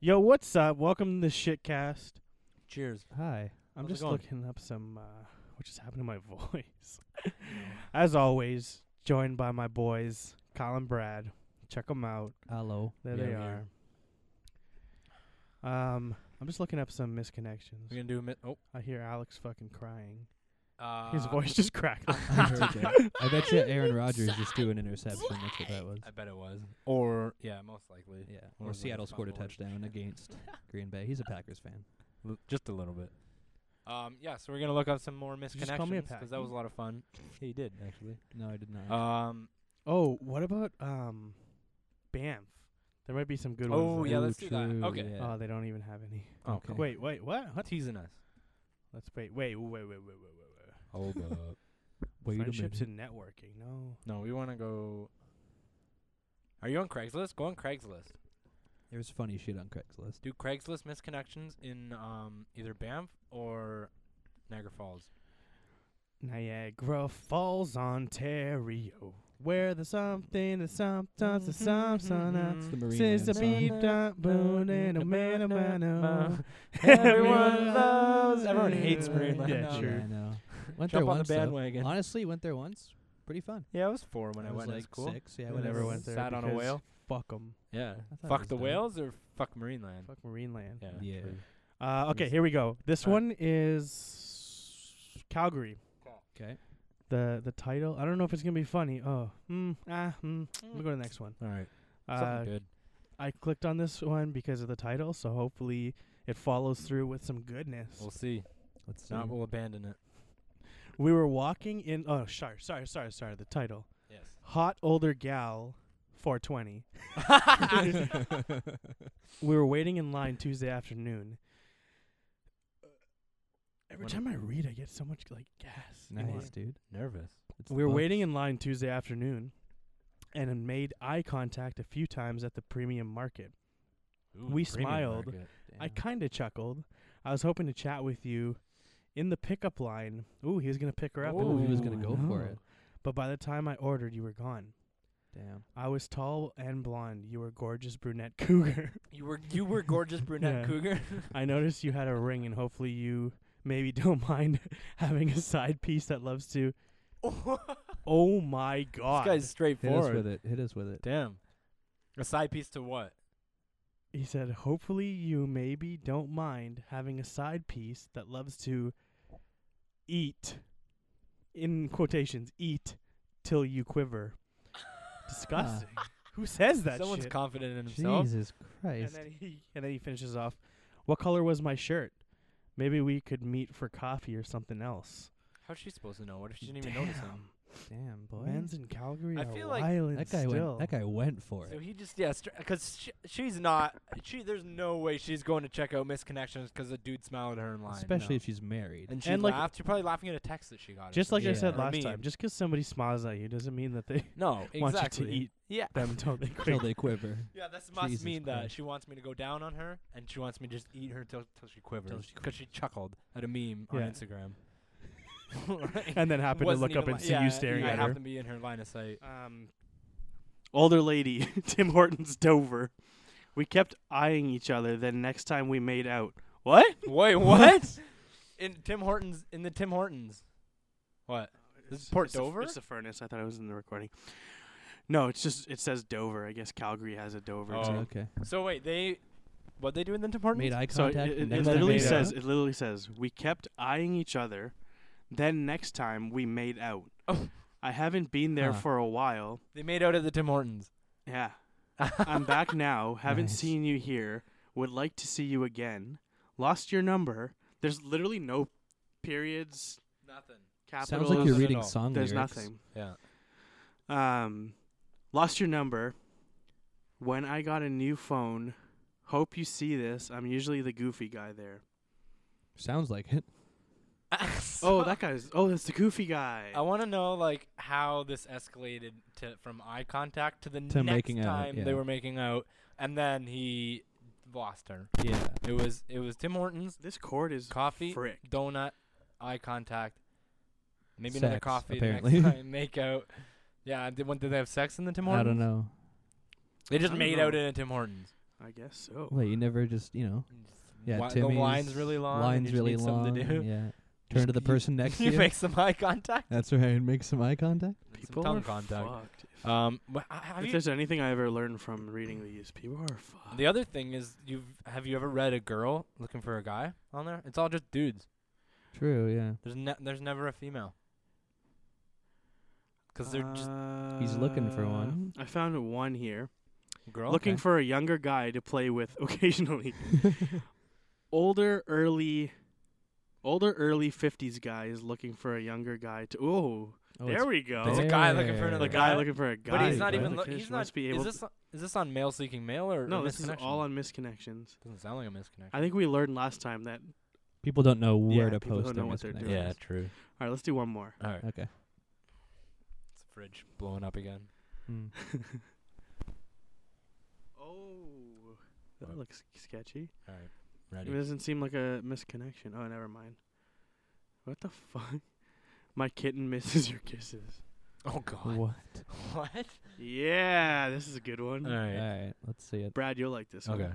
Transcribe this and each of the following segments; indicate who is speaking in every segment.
Speaker 1: Yo, what's up? Welcome to the shitcast.
Speaker 2: Cheers.
Speaker 3: Hi.
Speaker 1: I'm
Speaker 2: How's it
Speaker 1: just
Speaker 2: going?
Speaker 1: looking up some uh, what just happened to my voice. As always, joined by my boys, Colin Brad. Check them out.
Speaker 3: Hello.
Speaker 1: There
Speaker 2: Yeah,
Speaker 1: they
Speaker 2: we
Speaker 1: are.
Speaker 2: are.
Speaker 1: Um, I'm just looking up some misconnections.
Speaker 2: We're gonna do a mi- oh.
Speaker 1: I hear Alex fucking crying.
Speaker 2: Uh,
Speaker 1: His voice just cracked.
Speaker 3: I heard you. I bet you Aaron Rodgers just threw an interception. That's what that was.
Speaker 2: I bet it was. Or yeah, most likely.
Speaker 3: Yeah.
Speaker 2: Or
Speaker 3: Or
Speaker 2: was it
Speaker 3: Seattle
Speaker 2: Tom
Speaker 3: scored a
Speaker 2: Lord?
Speaker 3: touchdown against Green Bay. He's a Packers fan.
Speaker 2: L- just a little bit. Um. Yeah. So we're gonna look up some more
Speaker 1: you just call me a
Speaker 2: misconnections because that was a lot of fun. yeah, you did actually.
Speaker 3: No, I did not.
Speaker 2: Um.
Speaker 1: oh, what about um, Banff? There might be some good
Speaker 2: Oh,
Speaker 1: ones.
Speaker 2: yeah,
Speaker 1: there.
Speaker 3: Ooh,
Speaker 2: let's do that.
Speaker 3: true,
Speaker 2: Okay.
Speaker 3: yeah.
Speaker 1: Oh, they don't even have any.
Speaker 2: Oh,
Speaker 3: Okay.
Speaker 2: come
Speaker 1: Wait, wait, what?
Speaker 2: on.
Speaker 1: What?
Speaker 2: teasing us.
Speaker 1: Let's wait. Wait, wait, wait, wait, wait, wait. wait.
Speaker 2: Hold up.
Speaker 3: Wait a
Speaker 1: Friendships and
Speaker 3: minute.
Speaker 1: networking. No.
Speaker 2: No, we want to go. Are you on Craigslist? Go on Craigslist.
Speaker 3: There's funny shit on Craigslist.
Speaker 2: Do Craigslist misconnections in um either Banff or Niagara Falls.
Speaker 1: Niagara Falls, Ontario, where the something is sometimes the something uh,
Speaker 3: It's the Marine
Speaker 1: Since the
Speaker 3: Land
Speaker 1: beep
Speaker 3: mm-hmm, song.
Speaker 1: dot boon and a man of man oh. of-
Speaker 2: Everyone loves. Everyone hates Marine Land.
Speaker 1: Yeah,
Speaker 2: now.
Speaker 1: sure.
Speaker 3: I know. Went there
Speaker 2: Jump on the
Speaker 3: once. though.
Speaker 2: bandwagon.
Speaker 3: Honestly, went there once. Pretty fun.
Speaker 2: Yeah, I was four when I,
Speaker 3: I was
Speaker 2: went.
Speaker 3: like
Speaker 2: it's cool.
Speaker 3: six. Yeah,
Speaker 1: I
Speaker 3: when I
Speaker 1: never
Speaker 3: was-
Speaker 1: went there.
Speaker 2: Sat on a
Speaker 1: because
Speaker 2: whale.
Speaker 1: Fuck 'em.
Speaker 2: Yeah.
Speaker 3: I thought it
Speaker 2: Fuck
Speaker 3: was
Speaker 2: the
Speaker 3: dumb.
Speaker 2: whales or fuck Marineland.
Speaker 1: Fuck Marine Land.
Speaker 2: Yeah.
Speaker 3: Yeah.
Speaker 2: true.
Speaker 1: Uh, okay,
Speaker 2: Yes.
Speaker 1: here we go. This
Speaker 2: Alright.
Speaker 1: one is Calgary.
Speaker 3: Okay.
Speaker 1: The the title. I don't know if it's gonna be funny. Oh, mm, ah, mm. We'll go to the next one.
Speaker 2: All right.
Speaker 1: Uh,
Speaker 2: good.
Speaker 1: I clicked on this one because of the title, so hopefully it follows through with some goodness.
Speaker 2: We'll see.
Speaker 3: Let's see.
Speaker 2: Not we'll abandon it.
Speaker 1: We were walking in. Oh, sorry, sorry, sorry, sorry. The title:
Speaker 2: Yes.
Speaker 1: Hot Older Gal, 420. We were waiting in line Tuesday afternoon. Every
Speaker 2: What-
Speaker 1: time I read, I get so much like gas. Come on.
Speaker 3: nice, dude.
Speaker 2: Nervous.
Speaker 3: It's the
Speaker 1: We were
Speaker 3: Bucks.
Speaker 1: waiting in line Tuesday afternoon, and had made eye contact a few times at the premium market. We smiled. I
Speaker 3: Damn.
Speaker 1: kind of chuckled. I was hoping to chat with you in the pickup line. Ooh, he was gonna pick her up.
Speaker 3: Ooh,
Speaker 1: and
Speaker 3: he was gonna
Speaker 1: I
Speaker 3: go for
Speaker 1: know.
Speaker 3: it.
Speaker 1: But by the time I ordered, you were gone.
Speaker 3: Damn.
Speaker 1: I was tall and blonde. You were gorgeous brunette cougar.
Speaker 2: You were you were gorgeous brunette
Speaker 1: Yeah.
Speaker 2: cougar.
Speaker 1: I noticed you had a ring, and hopefully you maybe don't mind having a side piece that loves to. Oh my
Speaker 2: this
Speaker 1: god!
Speaker 2: guy's
Speaker 3: Hit us
Speaker 2: straightforward.
Speaker 3: with it. Hit us with it.
Speaker 2: Damn. A side piece to what?
Speaker 1: he said, "Hopefully you maybe don't mind having a side piece that loves to eat." In quotations, eat till you quiver. Disgusting. Who says that
Speaker 2: Someone's
Speaker 1: shit?
Speaker 2: confident in himself.
Speaker 3: Jesus
Speaker 1: and
Speaker 3: Christ.
Speaker 1: then he and then he finishes off, "What color was my shirt? Maybe we could meet for coffee or something else."
Speaker 2: How's she supposed to know? What if she didn't even notice him?
Speaker 3: Damn, boy.
Speaker 1: Men's in Calgary
Speaker 2: I
Speaker 1: are
Speaker 2: feel like
Speaker 1: wildin'
Speaker 3: that guy
Speaker 1: still.
Speaker 3: went. That guy went for
Speaker 2: So
Speaker 3: it.
Speaker 2: he just yeah, because she's not. She there's no way she's going to check out misconnections because a dude smiled at her in line. No.
Speaker 3: Especially if she's married.
Speaker 2: and she
Speaker 1: And, like-
Speaker 2: laughed. You're probably laughing at a text that she got. or
Speaker 1: Just like I
Speaker 3: Yeah.
Speaker 1: said
Speaker 2: Or
Speaker 1: last
Speaker 2: meme.
Speaker 1: time, just 'cause somebody smiles at you doesn't mean that they
Speaker 2: No,
Speaker 1: want you
Speaker 2: exactly.
Speaker 1: to eat
Speaker 2: Yeah.
Speaker 1: them till they
Speaker 3: Till
Speaker 1: quit.
Speaker 3: they quiver.
Speaker 2: Yeah, that must
Speaker 3: Jesus
Speaker 2: mean that
Speaker 3: Christ.
Speaker 2: she wants me to go down on her, and she wants me to just eat her till, till she quivers.
Speaker 3: she
Speaker 2: Because she, chuckled at a meme
Speaker 1: Yeah.
Speaker 2: on Instagram. Like,
Speaker 1: and then happen to
Speaker 2: wasn't
Speaker 1: look up
Speaker 2: even
Speaker 1: and
Speaker 2: li-
Speaker 1: see
Speaker 2: yeah,
Speaker 1: you staring
Speaker 2: I
Speaker 1: at
Speaker 2: have
Speaker 1: her.
Speaker 2: to be in her line of sight.
Speaker 1: Um, older lady, Tim Hortons Dover. We kept eyeing each other. Then next time we made out, what?
Speaker 2: Wait, what? in Tim Hortons, in the Tim Hortons. What? This is Port
Speaker 1: It's the-
Speaker 2: Dover?
Speaker 1: It's the furnace. I thought it was in the recording. No, it's just it says Dover. I guess Calgary has a Dover.
Speaker 2: Oh.
Speaker 1: too.
Speaker 3: Okay.
Speaker 2: So wait, they what they do in the Tim Hortons?
Speaker 3: Made eye
Speaker 1: So it,
Speaker 3: contact.
Speaker 1: it-
Speaker 3: and
Speaker 1: it
Speaker 3: next time
Speaker 1: literally
Speaker 3: made eye-
Speaker 1: says it literally says we kept eyeing each other. Then next time we made out.
Speaker 2: Oh.
Speaker 1: I haven't been there
Speaker 3: Huh.
Speaker 1: for a while.
Speaker 2: They made out at the Tim Hortons.
Speaker 1: Yeah. I'm back now. Haven't
Speaker 3: Nice.
Speaker 1: seen you here. Would like to see you again. Lost your number. There's literally no periods,
Speaker 2: Nothing.
Speaker 1: capitals.
Speaker 3: Sounds like you're
Speaker 2: No, no,
Speaker 3: reading
Speaker 2: no.
Speaker 3: song
Speaker 1: There's
Speaker 3: lyrics.
Speaker 1: nothing.
Speaker 2: Yeah.
Speaker 1: Um, lost your number. When I got a new phone. Hope you see this. I'm usually the goofy guy there.
Speaker 3: Sounds like it.
Speaker 1: Oh, that guy's. Oh, that's the goofy guy.
Speaker 2: I want to know like how this escalated to from eye contact to the
Speaker 3: To
Speaker 2: next
Speaker 3: making out,
Speaker 2: time they
Speaker 3: yeah.
Speaker 2: were making out, and then he lost her.
Speaker 3: Yeah.
Speaker 2: It was it was Tim Hortons
Speaker 1: This cord is
Speaker 2: coffee
Speaker 1: frick.
Speaker 2: donut eye contact. Maybe another
Speaker 3: Sex,
Speaker 2: coffee
Speaker 3: apparently.
Speaker 2: next time make out. Yeah, did, when, did they have sex in the Tim Hortons?
Speaker 3: I don't know.
Speaker 2: They
Speaker 1: I
Speaker 2: just
Speaker 1: don't
Speaker 2: made
Speaker 1: know.
Speaker 2: out in a Tim Hortons.
Speaker 1: I guess Oh. so.
Speaker 3: Wait, you never just you know. Yeah,
Speaker 2: Wi- the
Speaker 3: Timmy's
Speaker 2: line's really long. and
Speaker 3: Line's
Speaker 2: you just
Speaker 3: really
Speaker 2: need
Speaker 3: long.
Speaker 2: something To do.
Speaker 3: Yeah. Turn to the
Speaker 2: You-
Speaker 3: person next
Speaker 2: you
Speaker 3: to you.
Speaker 2: make some eye contact.
Speaker 3: That's right. Make some eye contact.
Speaker 2: and some
Speaker 1: People
Speaker 2: tongue
Speaker 1: are
Speaker 2: contact.
Speaker 1: fucked. If,
Speaker 2: Um, wh- h- have
Speaker 1: Uh, if
Speaker 2: you,
Speaker 1: there's anything I ever learned from reading these, people are fucked.
Speaker 2: the other thing is, you've have you ever read a girl looking for a guy on there? It's all just dudes.
Speaker 3: True. Yeah.
Speaker 2: There's ne- there's never a female. Because they're just
Speaker 3: He's looking for
Speaker 1: Uh,
Speaker 3: one.
Speaker 1: I found one here.
Speaker 2: girl.
Speaker 1: Uh, Looking
Speaker 3: okay.
Speaker 1: for a younger guy to play with occasionally. older early older early 50s guy is looking for a younger guy to oh,
Speaker 3: Oh,
Speaker 1: there we go
Speaker 2: There's a guy looking for
Speaker 3: there.
Speaker 2: another
Speaker 1: the guy
Speaker 2: guy.
Speaker 1: looking for a guy
Speaker 2: but he's
Speaker 3: guy,
Speaker 2: not
Speaker 3: but
Speaker 2: even.
Speaker 3: the
Speaker 2: Lo-
Speaker 1: Christian
Speaker 2: he's not.
Speaker 1: must be
Speaker 2: is
Speaker 1: able
Speaker 2: this on, is this on male seeking male or
Speaker 1: no
Speaker 2: or
Speaker 1: this is
Speaker 2: misconnection?
Speaker 1: all on misconnections
Speaker 2: Doesn't sound like a misconnection.
Speaker 1: i think we learned last time that
Speaker 3: people don't know where
Speaker 1: Yeah,
Speaker 3: to
Speaker 1: people don't
Speaker 3: post
Speaker 1: know
Speaker 3: their
Speaker 1: what they're doing.
Speaker 3: misconnections.
Speaker 1: Yeah,
Speaker 2: true.
Speaker 1: all right let's do one more
Speaker 2: All right.
Speaker 3: Okay.
Speaker 2: It's the fridge blowing up again.
Speaker 1: Hmm.
Speaker 3: Mm.
Speaker 1: oh that
Speaker 2: What?
Speaker 1: looks sketchy
Speaker 2: All right.
Speaker 1: it
Speaker 2: Ready.
Speaker 1: doesn't seem like a misconnection oh never mind what the fuck my kitten misses your kisses
Speaker 2: Oh God.
Speaker 3: What?
Speaker 2: What? Uh,
Speaker 1: yeah this is a good one
Speaker 2: All
Speaker 3: All
Speaker 2: right.
Speaker 3: right. Let's see it.
Speaker 1: brad you'll like this one.
Speaker 2: Okay.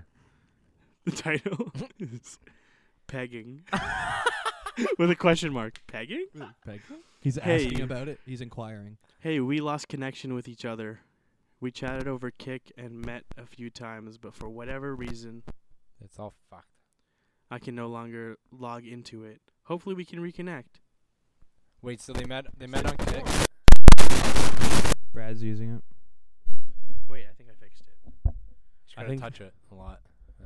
Speaker 1: The title is Pegging. With a question mark. Pegging?
Speaker 3: He's
Speaker 1: Hey,
Speaker 3: asking
Speaker 1: you-
Speaker 3: about it. He's inquiring.
Speaker 1: Hey, we lost connection with each other. We chatted over Kick and met a few times, but for whatever reason,
Speaker 2: It's all fucked.
Speaker 1: I can no longer log into it. Hopefully, we can reconnect.
Speaker 2: Wait. So they met. They met on Kick.
Speaker 3: Brad's using it.
Speaker 1: Wait, I think I fixed it.
Speaker 2: Just
Speaker 1: I
Speaker 2: gotta
Speaker 1: think-
Speaker 2: touch it a lot. Uh,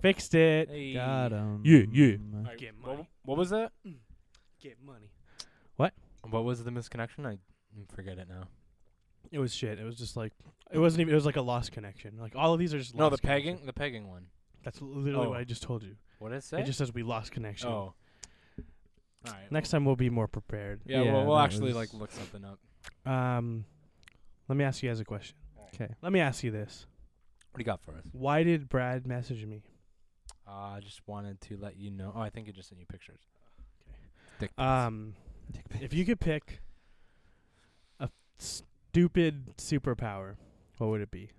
Speaker 1: Fixed it.
Speaker 2: Hey.
Speaker 3: Got him.
Speaker 1: Yeah, yeah.
Speaker 3: Mm, uh,
Speaker 1: Get
Speaker 2: What,
Speaker 1: money.
Speaker 2: what was that?
Speaker 1: Get money.
Speaker 2: What was the misconnection? I forget it now.
Speaker 1: It was shit. It was just like it wasn't even. It was like a lost connection. Like all of these are just
Speaker 2: No, the
Speaker 1: lost connection.
Speaker 2: pegging. The pegging one.
Speaker 1: That's literally what
Speaker 2: Oh.
Speaker 1: I just told you.
Speaker 2: What did it say?
Speaker 1: It just says we lost connection.
Speaker 2: oh. All right.
Speaker 1: Next time we'll be more prepared.
Speaker 2: Yeah.
Speaker 3: Yeah,
Speaker 2: well, we'll
Speaker 3: that
Speaker 2: actually like
Speaker 3: was-
Speaker 2: look something up.
Speaker 1: Um, let me ask you guys a question.
Speaker 3: 'Kay.
Speaker 1: Let me ask you this:
Speaker 2: What do you got for us?
Speaker 1: Why did Brad message me?
Speaker 2: Uh, I just wanted to let you know. Oh, I think it just sent you pictures.
Speaker 1: Okay.
Speaker 2: Dick pics.
Speaker 1: Um,
Speaker 3: Dick pic.
Speaker 1: if you could pick a stupid superpower, what would it be?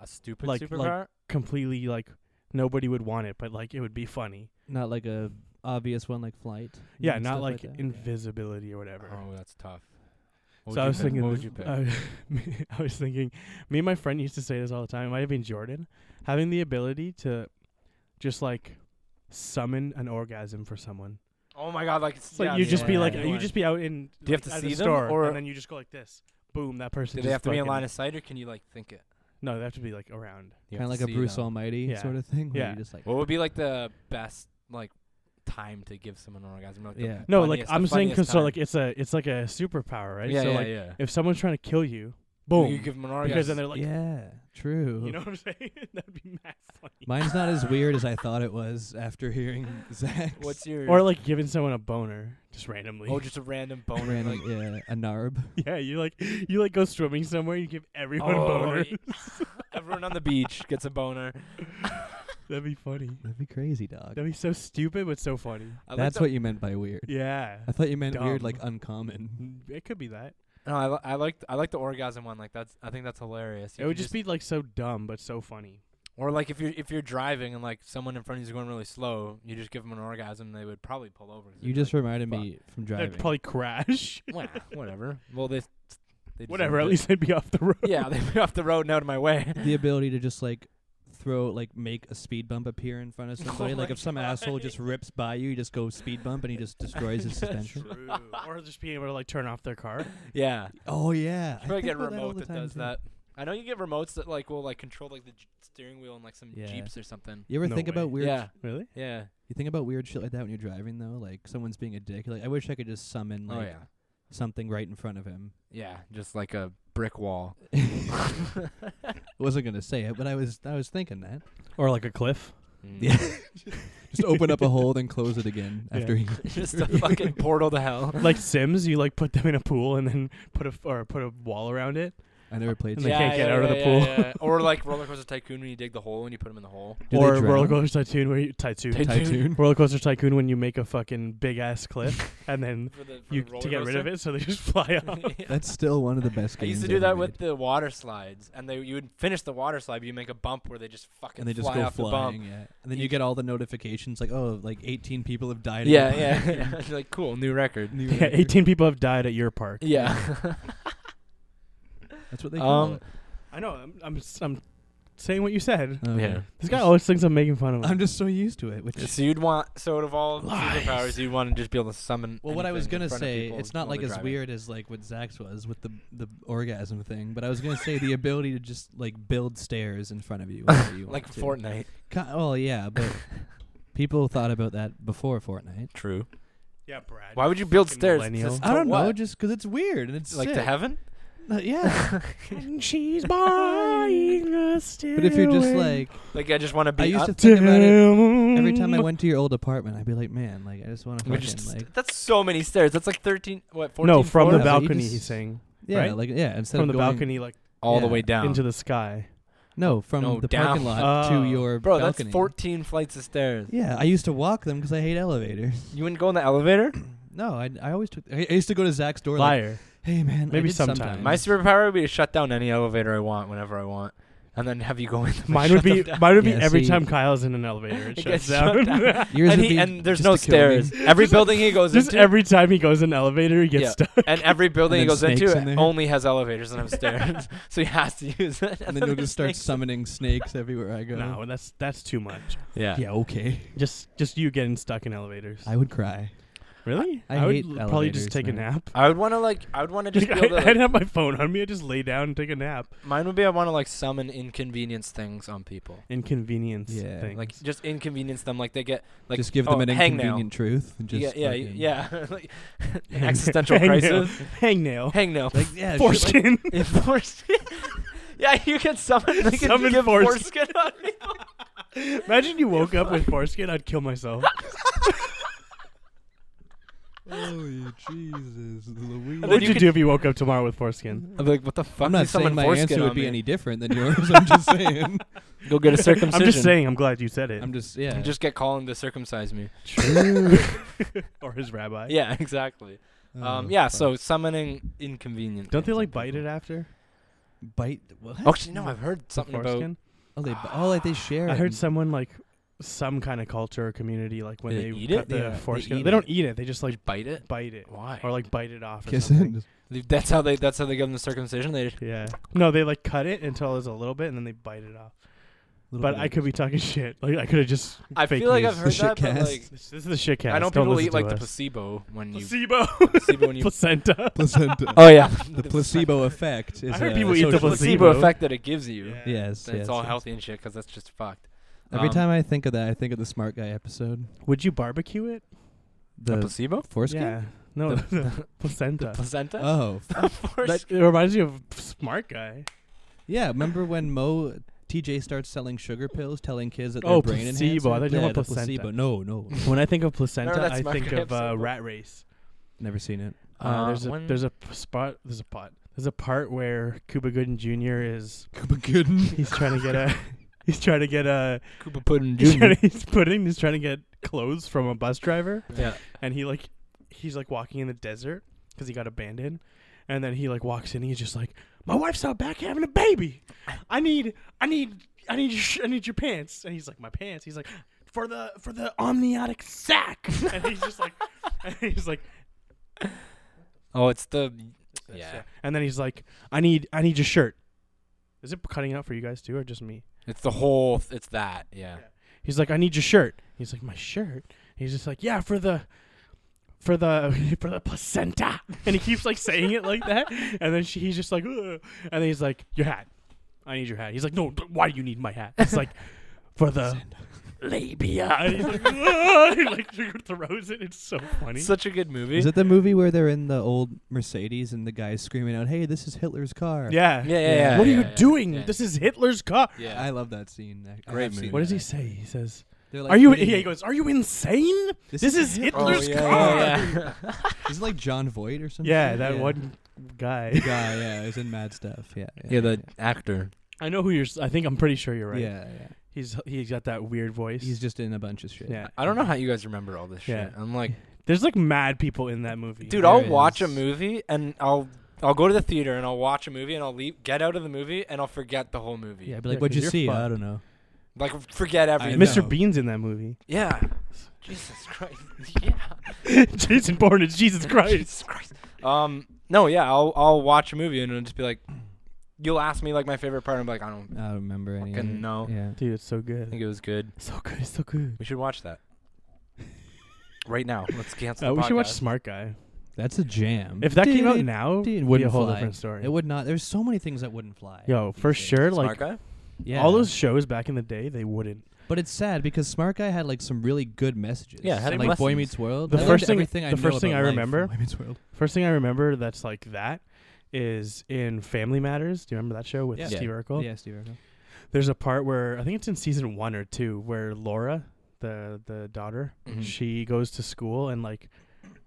Speaker 2: a stupid
Speaker 1: like- like-
Speaker 2: superpower.
Speaker 1: Completely like nobody would want it, but like it would be funny.
Speaker 3: Not like a obvious one like flight.
Speaker 1: Yeah,
Speaker 3: and
Speaker 1: not
Speaker 3: stuff
Speaker 1: like
Speaker 3: that.
Speaker 1: invisibility or whatever.
Speaker 2: Oh, that's tough. What
Speaker 1: so
Speaker 2: would
Speaker 1: I
Speaker 2: you
Speaker 1: was
Speaker 2: pick?
Speaker 1: thinking.
Speaker 2: What would
Speaker 1: this-
Speaker 2: you pick?
Speaker 1: uh, me- I was thinking. Me and my friend used to say this all the time. It might have been Jordan having the ability to just like summon an orgasm for someone.
Speaker 2: oh my god! Like,
Speaker 1: So
Speaker 2: yeah,
Speaker 1: you
Speaker 3: yeah,
Speaker 1: just be
Speaker 3: yeah,
Speaker 1: like
Speaker 3: yeah.
Speaker 1: you just be out in
Speaker 2: Do you have
Speaker 1: like,
Speaker 2: to
Speaker 1: at
Speaker 2: see
Speaker 1: the
Speaker 2: them,
Speaker 1: store
Speaker 2: or-
Speaker 1: and then you just go like this. Boom, that person
Speaker 2: Do
Speaker 1: just
Speaker 2: they have to be in
Speaker 1: fucking-
Speaker 2: line of sight, or can you like think it?
Speaker 1: No, they have to be like around.
Speaker 2: You have
Speaker 3: Kind of like
Speaker 2: to
Speaker 3: a
Speaker 2: see
Speaker 3: Bruce
Speaker 2: them.
Speaker 3: Almighty
Speaker 1: Yeah.
Speaker 3: sort of thing. Where
Speaker 1: Yeah.
Speaker 3: you just like.
Speaker 2: What would be like the best like time to give someone an orgasm? Like, the
Speaker 3: Yeah.
Speaker 1: No,
Speaker 2: funniest-
Speaker 1: like I'm
Speaker 2: the
Speaker 1: saying
Speaker 2: funniest
Speaker 1: cuz so
Speaker 2: time.
Speaker 1: like it's a it's like a superpower, right?
Speaker 2: yeah,
Speaker 1: so
Speaker 2: yeah,
Speaker 1: like
Speaker 2: yeah.
Speaker 1: if someone's trying to kill you,
Speaker 2: You
Speaker 1: boom.
Speaker 2: give them an
Speaker 1: Because then
Speaker 2: orgasm.
Speaker 1: they're like
Speaker 3: yeah. True.
Speaker 1: you know what I'm saying? That'd be mad funny.
Speaker 3: Mine's not as weird as I thought it was after hearing Zach's
Speaker 2: What's your
Speaker 1: Or like giving someone a boner just randomly.
Speaker 2: oh just a random boner
Speaker 3: random,
Speaker 2: like
Speaker 3: yeah, a narb.
Speaker 1: yeah, you like you like go swimming somewhere, you give everyone
Speaker 2: oh,
Speaker 1: a boner.
Speaker 2: yeah. everyone on the beach gets a boner.
Speaker 1: That'd be funny.
Speaker 3: That'd be crazy, dog.
Speaker 1: That'd be so stupid but so funny.
Speaker 2: I
Speaker 3: That's
Speaker 2: like
Speaker 3: what you meant by weird.
Speaker 1: Yeah.
Speaker 3: I thought you meant weird, like
Speaker 1: Dumb.
Speaker 3: uncommon.
Speaker 1: It could be that.
Speaker 2: the, no, I, li- I like I like the orgasm one. Like that's I think that's hilarious. You
Speaker 1: It would
Speaker 2: can
Speaker 1: just be like so dumb but so funny.
Speaker 2: Or like if you're if you're driving and like someone in front of you is going really slow, you just give them an orgasm, they would probably pull over. 'cause
Speaker 3: You
Speaker 2: they'd be
Speaker 3: just
Speaker 2: like,
Speaker 3: reminded
Speaker 2: fuck.
Speaker 3: me from
Speaker 1: They'd
Speaker 3: driving.
Speaker 1: probably crash.
Speaker 2: Wah, whatever. Well, they, they deserved
Speaker 1: Whatever. At
Speaker 2: it.
Speaker 1: least they'd be off the road.
Speaker 2: yeah, they'd be off the road and out of my way.
Speaker 3: the ability to just like throw like make a speed bump appear in front of
Speaker 2: Oh
Speaker 3: somebody. like
Speaker 2: my
Speaker 3: if some
Speaker 2: God.
Speaker 3: asshole just rips by you, you just go speed bump and he just destroys his suspension.
Speaker 1: True. or just being able to like turn off their car.
Speaker 2: Yeah,
Speaker 3: Oh
Speaker 2: you
Speaker 3: yeah. I
Speaker 2: probably
Speaker 3: think
Speaker 2: get a
Speaker 3: about that all
Speaker 2: remote
Speaker 3: the
Speaker 2: that,
Speaker 3: time,
Speaker 2: does
Speaker 3: too.
Speaker 2: that. I know you get remotes that like will like control like the j- steering wheel and like some
Speaker 3: Yeah.
Speaker 2: jeeps or something.
Speaker 3: You ever
Speaker 1: No
Speaker 3: think about
Speaker 1: way.
Speaker 3: weird
Speaker 2: Yeah,
Speaker 1: Really?
Speaker 2: yeah.
Speaker 3: you think about weird shit like that when you're driving though? Like someone's being a dick. Like I wish I could just summon like
Speaker 2: oh yeah,
Speaker 3: something right in front of him.
Speaker 2: yeah. Just like a brick wall.
Speaker 3: I wasn't gonna say it, but I was I was thinking that.
Speaker 1: Or like a cliff.
Speaker 2: Mm.
Speaker 3: Yeah. just open up a hole, then close it again
Speaker 1: Yeah.
Speaker 3: after he
Speaker 2: just a fucking portal to hell.
Speaker 1: like Sims, you like put them in a pool and then put a f- or put a wall around it.
Speaker 3: I never played.
Speaker 1: And they can't
Speaker 3: Sonic.
Speaker 1: get out of the pool.
Speaker 2: yeah. Or like Roller Coaster Tycoon when you dig the hole and you put them in the hole.
Speaker 3: Do they
Speaker 1: or
Speaker 3: drown?
Speaker 1: roller coaster tycoon where you tycoon.
Speaker 2: Ty-
Speaker 3: Tycoon.
Speaker 1: roller coaster tycoon when you make a fucking big ass clip and then
Speaker 2: For the, for
Speaker 1: you
Speaker 2: the roller
Speaker 1: to get rid of
Speaker 2: coaster.
Speaker 1: it so they just fly off.
Speaker 2: Yeah.
Speaker 3: That's still one of the best
Speaker 2: I
Speaker 3: games.
Speaker 2: used to do
Speaker 3: ever
Speaker 2: that
Speaker 3: made.
Speaker 2: with the water slides, and they you would finish the water slide, but you make a bump where they just fucking
Speaker 3: and they just
Speaker 2: fly
Speaker 3: go
Speaker 2: off
Speaker 3: flying.
Speaker 2: the bump.
Speaker 3: Yeah, and then you get all the notifications like, oh, like 18 people have died. in
Speaker 2: Yeah,
Speaker 3: the
Speaker 2: yeah.
Speaker 3: park.
Speaker 2: It's like cool, new record.
Speaker 3: New
Speaker 1: yeah,
Speaker 3: record.
Speaker 1: 18 people have died at your park.
Speaker 2: Yeah.
Speaker 3: That's what they call
Speaker 2: Um,
Speaker 3: it.
Speaker 1: I know. I'm, I'm, s- I'm saying what you said.
Speaker 3: Okay.
Speaker 2: yeah.
Speaker 1: This guy always thinks I'm making fun of him.
Speaker 3: I'm just so used to it. Which
Speaker 2: so you'd want so out of all
Speaker 1: Lies.
Speaker 2: superpowers, you'd want to just be able to summon.
Speaker 3: well, what I was
Speaker 2: anything in
Speaker 3: gonna
Speaker 2: front of
Speaker 3: say,
Speaker 2: people
Speaker 3: it's not
Speaker 2: while
Speaker 3: like
Speaker 2: they're
Speaker 3: as
Speaker 2: driving.
Speaker 3: weird as like what Zach's was with the the orgasm thing, but I was gonna say the ability to just like build stairs in front of you. whenever you
Speaker 2: Like
Speaker 3: want to.
Speaker 2: Fortnite.
Speaker 3: Ki- well, yeah, but people thought about that before Fortnite.
Speaker 2: True.
Speaker 1: yeah, Brad.
Speaker 2: Why would you build
Speaker 1: fucking
Speaker 2: stairs?
Speaker 1: millennial.
Speaker 2: Just
Speaker 3: I don't know,
Speaker 2: what?
Speaker 3: just because it's weird and it's
Speaker 2: like to
Speaker 3: sick.
Speaker 2: heaven.
Speaker 3: Uh, yeah.
Speaker 1: And she's buying a stairway.
Speaker 3: but if you're just like,
Speaker 2: Like I just want to be.
Speaker 3: I used
Speaker 2: up.
Speaker 3: to think about it every time I went to your old apartment. I'd be like, man, like I just want to
Speaker 2: We
Speaker 3: fucking
Speaker 2: just-
Speaker 3: like
Speaker 2: that's so many stairs. That's like thirteen. What? 14
Speaker 1: no, from the
Speaker 3: floors? Yeah, but you
Speaker 1: balcony,
Speaker 3: just-
Speaker 1: he's saying.
Speaker 3: yeah,
Speaker 1: right?
Speaker 3: like yeah, instead
Speaker 1: From the
Speaker 3: of going,
Speaker 1: balcony, like
Speaker 2: all the
Speaker 3: yeah,
Speaker 2: way down
Speaker 1: into the sky.
Speaker 3: No, from
Speaker 2: No,
Speaker 3: the
Speaker 2: down.
Speaker 3: parking lot
Speaker 1: Oh.
Speaker 3: to your
Speaker 2: Bro,
Speaker 3: balcony.
Speaker 2: that's fourteen flights of stairs.
Speaker 3: Yeah, I used to walk them because I hate elevators.
Speaker 2: You wouldn't go in the elevator.
Speaker 3: No, I, I always took. I I used to go to Zach's door. Like,
Speaker 1: Liar.
Speaker 3: hey man, I
Speaker 1: Maybe
Speaker 3: did
Speaker 1: sometime.
Speaker 3: sometimes.
Speaker 2: My superpower would be to shut down any elevator I want whenever I want, and then have you go in. them and
Speaker 1: Mine would
Speaker 2: shut them
Speaker 1: be
Speaker 2: down.
Speaker 1: mine would be
Speaker 3: Yeah,
Speaker 1: every
Speaker 3: see-
Speaker 1: time Kyle's in an elevator, it,
Speaker 2: It
Speaker 1: shuts
Speaker 2: gets
Speaker 1: down.
Speaker 2: shut down.
Speaker 3: Yours
Speaker 2: and,
Speaker 3: would
Speaker 2: he,
Speaker 3: be
Speaker 2: and there's
Speaker 3: just
Speaker 2: no
Speaker 3: to kill me.
Speaker 2: stairs. Every building he goes
Speaker 1: just
Speaker 2: into,
Speaker 1: every time he goes in an elevator, he gets
Speaker 2: Yeah.
Speaker 1: stuck.
Speaker 2: and every building he
Speaker 3: And then
Speaker 2: goes into
Speaker 3: snakes in there.
Speaker 2: only has elevators and upstairs, so he has to use it.
Speaker 3: and then you'll just start summoning snakes everywhere I go.
Speaker 1: No, that's that's too much.
Speaker 2: Yeah.
Speaker 3: Yeah, okay.
Speaker 1: Just just you getting stuck in elevators.
Speaker 3: I would cry.
Speaker 1: really?
Speaker 3: I
Speaker 1: would
Speaker 3: hate
Speaker 1: l- probably just
Speaker 3: elevators,
Speaker 1: take a
Speaker 3: man.
Speaker 1: nap.
Speaker 2: I would want to like. I would want to just.
Speaker 1: Like,
Speaker 2: be
Speaker 1: I,
Speaker 2: able to,
Speaker 1: would have my phone on me. I would just lay down and take a nap.
Speaker 2: mine would be I want to like summon inconvenience things on people.
Speaker 1: Inconvenience.
Speaker 3: Yeah,
Speaker 1: things.
Speaker 2: Like just inconvenience them. Like they get like
Speaker 3: just give
Speaker 2: oh,
Speaker 3: them an
Speaker 2: hangnail.
Speaker 3: inconvenient truth. And
Speaker 2: You
Speaker 3: just
Speaker 2: get- yeah, you-
Speaker 3: fucking- Oh.
Speaker 2: yeah, like an existential
Speaker 1: Hangnail.
Speaker 2: crisis.
Speaker 1: hangnail,
Speaker 2: Hangnail.
Speaker 3: Like yeah, shit like-
Speaker 1: foreskin.
Speaker 2: Yeah, foreskin. yeah, you can summon. Like,
Speaker 1: Summon
Speaker 2: summon you give
Speaker 1: foreskin.
Speaker 2: foreskin on people.
Speaker 1: Imagine you woke up with foreskin. I'd kill myself.
Speaker 3: Holy oh, Jesus, Louise.
Speaker 1: what would
Speaker 2: you
Speaker 1: you
Speaker 2: could-
Speaker 1: do if you woke up tomorrow with foreskin?
Speaker 2: I'm like, what the fuck?
Speaker 3: I'm not
Speaker 2: You
Speaker 3: saying
Speaker 2: summoned
Speaker 3: my
Speaker 2: foreskin on
Speaker 3: answer would be
Speaker 2: me.
Speaker 3: any different than yours. I'm just saying.
Speaker 2: Go get a circumcision.
Speaker 1: I'm just saying. I'm glad you said it.
Speaker 3: I'm just yeah.
Speaker 2: And just get Colin to circumcise me.
Speaker 3: True.
Speaker 1: or his rabbi.
Speaker 2: Yeah, exactly. Um,
Speaker 3: Oh,
Speaker 2: yeah.
Speaker 3: fuck.
Speaker 2: So summoning inconvenient.
Speaker 1: Don't they
Speaker 2: things on
Speaker 1: like bite it
Speaker 2: people.
Speaker 1: after?
Speaker 3: bite. What?
Speaker 2: Oh, Actually, no. I've heard something about.
Speaker 1: foreskin?
Speaker 3: Oh, they, bu- oh, like they share.
Speaker 1: I
Speaker 3: it
Speaker 1: heard
Speaker 3: and-
Speaker 1: someone like some kind of culture or community like when
Speaker 2: They
Speaker 1: they,
Speaker 2: eat
Speaker 1: cut
Speaker 2: it?
Speaker 1: the
Speaker 3: Yeah, they
Speaker 1: foreskin. They,
Speaker 3: eat
Speaker 1: don't eat it. They just like
Speaker 2: Like bite it.
Speaker 1: bite it
Speaker 2: Why?
Speaker 1: or like bite it off or
Speaker 3: Kiss
Speaker 1: something.
Speaker 3: it.
Speaker 2: That's how they. That's how they give them the circumcision. They. Just,
Speaker 1: Yeah. No, they like cut it until there's a little bit and then they bite it off.
Speaker 3: Little
Speaker 1: But
Speaker 3: bit
Speaker 1: I
Speaker 3: of-
Speaker 1: could be talking shit. Like I could have just.
Speaker 2: I
Speaker 1: fake
Speaker 2: feel like
Speaker 1: news.
Speaker 2: I've heard
Speaker 3: The
Speaker 2: that, but
Speaker 3: shitcast.
Speaker 2: like.
Speaker 1: This, this is a shit cast.
Speaker 2: I know
Speaker 1: Don't
Speaker 2: people
Speaker 1: listen
Speaker 2: eat
Speaker 1: to
Speaker 2: like the
Speaker 1: us.
Speaker 2: placebo when you
Speaker 1: placebo.
Speaker 2: placebo when you.
Speaker 1: placenta.
Speaker 3: placenta.
Speaker 2: oh yeah.
Speaker 3: the placebo effect is.
Speaker 1: I heard
Speaker 3: a
Speaker 1: people eat the
Speaker 2: The
Speaker 3: social-
Speaker 2: placebo
Speaker 1: placebo.
Speaker 2: effect that it gives you.
Speaker 1: Yeah.
Speaker 3: Yes,
Speaker 2: It's
Speaker 3: yes,
Speaker 2: all
Speaker 3: yes.
Speaker 2: healthy and shit because that's just fucked.
Speaker 3: Every
Speaker 2: Um,
Speaker 3: time I think of that, I think of the smart guy episode.
Speaker 1: Would you barbecue it?
Speaker 2: The
Speaker 3: The
Speaker 2: placebo?
Speaker 3: foreskin.
Speaker 1: Yeah. No,
Speaker 2: The-
Speaker 1: the placenta. Uh,
Speaker 2: Placenta?
Speaker 3: Oh, f-
Speaker 1: That, it reminds me of Smart Guy.
Speaker 3: yeah. Remember when Mo TJ starts selling sugar pills, telling kids that
Speaker 1: Oh,
Speaker 3: their brain
Speaker 1: placebo.
Speaker 3: enhancer?
Speaker 1: I thought you
Speaker 3: yeah,
Speaker 1: meant
Speaker 3: the
Speaker 1: placenta.
Speaker 3: placebo. No, no,
Speaker 1: When I think of placenta,
Speaker 2: Remember that
Speaker 1: I
Speaker 2: Smart
Speaker 1: think
Speaker 2: Guy
Speaker 1: of uh,
Speaker 2: episode?
Speaker 1: Rat Race.
Speaker 3: never seen it.
Speaker 1: Uh, there's a there's a p- spot there's a pot there's a part where Cuba Gooden Jr. is
Speaker 3: Cuba Gooden.
Speaker 1: he's trying to get a he's trying to get a
Speaker 2: Koopa Pudding
Speaker 1: he's, trying
Speaker 2: Jr.
Speaker 1: to, he's putting he's trying to get clothes from a bus driver
Speaker 2: yeah.
Speaker 1: and he like he's like walking in the desert because he got abandoned and then he like walks in and he's just like my wife's out back having a baby I need I need I need your sh- I need your pants and he's like my pants he's like for the for the amniotic sac and he's just like and he's like
Speaker 2: Oh, it's the
Speaker 1: That's-
Speaker 2: yeah.
Speaker 1: And then he's like, "I need, I need your shirt." Is it cutting out for you guys too, or just me?
Speaker 2: It's the whole. It's that. Yeah.
Speaker 1: He's like, "I need your shirt." He's like, "My shirt." He's just like, "Yeah, for the, for the, for the placenta." And he keeps like saying it like that, and then she, he's just like, Ugh. and then he's like, "Your hat. I need your hat." He's like, "No, th- why do you need my hat?" It's like, for the labia. And he's like, "Ugh," he like throws it. It's so funny.
Speaker 2: Such a good movie.
Speaker 3: Is it the movie where they're in the old Mercedes and the guy's screaming out, "Hey, this is Hitler's car"?
Speaker 1: yeah.
Speaker 2: yeah, yeah, yeah.
Speaker 1: What are
Speaker 2: yeah,
Speaker 1: you
Speaker 2: yeah,
Speaker 1: doing?
Speaker 2: Yeah.
Speaker 1: This is Hitler's car.
Speaker 2: Yeah.
Speaker 3: I love that scene. I- I
Speaker 2: Great
Speaker 3: have seen
Speaker 2: movie.
Speaker 1: What does
Speaker 3: that,
Speaker 1: he
Speaker 3: I
Speaker 1: say?
Speaker 3: think.
Speaker 1: He says,
Speaker 3: They're
Speaker 1: are you?
Speaker 3: putting-
Speaker 1: Yeah, he goes. Are you insane? This, is
Speaker 2: Oh,
Speaker 1: Hitler's
Speaker 2: yeah,
Speaker 1: car.
Speaker 2: yeah, yeah.
Speaker 3: Isn't it like John Voight or something?
Speaker 1: Yeah, that one guy.
Speaker 3: The guy. Yeah, is in Mad Stuff. Yeah. Yeah,
Speaker 2: Yeah, the actor.
Speaker 1: I know who you're. s- I think I'm pretty sure you're
Speaker 3: yeah.
Speaker 1: right.
Speaker 3: Yeah, yeah.
Speaker 1: He's he's got that weird voice.
Speaker 3: He's just in a bunch of shit.
Speaker 1: yeah.
Speaker 2: I don't know how you guys remember all this shit.
Speaker 1: Yeah.
Speaker 2: I'm like,
Speaker 1: There's like mad people in that movie.
Speaker 2: dude,
Speaker 3: There
Speaker 2: I'll watch a
Speaker 3: is-
Speaker 2: movie and I'll I'll go to the theater and I'll watch a movie and I'll leave, get out of the movie and I'll forget the whole movie.
Speaker 3: Yeah, but like,
Speaker 1: Yeah,
Speaker 3: what'd
Speaker 1: 'cause
Speaker 3: you
Speaker 1: you're
Speaker 3: see? I
Speaker 1: fucked.
Speaker 3: don't know.
Speaker 2: Like forget everything.
Speaker 3: know.
Speaker 1: Mr. Bean's in that movie.
Speaker 2: Yeah. Jesus Christ. Yeah.
Speaker 1: Jason Bourne is Jesus Christ.
Speaker 2: Jesus Christ. Um. No. Yeah. I'll I'll watch a movie and it'll just be like, you'll ask me like my favorite part. and I'm like, I don't
Speaker 3: I don't remember any.
Speaker 2: Fucking
Speaker 3: of it.
Speaker 2: no.
Speaker 3: Yeah.
Speaker 1: Dude, it's so good.
Speaker 2: think it was good.
Speaker 1: So good. It's so good.
Speaker 2: We should watch that. right now. Let's cancel.
Speaker 1: Uh,
Speaker 2: the
Speaker 1: we should watch
Speaker 2: podcast.
Speaker 1: Smart Guy.
Speaker 3: That's a jam.
Speaker 1: If that came out
Speaker 3: Dude,
Speaker 1: now,
Speaker 3: dude,
Speaker 1: it'd be a
Speaker 3: wouldn't
Speaker 1: whole
Speaker 3: fly.
Speaker 1: different story.
Speaker 3: It would not. There's so many things that wouldn't fly.
Speaker 1: Yo,
Speaker 3: these
Speaker 1: for
Speaker 3: days.
Speaker 1: sure, like
Speaker 2: Smart guy.
Speaker 3: Yeah.
Speaker 1: all those shows back in the day, they wouldn't.
Speaker 3: But it's sad because Smart Guy had like some really good messages.
Speaker 2: Yeah, it had
Speaker 3: like Boy
Speaker 2: lessons.
Speaker 3: Meets World.
Speaker 1: The
Speaker 3: I learned
Speaker 1: first thing-
Speaker 3: everything I
Speaker 1: the
Speaker 3: know
Speaker 1: first thing
Speaker 3: about
Speaker 1: I
Speaker 3: life from
Speaker 1: remember-
Speaker 3: Boy Meets World.
Speaker 1: First thing I remember that's like that is in Family Matters. Do you remember that show with
Speaker 3: Yeah.
Speaker 1: Steve Urkel?
Speaker 3: Yeah, Steve Urkel.
Speaker 1: There's a part where I think it's in season one or two where Laura, the the daughter,
Speaker 2: Mhm.
Speaker 1: she goes to school and like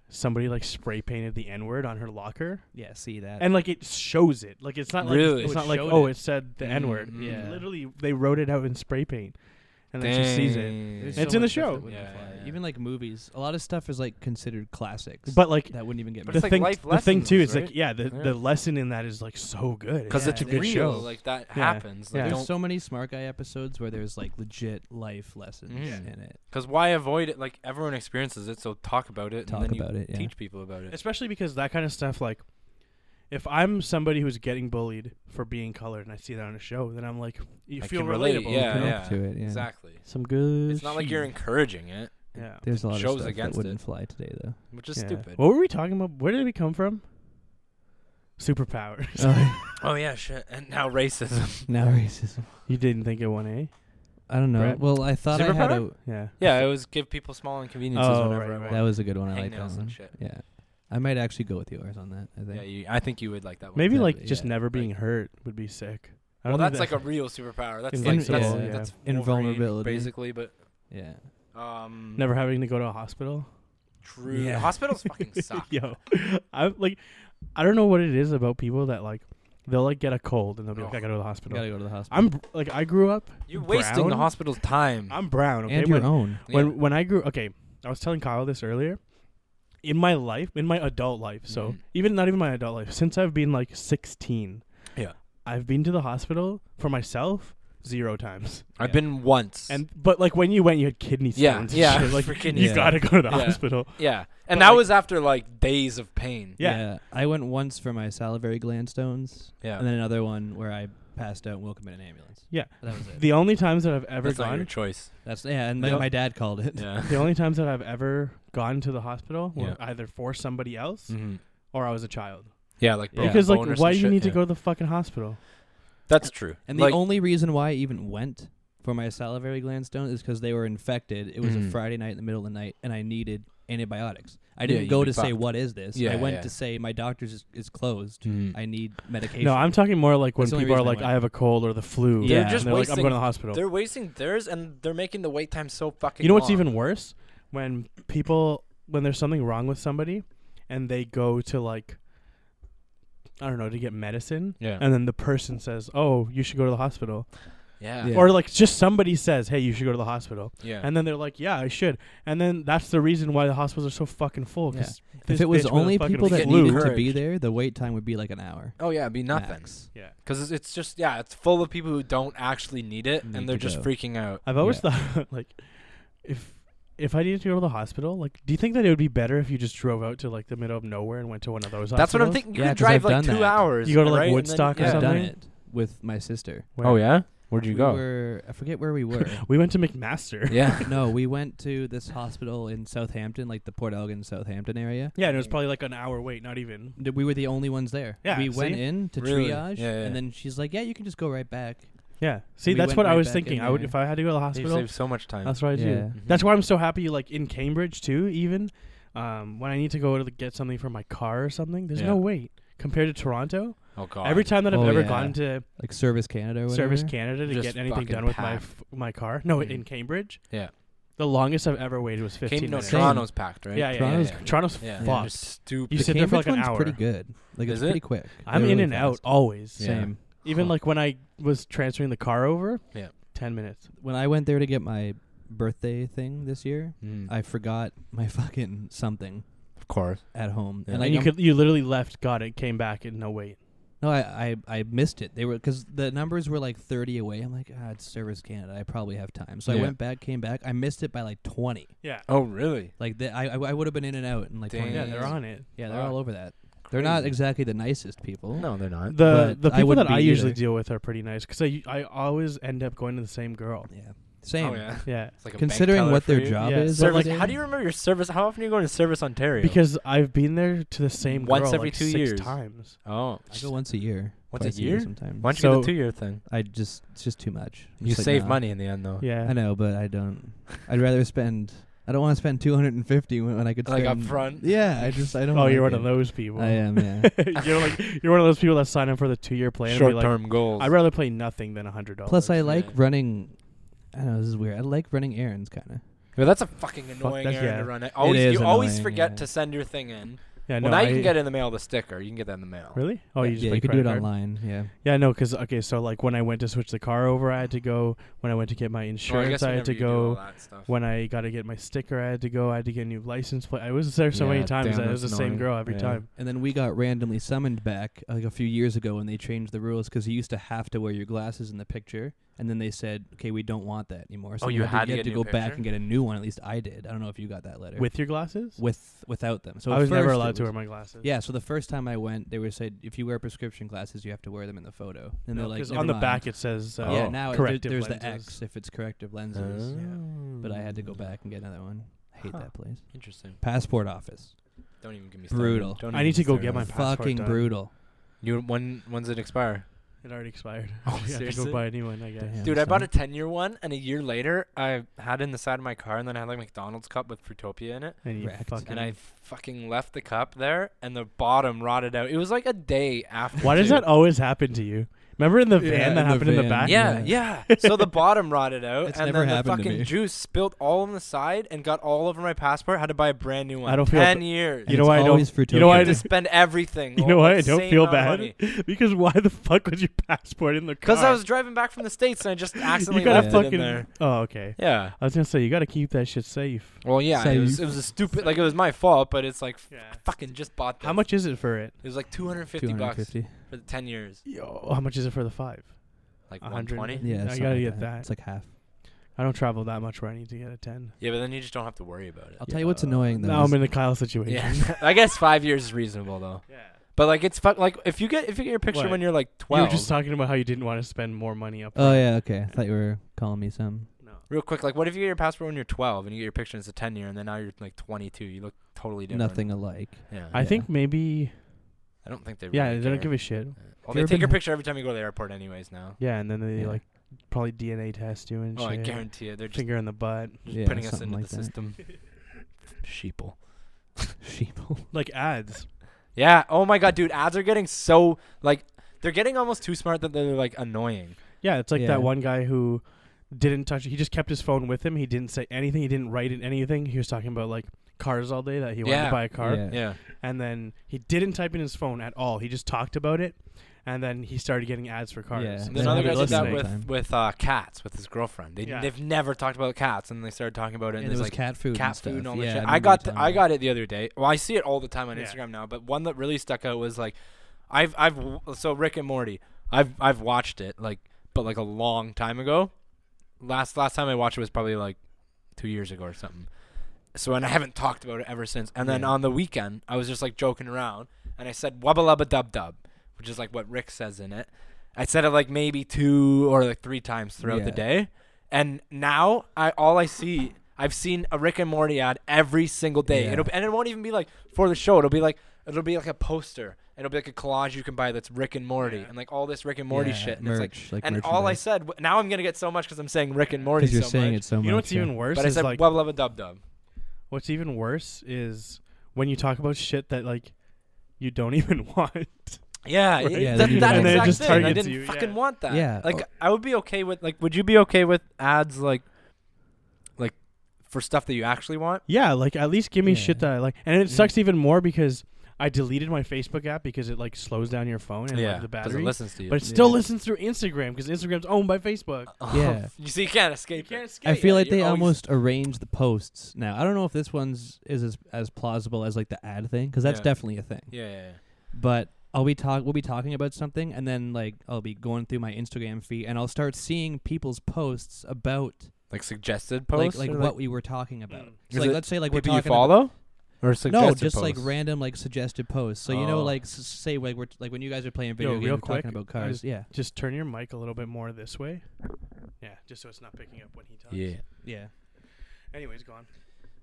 Speaker 1: somebody like spray painted the N word on her locker,
Speaker 3: Yeah, see that.
Speaker 1: and like it shows it. Like it's not like
Speaker 2: Really?
Speaker 1: it's
Speaker 3: It
Speaker 1: not like
Speaker 3: showed
Speaker 1: oh
Speaker 3: it.
Speaker 1: it said the N word.
Speaker 2: Mm,
Speaker 3: yeah.
Speaker 1: Literally, they wrote it out in spray paint, and then she sees it. It's
Speaker 3: There's so
Speaker 1: in the
Speaker 3: much stuff
Speaker 1: show.
Speaker 3: that wouldn't
Speaker 2: Yeah,
Speaker 3: fly.
Speaker 2: yeah, yeah.
Speaker 3: Even like movies, a lot of stuff is like considered classics.
Speaker 1: But like
Speaker 3: that wouldn't even get.
Speaker 2: But
Speaker 1: the
Speaker 2: it's
Speaker 3: made.
Speaker 2: like
Speaker 1: thing,
Speaker 2: life
Speaker 1: the thing too is
Speaker 2: lessons,
Speaker 1: like yeah, the
Speaker 2: Yeah.
Speaker 1: the lesson in that is like so good
Speaker 2: Because
Speaker 1: Yeah,
Speaker 2: it's a
Speaker 1: they
Speaker 2: good
Speaker 1: really-
Speaker 2: show. Like that
Speaker 1: Yeah.
Speaker 2: happens.
Speaker 1: Yeah.
Speaker 2: Like,
Speaker 1: I
Speaker 3: There's
Speaker 2: don't
Speaker 3: so many Smart Guy episodes where there's like legit life lessons
Speaker 2: Mm.
Speaker 3: in it.
Speaker 2: Because why avoid it? Like everyone experiences it, so talk about it.
Speaker 3: Talk
Speaker 2: and then
Speaker 3: about
Speaker 2: you
Speaker 3: it, yeah.
Speaker 2: Teach people about it.
Speaker 1: especially because that kind of stuff like if i'm somebody who's getting bullied for being colored and i see that on a show then i'm like you
Speaker 2: I
Speaker 1: feel
Speaker 2: can relate,
Speaker 1: relatable
Speaker 2: yeah,
Speaker 1: you know?
Speaker 2: yeah.
Speaker 3: to it. Yeah.
Speaker 2: Exactly.
Speaker 1: some good
Speaker 2: It's not like you're
Speaker 1: shit.
Speaker 2: encouraging it,
Speaker 1: yeah
Speaker 3: There's a lot
Speaker 2: shows
Speaker 3: of stuff that
Speaker 2: against
Speaker 3: wouldn't
Speaker 2: it.
Speaker 3: fly today though.
Speaker 2: which is
Speaker 1: Yeah.
Speaker 2: stupid.
Speaker 1: what were we talking about where did we come from superpowers
Speaker 2: Oh yeah, shit. And now racism.
Speaker 3: now racism.
Speaker 1: you didn't think it won a
Speaker 3: I don't know.
Speaker 1: Brett?
Speaker 3: Well, I thought I had a.
Speaker 2: Superpower?
Speaker 1: yeah
Speaker 2: yeah, it was give people small inconveniences
Speaker 1: Oh,
Speaker 2: whenever
Speaker 1: right,
Speaker 2: I
Speaker 1: right.
Speaker 2: want.
Speaker 3: That was a good one. I like that
Speaker 2: Hangnails and
Speaker 3: one.
Speaker 2: shit.
Speaker 3: Yeah, I might actually go with yours on that. I think.
Speaker 2: Yeah, you, I think you would like that one.
Speaker 1: maybe
Speaker 3: Yeah,
Speaker 1: like
Speaker 3: but
Speaker 1: just
Speaker 3: yeah,
Speaker 1: never
Speaker 2: like-
Speaker 1: being hurt would be sick I
Speaker 2: Well,
Speaker 1: don't think
Speaker 2: that's like
Speaker 1: that-
Speaker 2: a real superpower. That's like
Speaker 1: Invincible,
Speaker 2: that's,
Speaker 1: yeah.
Speaker 2: that's Wolverine,
Speaker 3: Invulnerability.
Speaker 2: basically. But
Speaker 3: yeah.
Speaker 2: um,
Speaker 1: never having to go to a hospital
Speaker 2: True.
Speaker 3: Yeah.
Speaker 2: Hospitals fucking suck.
Speaker 1: yo i'm like i don't know what it is about people that like they'll like get a cold and they'll be like
Speaker 2: Ugh.
Speaker 1: i gotta go to the hospital
Speaker 3: Gotta go to the hospital.
Speaker 1: i'm br- like i grew up
Speaker 2: You're wasting the
Speaker 1: Brown?
Speaker 2: hospital's time.
Speaker 1: I'm brown. Okay,
Speaker 3: and your
Speaker 1: when,
Speaker 3: own.
Speaker 2: Yeah.
Speaker 1: when when I grew, okay, I was telling Kyle this earlier. In my life, in my adult life, so
Speaker 2: Mhm.
Speaker 1: even not even my adult life, since I've been like 16,
Speaker 2: Yeah.
Speaker 1: I've been to the hospital for myself zero times.
Speaker 2: I've
Speaker 3: Yeah.
Speaker 2: been once.
Speaker 1: And but like when you went, you had kidney
Speaker 2: Yeah,
Speaker 1: stones.
Speaker 2: yeah,
Speaker 1: and shit. like
Speaker 2: for
Speaker 1: you
Speaker 2: kidney
Speaker 3: stones.
Speaker 1: gotta go to the
Speaker 2: Yeah.
Speaker 1: hospital.
Speaker 2: yeah,
Speaker 1: but,
Speaker 2: and that
Speaker 1: like-
Speaker 2: was after like days of pain.
Speaker 1: Yeah.
Speaker 3: I went once for my salivary gland stones,
Speaker 2: Yeah.
Speaker 3: and then another one where I passed out and woke up in an ambulance.
Speaker 1: Yeah.
Speaker 3: that was it.
Speaker 1: The only times that I've ever
Speaker 2: That's not your
Speaker 1: gone,
Speaker 2: choice.
Speaker 3: That's yeah, and my,
Speaker 1: Yep.
Speaker 3: my dad called it.
Speaker 2: Yeah.
Speaker 1: the only times that I've ever gone to the hospital were
Speaker 2: Yeah.
Speaker 1: either for somebody else
Speaker 2: Mhm.
Speaker 1: or I was a child.
Speaker 2: Yeah, like
Speaker 3: Yeah.
Speaker 1: Because
Speaker 2: bonus
Speaker 1: like,
Speaker 2: and
Speaker 1: why do you
Speaker 2: shit,
Speaker 1: need to
Speaker 2: yeah.
Speaker 1: go to the fucking hospital?
Speaker 2: That's true.
Speaker 3: And
Speaker 2: like,
Speaker 3: the only reason why I even went for my salivary gland stone is because they were infected. It was a
Speaker 2: Mhm.
Speaker 3: Friday night in the middle of the night, and I needed antibiotics. I
Speaker 2: Yeah,
Speaker 3: didn't
Speaker 2: you'd
Speaker 3: go
Speaker 2: be
Speaker 3: to say
Speaker 2: fucked.
Speaker 3: what is this. I
Speaker 2: Yeah,
Speaker 3: went
Speaker 2: yeah.
Speaker 3: to say my doctor's is, is closed.
Speaker 2: Mhm.
Speaker 3: I need medication.
Speaker 1: No, I'm talking more like when
Speaker 3: That's the only
Speaker 1: people are
Speaker 3: reason I
Speaker 1: like,
Speaker 3: went.
Speaker 1: I have a cold or the flu.
Speaker 3: They're
Speaker 1: and
Speaker 3: just
Speaker 1: they're like, I'm
Speaker 2: wasting-
Speaker 1: going to the hospital.
Speaker 2: they're wasting theirs, and they're making the wait time so fucking.
Speaker 1: You know what's
Speaker 2: long.
Speaker 1: even worse? When people, when there's something wrong with somebody and they go to like, I don't know, to get medicine.
Speaker 2: Yeah.
Speaker 1: And then the person says, "Oh, you should go to the hospital,"
Speaker 2: yeah.
Speaker 3: Yeah.
Speaker 1: or like just somebody says, "Hey, you should go to the hospital,"
Speaker 2: Yeah.
Speaker 1: and then they're like, "Yeah, I should," and then that's the reason why the hospitals are so fucking full. 'cause this
Speaker 3: if it was
Speaker 1: bitch with a
Speaker 3: only
Speaker 1: fucking
Speaker 3: people that
Speaker 2: Get
Speaker 1: flu,
Speaker 3: needed to be
Speaker 2: encouraged.
Speaker 3: there, the wait time would be like an hour.
Speaker 2: oh yeah, it'd be nothing.
Speaker 3: max.
Speaker 1: yeah.
Speaker 2: Because it's, it's just yeah, it's full of people who don't actually need it,
Speaker 3: Need
Speaker 2: and they're
Speaker 3: to
Speaker 2: just
Speaker 3: go.
Speaker 2: freaking out.
Speaker 1: I've always thought like if if I needed to go to the hospital, like do you think that it would be better if you just drove out to like the middle of nowhere and went to one of those
Speaker 2: That's what I'm
Speaker 1: hospitals?
Speaker 2: thinking. You
Speaker 3: Yeah,
Speaker 2: could
Speaker 3: 'cause
Speaker 2: drive
Speaker 3: I've
Speaker 2: like
Speaker 3: done
Speaker 2: two
Speaker 3: that.
Speaker 2: hours.
Speaker 1: You go to, like,
Speaker 2: right? And then-
Speaker 1: Woodstock or
Speaker 2: yeah.
Speaker 3: I've done
Speaker 1: something?
Speaker 3: it with my sister.
Speaker 1: Where-
Speaker 2: Oh yeah, where'd you
Speaker 3: we
Speaker 2: go?
Speaker 3: Were, I forget where we were.
Speaker 1: We went to McMaster.
Speaker 2: yeah.
Speaker 3: no, we went to this hospital in Southampton, like the Port Elgin, Southampton area.
Speaker 1: Yeah, and it
Speaker 2: Mm.
Speaker 1: was probably like an hour wait, not even.
Speaker 3: Th- We were the only ones there.
Speaker 1: Yeah,
Speaker 3: we went
Speaker 1: see?
Speaker 3: in to
Speaker 2: Really?
Speaker 3: triage,
Speaker 2: Yeah, yeah.
Speaker 3: and then she's like, "Yeah, you can just go right back."
Speaker 1: Yeah. See,
Speaker 3: we
Speaker 1: that's
Speaker 3: went
Speaker 1: what I
Speaker 3: right
Speaker 1: was
Speaker 3: back
Speaker 1: thinking.
Speaker 3: in
Speaker 1: I would
Speaker 3: there.
Speaker 1: if I had to go to the
Speaker 2: You
Speaker 1: hospital.
Speaker 2: save so much time. Mm-hmm.
Speaker 1: That's what I do.
Speaker 3: Yeah.
Speaker 1: That's why I'm so happy. Like in Cambridge too, even um, when I need to go to the- get something for my car or something, there's
Speaker 2: Yeah.
Speaker 1: no wait compared to Toronto.
Speaker 2: Oh god.
Speaker 1: Every time that I've
Speaker 3: Oh,
Speaker 1: ever
Speaker 3: yeah.
Speaker 1: gone to
Speaker 3: Like Service Canada or whatever.
Speaker 1: Service Canada to
Speaker 2: Just
Speaker 1: get anything
Speaker 2: fucking
Speaker 1: done with my
Speaker 2: packed.
Speaker 1: f- my car, no,
Speaker 2: Mhm.
Speaker 1: in Cambridge,
Speaker 2: Yeah.
Speaker 1: The longest I've ever waited was 15
Speaker 2: Came, no,
Speaker 1: minutes.
Speaker 3: Same.
Speaker 2: Toronto's packed, right?
Speaker 1: Yeah, yeah,
Speaker 3: Toronto's-
Speaker 1: yeah, yeah. Toronto's
Speaker 2: Yeah,
Speaker 1: fucked.
Speaker 2: they're just stupid.
Speaker 1: You
Speaker 3: the
Speaker 1: sit there for like
Speaker 3: Cambridge
Speaker 1: an
Speaker 3: one's
Speaker 1: hour.
Speaker 3: pretty good. Like
Speaker 2: Is
Speaker 3: it's
Speaker 2: it?
Speaker 3: pretty quick.
Speaker 1: I'm
Speaker 3: They're
Speaker 1: in
Speaker 3: really
Speaker 1: and out
Speaker 3: fast.
Speaker 1: always.
Speaker 2: Yeah.
Speaker 3: Same.
Speaker 1: Even
Speaker 3: Huh.
Speaker 1: like when I was transferring the car over.
Speaker 2: Yeah.
Speaker 1: Ten minutes.
Speaker 3: When I went there to get my birthday thing this year,
Speaker 2: Mm,
Speaker 3: I forgot my fucking something
Speaker 2: of course.
Speaker 3: at home,
Speaker 2: Yeah.
Speaker 3: and
Speaker 1: And,
Speaker 3: like
Speaker 1: you
Speaker 3: I'm-
Speaker 1: could you literally left, got it, came back, and no wait.
Speaker 3: no, I, I I missed it. They were because the numbers were like 30 away. I'm like, ah, it's Service Canada. I probably have time. So
Speaker 2: Yeah.
Speaker 3: I went back, came back. I missed it by like 20.
Speaker 1: Yeah.
Speaker 2: Oh, really?
Speaker 3: Like the, I I would have been in and out in like 20
Speaker 2: Dang.
Speaker 1: Oh, Yeah,
Speaker 3: minutes.
Speaker 1: they're on it.
Speaker 3: Yeah, they're
Speaker 2: Fuck.
Speaker 3: all over that. They're not
Speaker 2: Crazy.
Speaker 3: exactly the nicest people.
Speaker 2: No, they're not.
Speaker 1: The
Speaker 3: But
Speaker 1: the
Speaker 3: I
Speaker 1: people
Speaker 3: wouldn't
Speaker 1: that I
Speaker 3: be
Speaker 1: usually
Speaker 3: either.
Speaker 1: deal with are pretty nice because I I always end up going to the same girl.
Speaker 3: Yeah. Same.
Speaker 2: Oh, yeah.
Speaker 1: Yeah.
Speaker 2: It's like a bank
Speaker 3: Considering
Speaker 2: teller
Speaker 3: what
Speaker 2: for
Speaker 3: their
Speaker 2: you.
Speaker 3: job
Speaker 1: Yeah.
Speaker 3: is,
Speaker 2: Service.
Speaker 3: over there,
Speaker 2: How do you remember your service? How often are you going to Service Ontario?
Speaker 1: Because I've been there to the same
Speaker 2: Once
Speaker 1: girl
Speaker 2: every
Speaker 1: like
Speaker 2: two
Speaker 1: six
Speaker 2: years.
Speaker 1: times.
Speaker 2: oh,
Speaker 3: I go once a year.
Speaker 2: Once a
Speaker 3: twice
Speaker 2: year?
Speaker 3: sometimes.
Speaker 2: why don't you
Speaker 1: So-
Speaker 2: do the two-year thing?
Speaker 3: I just it's just too much. I'm
Speaker 2: You
Speaker 3: just like,
Speaker 2: save
Speaker 3: nah.
Speaker 2: money in the end, though.
Speaker 1: Yeah.
Speaker 3: I know, but I don't. I'd rather spend. I don't want to spend two hundred and fifty when, when I could
Speaker 2: Like,
Speaker 3: spend,
Speaker 2: up front?
Speaker 3: Yeah, I just I don't.
Speaker 1: Oh, you're
Speaker 3: like
Speaker 1: one of
Speaker 3: it.
Speaker 1: those people.
Speaker 3: I am. Yeah.
Speaker 1: you're like you're one of those people that sign up for the two year plan and be like,
Speaker 2: Short-term goals.
Speaker 1: I'd rather play nothing than a hundred dollars.
Speaker 3: Plus, I like
Speaker 2: Yeah.
Speaker 3: running. I don't know. This is weird. I like running errands, kind of.
Speaker 2: Well, that's a fucking annoying
Speaker 1: that's- yeah.
Speaker 2: errand to run. It always,
Speaker 3: is
Speaker 2: you always
Speaker 3: annoying,
Speaker 2: forget
Speaker 3: yeah.
Speaker 2: to send your thing in.
Speaker 1: yeah,
Speaker 2: well,
Speaker 1: no,
Speaker 2: now you
Speaker 1: I-
Speaker 2: can get in the mail the sticker. You can get that in the mail.
Speaker 1: Really? Oh, you just
Speaker 3: yeah,
Speaker 1: play
Speaker 3: you could do
Speaker 1: credit
Speaker 3: it
Speaker 1: card?
Speaker 3: online. Yeah.
Speaker 1: Yeah, no, because okay, so like when I went to switch the car over, I had to go. When I went to get my
Speaker 2: Well, Oh, I
Speaker 1: insurance,
Speaker 2: guess
Speaker 1: I had
Speaker 2: whenever
Speaker 1: to
Speaker 2: you do all
Speaker 1: go.
Speaker 2: that stuff.
Speaker 1: When I got to get my sticker, I had to go. I had to get a new license plate. I was there so
Speaker 2: Yeah,
Speaker 1: many times
Speaker 2: damn,
Speaker 1: that it was the
Speaker 2: that's
Speaker 1: same
Speaker 2: annoying.
Speaker 1: girl every
Speaker 2: Yeah.
Speaker 1: time.
Speaker 3: And then we got randomly summoned back like a few years ago when they changed the rules because you used to have to wear your glasses in the picture, and then they said, "Okay, we don't want that anymore." So
Speaker 2: Oh,
Speaker 3: we
Speaker 2: you had to
Speaker 3: to, you
Speaker 2: get a
Speaker 3: to
Speaker 2: new
Speaker 3: go back
Speaker 2: picture?
Speaker 3: and get a new one. At least I did. I don't know if you got that letter
Speaker 1: With your glasses,
Speaker 3: with without them. So
Speaker 1: I
Speaker 3: at
Speaker 1: was never
Speaker 3: first it
Speaker 1: allowed to
Speaker 3: was-
Speaker 1: wear my glasses.
Speaker 3: Yeah, so the first time I went, they were said if you wear prescription glasses, you have to wear them in the photo. And they're
Speaker 1: No,
Speaker 3: like,
Speaker 1: 'cause
Speaker 3: "Never
Speaker 1: on the
Speaker 3: mind."
Speaker 1: back it says uh,
Speaker 3: yeah,
Speaker 2: Oh.
Speaker 3: now it- there-
Speaker 1: corrective
Speaker 3: there's the
Speaker 1: lenses.
Speaker 3: X if it's corrective lenses.
Speaker 2: Oh.
Speaker 3: But I had to go back and get another one. I hate
Speaker 2: Huh.
Speaker 3: that place.
Speaker 2: Interesting.
Speaker 3: Passport office,
Speaker 2: Don't even give me started.
Speaker 3: Brutal.
Speaker 2: Don't
Speaker 1: I
Speaker 2: even
Speaker 1: need to go
Speaker 2: start
Speaker 1: get
Speaker 2: on
Speaker 1: my
Speaker 2: that.
Speaker 1: passport
Speaker 3: fucking
Speaker 1: done.
Speaker 3: brutal.
Speaker 2: You when when's it expire?
Speaker 1: It already expired. I
Speaker 2: Oh,
Speaker 1: have to
Speaker 2: seriously?
Speaker 1: go buy a new one. I guess.
Speaker 3: Damn,
Speaker 2: Dude, I bought
Speaker 3: son.
Speaker 2: a ten year one, and a year later, I had it in the side of my car, and then I had like McDonald's cup with Fruitopia in it,
Speaker 1: And you
Speaker 3: Wrecked.
Speaker 1: fucking.
Speaker 2: and I fucking left the cup there, and the bottom rotted out. It was like a day after.
Speaker 1: Why does
Speaker 2: too.
Speaker 1: that always happen to you? Remember in the
Speaker 3: Yeah,
Speaker 1: van
Speaker 3: in
Speaker 1: that
Speaker 3: the
Speaker 1: happened in the
Speaker 3: van.
Speaker 1: back?
Speaker 2: Yeah, yeah.
Speaker 1: Yeah.
Speaker 2: So the bottom rotted out,
Speaker 3: It's
Speaker 2: and
Speaker 3: never
Speaker 2: then the
Speaker 3: happened to
Speaker 2: fucking
Speaker 3: me.
Speaker 2: juice spilled all on the side and got all over my passport. Had to buy a brand new one.
Speaker 1: I don't feel
Speaker 2: ten
Speaker 1: ba-
Speaker 2: years.
Speaker 1: You
Speaker 3: And
Speaker 1: know
Speaker 3: it's
Speaker 1: why I don't-
Speaker 3: always
Speaker 1: you know why I
Speaker 3: Fruitopia.
Speaker 2: had to
Speaker 1: just-
Speaker 2: spend everything.
Speaker 1: You
Speaker 2: all
Speaker 1: know why
Speaker 2: the
Speaker 1: I don't
Speaker 2: same
Speaker 1: feel
Speaker 2: amount of
Speaker 1: bad?
Speaker 2: money.
Speaker 1: because why the fuck was your passport in the car?
Speaker 2: Cause I was driving back from the states and I just accidentally
Speaker 1: you gotta
Speaker 2: left it
Speaker 1: fucking.
Speaker 2: in there.
Speaker 1: Oh, okay.
Speaker 2: Yeah.
Speaker 1: I was gonna say you gotta keep that shit safe.
Speaker 2: Well, yeah. It was, it was a stupid. Like it was my fault, but it's like
Speaker 1: Yeah.
Speaker 2: I fucking just bought. This.
Speaker 1: How much is it for it?
Speaker 2: It was like 250, bucks
Speaker 3: 250.
Speaker 2: for the 10 years.
Speaker 1: Yo, how much is it for the five?
Speaker 2: Like
Speaker 1: A hundred
Speaker 2: 120.
Speaker 1: and- I
Speaker 3: Yeah, something
Speaker 1: gotta
Speaker 3: like
Speaker 1: get that.
Speaker 3: It's like half.
Speaker 1: I don't travel that much where I need to get a ten.
Speaker 2: Yeah, but then you just don't have to worry about it.
Speaker 3: I'll tell you what's annoying though.
Speaker 1: Now I'm
Speaker 3: is-
Speaker 1: in the Kyle situation.
Speaker 2: Yeah. I guess five years is reasonable though. But like it's fu- like if you get if you get your picture
Speaker 1: What?
Speaker 2: when you're like
Speaker 1: We were
Speaker 2: 12.
Speaker 1: just talking about how you didn't want to spend more money up.
Speaker 3: oh yeah, okay. I thought you were calling me some.
Speaker 1: No.
Speaker 2: Real quick, like, what if you get your passport when you're 12 and you get your picture and it's a 10 year, and then now you're like 22? You look totally different.
Speaker 3: Nothing alike.
Speaker 2: Yeah.
Speaker 1: I
Speaker 3: Yeah.
Speaker 1: think maybe.
Speaker 2: I don't think they. Really
Speaker 1: Yeah, they
Speaker 2: care.
Speaker 1: don't give a shit.
Speaker 2: Yeah. Well,
Speaker 3: you
Speaker 2: they
Speaker 3: ever
Speaker 2: take your
Speaker 3: been-
Speaker 2: picture every time you go to the airport, anyways. Now.
Speaker 1: Yeah, and then they
Speaker 3: Yeah.
Speaker 1: like probably DNA test you and
Speaker 2: Oh, I
Speaker 1: shit.
Speaker 2: guarantee it. They're just,
Speaker 1: Finger in the butt.
Speaker 2: just
Speaker 3: Yeah,
Speaker 2: putting us
Speaker 3: something
Speaker 2: into
Speaker 3: like
Speaker 2: the
Speaker 3: that.
Speaker 2: system. Sheeple.
Speaker 3: Sheeple.
Speaker 1: Like ads.
Speaker 2: Yeah. Oh my god, dude, ads are getting so like they're getting almost too smart that they're like annoying.
Speaker 1: Yeah, it's like
Speaker 3: Yeah.
Speaker 1: that one guy who didn't touch. He just kept his phone with him. He didn't say anything. He didn't write in anything. He was talking about like cars all day that he wanted
Speaker 2: Yeah.
Speaker 1: to buy a car,
Speaker 3: Yeah.
Speaker 2: Yeah.
Speaker 1: and then he didn't type in his phone at all. He just talked about it, and then he started getting ads for cars.
Speaker 3: Yeah.
Speaker 1: So
Speaker 2: And
Speaker 3: They're
Speaker 2: then
Speaker 1: now
Speaker 2: other
Speaker 3: never
Speaker 2: guy
Speaker 1: they're
Speaker 2: did that
Speaker 3: listening.
Speaker 2: with
Speaker 3: Time.
Speaker 2: with uh, cats with his girlfriend. They
Speaker 1: Yeah.
Speaker 2: they've never talked about cats, and they started talking about it.
Speaker 3: And
Speaker 2: And,
Speaker 3: it
Speaker 2: there's
Speaker 3: was
Speaker 2: like
Speaker 3: cat food.
Speaker 2: cat
Speaker 3: and stuff.
Speaker 2: food and all
Speaker 3: yeah,
Speaker 2: that shit.
Speaker 3: remember
Speaker 2: I
Speaker 3: you
Speaker 2: got th-
Speaker 3: telling
Speaker 2: I
Speaker 3: me.
Speaker 2: got it the other day. Well, I see it all the time on
Speaker 1: Yeah.
Speaker 2: Instagram now, but one that really stuck out was like I've I've w- so Rick and Morty. I've I've watched it like but like a long time ago. Last last time I watched it was probably like 2 years ago or something. So and I haven't talked about it ever since. And then
Speaker 3: Yeah.
Speaker 2: on the weekend, I was just like joking around and I said wubba lubba dub dub, which is like what Rick says in it. I said it like maybe two or like three times throughout the
Speaker 3: Yeah.
Speaker 2: day. And now I all I see I've seen a Rick and Morty ad every single day.
Speaker 3: Yeah.
Speaker 2: It'll and it won't even be like for the show. It'll be like it'll be like a poster. It'll be like a collage you can buy that's Rick and Morty
Speaker 1: Yeah.
Speaker 2: and like all this Rick and Morty
Speaker 3: Yeah,
Speaker 2: shit. And it's
Speaker 3: merch,
Speaker 2: like,
Speaker 3: like
Speaker 2: and all I
Speaker 3: merchandise.
Speaker 2: said w- now I'm gonna get so much because I'm saying Rick and Morty
Speaker 3: Because you're
Speaker 2: so
Speaker 3: saying
Speaker 2: much.
Speaker 3: it so much.
Speaker 1: You know what's
Speaker 3: yeah.
Speaker 1: even worse
Speaker 2: but I
Speaker 1: is
Speaker 2: said
Speaker 1: like
Speaker 2: wubba lubba dub dub.
Speaker 1: what's even worse is when you talk about shit that like you don't even want.
Speaker 2: Yeah,
Speaker 1: Right?
Speaker 2: yeah,
Speaker 3: Yeah,
Speaker 2: that,
Speaker 3: then you
Speaker 2: that
Speaker 3: know. And then it
Speaker 2: exact
Speaker 3: just
Speaker 2: thing. I
Speaker 1: targets
Speaker 2: didn't
Speaker 1: you,
Speaker 2: fucking
Speaker 1: yeah.
Speaker 2: want that.
Speaker 3: Yeah.
Speaker 2: like I would be okay with like. Would you be okay with ads like, like for stuff that you actually want.
Speaker 1: Yeah, like at least give me
Speaker 3: Yeah.
Speaker 1: shit that I like. And it sucks even more because I deleted my Facebook app because it like slows down your phone and
Speaker 2: yeah,
Speaker 1: like, the
Speaker 2: 'cause
Speaker 1: battery.
Speaker 2: it listens to you. Uh.
Speaker 1: but it still
Speaker 3: Yeah.
Speaker 1: listens through Instagram because Instagram's owned by Facebook.
Speaker 3: Yeah.
Speaker 2: you see, you can't
Speaker 1: You
Speaker 2: escape.
Speaker 1: can't
Speaker 2: it.
Speaker 1: escape.
Speaker 3: I
Speaker 2: yeah,
Speaker 3: feel like
Speaker 2: you're
Speaker 3: they
Speaker 2: always-
Speaker 3: almost arrange the posts now. I don't know if this one's is as, as plausible as like the ad thing because that's
Speaker 2: Yeah.
Speaker 3: definitely a thing.
Speaker 2: Yeah, yeah, yeah.
Speaker 3: But I'll be talk we'll be talking about something and then like I'll be going through my Instagram feed and I'll start seeing people's posts about
Speaker 2: Like suggested posts,
Speaker 3: like
Speaker 2: or,
Speaker 3: like what we were talking about.
Speaker 1: Mm.
Speaker 3: So
Speaker 2: Is
Speaker 3: like
Speaker 2: it
Speaker 3: let's say like we're
Speaker 2: people
Speaker 3: talking
Speaker 2: you
Speaker 3: about-
Speaker 2: follow, or suggested
Speaker 3: no, just like
Speaker 2: posts?
Speaker 3: random like suggested posts. So you know
Speaker 2: Oh.
Speaker 3: like s- say like we're t- like when you guys are playing video
Speaker 1: Yo,
Speaker 3: games
Speaker 1: real
Speaker 3: we're talking
Speaker 1: quick,
Speaker 3: about
Speaker 1: I
Speaker 3: cars.
Speaker 1: just-
Speaker 3: yeah.
Speaker 1: Just turn your mic a little bit more this way. Yeah, just so it's not picking up when he talks.
Speaker 2: Yeah.
Speaker 3: Yeah.
Speaker 1: Anyways, go on.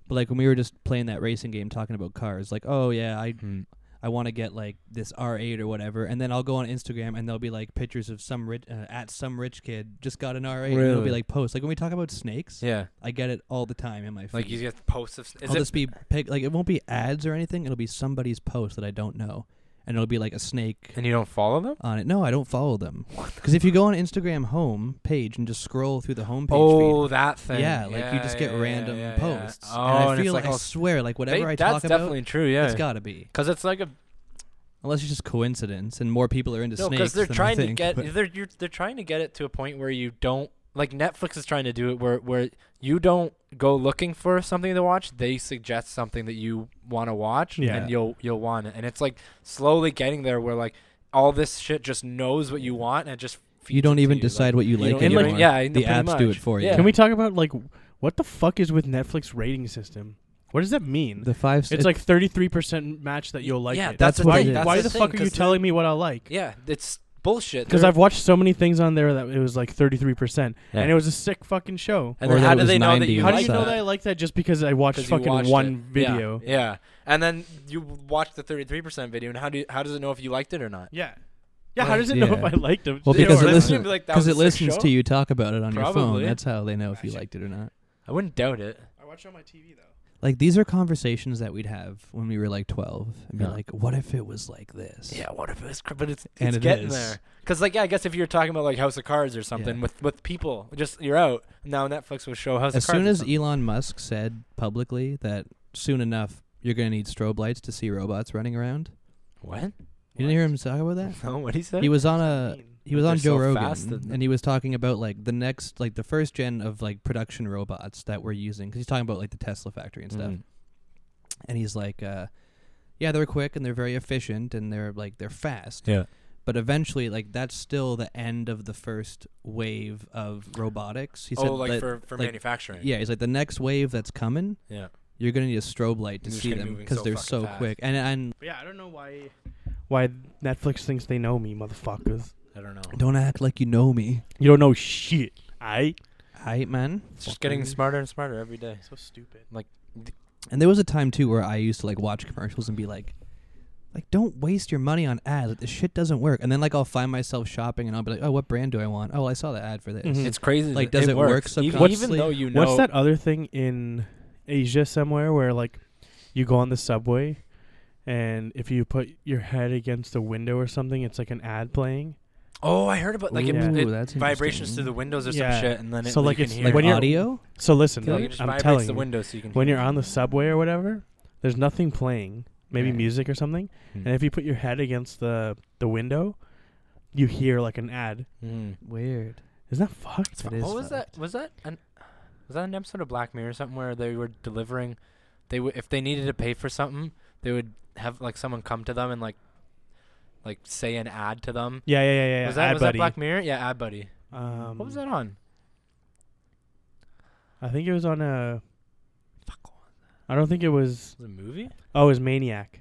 Speaker 3: But like when we were just playing that racing game talking about cars like oh yeah I
Speaker 2: Hmm.
Speaker 3: I want to get like this R8 or whatever, and then I'll go on Instagram and there'll be like pictures of some rich uh, at some rich kid just got an R8. And it'll be
Speaker 2: Really?
Speaker 3: like posts. Like when we talk about snakes,
Speaker 2: Yeah.
Speaker 3: I get it all the time in my feed.
Speaker 2: Like you get posts of. Is
Speaker 3: I'll
Speaker 2: it
Speaker 3: just be pick, like it won't be ads or anything. It'll be somebody's post that I don't know, and it'll be like a snake
Speaker 2: and you don't follow them?
Speaker 3: on it. No, I don't follow them because if you go on Instagram home page and just scroll through the home page.
Speaker 2: Oh, that thing.
Speaker 3: Yeah, like you just get
Speaker 2: yeah,
Speaker 3: random
Speaker 2: yeah, yeah.
Speaker 3: posts,
Speaker 2: Oh,
Speaker 3: and I
Speaker 2: and it's
Speaker 3: feel
Speaker 2: like
Speaker 3: I
Speaker 2: all-
Speaker 3: swear, like
Speaker 2: They-
Speaker 3: whatever I
Speaker 2: that's
Speaker 3: talk about,
Speaker 2: definitely true. Yeah,
Speaker 3: it's gotta be.
Speaker 2: because it's like a
Speaker 3: Unless it's just coincidence and more people are into
Speaker 2: no, because
Speaker 3: snakes.
Speaker 2: they're
Speaker 3: than I
Speaker 2: trying to
Speaker 3: think,
Speaker 2: get
Speaker 3: but-
Speaker 2: they're you're, they're trying to get it to a point where you don't like Netflix is trying to do it where where you don't go looking for something to watch. They suggest something that you want to watch,
Speaker 1: Yeah.
Speaker 2: and you'll you'll want it. And it's like slowly getting there where like all this shit just knows what you want and it just feeds
Speaker 3: you don't
Speaker 2: it to
Speaker 3: even
Speaker 2: you,
Speaker 3: decide what
Speaker 2: you
Speaker 3: you like
Speaker 2: don't- and, like,
Speaker 3: anymore.
Speaker 2: yeah, I-
Speaker 3: the
Speaker 2: pretty
Speaker 3: apps do it
Speaker 2: much.
Speaker 3: for you.
Speaker 2: Yeah.
Speaker 1: Can we talk about like what the fuck is with Netflix rating system? What does that mean?
Speaker 3: the five?
Speaker 1: it's like thirty three percent match that you'll like
Speaker 2: Yeah,
Speaker 1: it.
Speaker 2: that's
Speaker 3: the
Speaker 1: why.
Speaker 3: thing,
Speaker 1: why
Speaker 3: that's
Speaker 1: the,
Speaker 2: the
Speaker 1: fuck
Speaker 2: thing,
Speaker 1: are you
Speaker 2: 'cause
Speaker 1: telling me what I like?
Speaker 2: Yeah, it's bullshit.
Speaker 1: Because
Speaker 2: They're-
Speaker 1: I've watched so many things on there that it was like thirty three percent,
Speaker 2: Yeah.
Speaker 1: and it was a sick fucking show.
Speaker 2: and
Speaker 3: Or
Speaker 2: then
Speaker 3: that
Speaker 2: how
Speaker 3: it
Speaker 2: do
Speaker 3: was
Speaker 2: they know that
Speaker 3: 90
Speaker 2: you
Speaker 1: How
Speaker 3: and
Speaker 1: do
Speaker 2: like
Speaker 1: you know
Speaker 3: that.
Speaker 1: that I like that just because I watched
Speaker 2: 'Cause you
Speaker 1: fucking
Speaker 2: watched
Speaker 1: one
Speaker 2: it. Yeah,
Speaker 1: video?
Speaker 2: Yeah, and then you watch the thirty three percent video, and how do you, how does it know if you liked it or not?
Speaker 1: Yeah, yeah. how does it know if
Speaker 3: Yeah.
Speaker 1: I liked them?
Speaker 3: well
Speaker 2: They
Speaker 3: because
Speaker 2: don't
Speaker 3: it
Speaker 2: listen to
Speaker 3: listens
Speaker 2: be like, that
Speaker 3: because
Speaker 2: was
Speaker 3: it
Speaker 2: a sick
Speaker 3: listens
Speaker 2: show?
Speaker 3: to you talk about it on your phone.
Speaker 2: Probably.
Speaker 3: That's how they know if you
Speaker 1: Actually-
Speaker 3: liked it or not.
Speaker 2: I wouldn't doubt it.
Speaker 1: I watched on my TV though.
Speaker 3: Like these are conversations that we'd have when we were like twelve, and
Speaker 2: Yeah.
Speaker 3: be like, "What if it was like this?"
Speaker 2: Yeah, what if it's cr- but it's,
Speaker 3: And
Speaker 2: it's
Speaker 3: it
Speaker 2: getting
Speaker 3: is.
Speaker 2: there. Because like yeah, I guess if you're talking about like House of Cards or something
Speaker 3: Yeah.
Speaker 2: with with people, just you're out. Now Netflix will show House
Speaker 3: As
Speaker 2: of Cards.
Speaker 3: soon
Speaker 2: or
Speaker 3: as
Speaker 2: something.
Speaker 3: Elon Musk said publicly that soon enough you're gonna need strobe lights to see robots running around,
Speaker 2: what?
Speaker 3: E- you didn't hear him talk about that.
Speaker 2: No, what he said?
Speaker 3: He was on a he was
Speaker 2: They're
Speaker 3: on Joe
Speaker 2: so
Speaker 3: Rogan,
Speaker 2: fast and-
Speaker 3: and, he was talking about like the next, like the first gen of like production robots that we're using. Because he's talking about like the Tesla factory and stuff.
Speaker 2: Mhm.
Speaker 3: And he's like, uh, yeah, they're quick and they're very efficient and they're like they're fast.
Speaker 2: Yeah.
Speaker 3: But eventually, like that's still the end of the first wave of robotics. He
Speaker 2: oh, like
Speaker 3: that-
Speaker 2: for for
Speaker 3: like-
Speaker 2: manufacturing.
Speaker 3: yeah, he's like the next wave that's coming.
Speaker 2: Yeah.
Speaker 3: You're gonna need a strobe light to
Speaker 2: They're just
Speaker 3: see
Speaker 2: gonna be
Speaker 3: them
Speaker 2: moving
Speaker 3: because
Speaker 2: so
Speaker 3: they're
Speaker 2: fucking
Speaker 3: so
Speaker 2: fast.
Speaker 3: quick. And and
Speaker 1: But yeah, I don't know why why Netflix thinks they know me, motherfuckers.
Speaker 2: I don't know.
Speaker 3: don't act like you know me,
Speaker 1: You don't know shit. I
Speaker 3: hi man.
Speaker 2: It's just getting
Speaker 3: Fucking-
Speaker 2: smarter and smarter every day.
Speaker 1: so stupid.
Speaker 3: And there was a time too where I used to like watch commercials and be like, like don't waste your money on ads. Like this shit doesn't work. And then like I'll find myself shopping and I'll be like, oh, what brand do I want? Oh, well, I saw the ad for this.
Speaker 1: Mhm.
Speaker 2: Mm. It's crazy.
Speaker 3: Like,
Speaker 2: that
Speaker 3: does it work
Speaker 2: works. E- Even
Speaker 3: subconsciously?
Speaker 2: though you know
Speaker 1: What's that other thing in Asia somewhere where like you go on the subway and if you put your head against a window or something, it's like an ad playing.
Speaker 2: Oh, I heard about like it,
Speaker 1: Ooh,
Speaker 2: it
Speaker 3: that's
Speaker 2: vibrations through
Speaker 3: interesting.
Speaker 2: the windows or
Speaker 1: Yeah.
Speaker 2: some shit, and then it,
Speaker 1: So,
Speaker 2: you
Speaker 1: like,
Speaker 2: can
Speaker 1: it's-
Speaker 2: hear
Speaker 1: like,
Speaker 3: Like
Speaker 1: when you're-
Speaker 3: audio.
Speaker 1: So listen,
Speaker 2: Yeah,
Speaker 3: Like,
Speaker 2: Oh, it just
Speaker 1: I'm
Speaker 2: vibrates
Speaker 1: telling
Speaker 2: the
Speaker 1: you,
Speaker 2: window so you can
Speaker 1: when
Speaker 2: hear
Speaker 1: you're
Speaker 2: it.
Speaker 1: on the subway or whatever, there's nothing playing, maybe
Speaker 3: Right.
Speaker 1: music or something.
Speaker 2: Hmm.
Speaker 1: And if you put your head against the the window, you hear like an ad.
Speaker 2: Mm.
Speaker 3: Weird.
Speaker 1: Isn't that fucked?
Speaker 3: It is
Speaker 2: what was
Speaker 3: fucked.
Speaker 2: that? Was that an was that an episode of Black Mirror or something where they were delivering? They would if they needed to pay for something, they would have like someone come to them and like like say an ad to them.
Speaker 1: Yeah, yeah, yeah, yeah.
Speaker 2: was that
Speaker 1: ad
Speaker 2: was
Speaker 1: buddy.
Speaker 2: that Black Mirror? Yeah, ad buddy.
Speaker 1: um,
Speaker 2: what was that on?
Speaker 1: I think it was on a.
Speaker 2: Fuck, what was
Speaker 1: I don't think it was.
Speaker 2: it? Was it a movie?
Speaker 1: Oh, it was Maniac.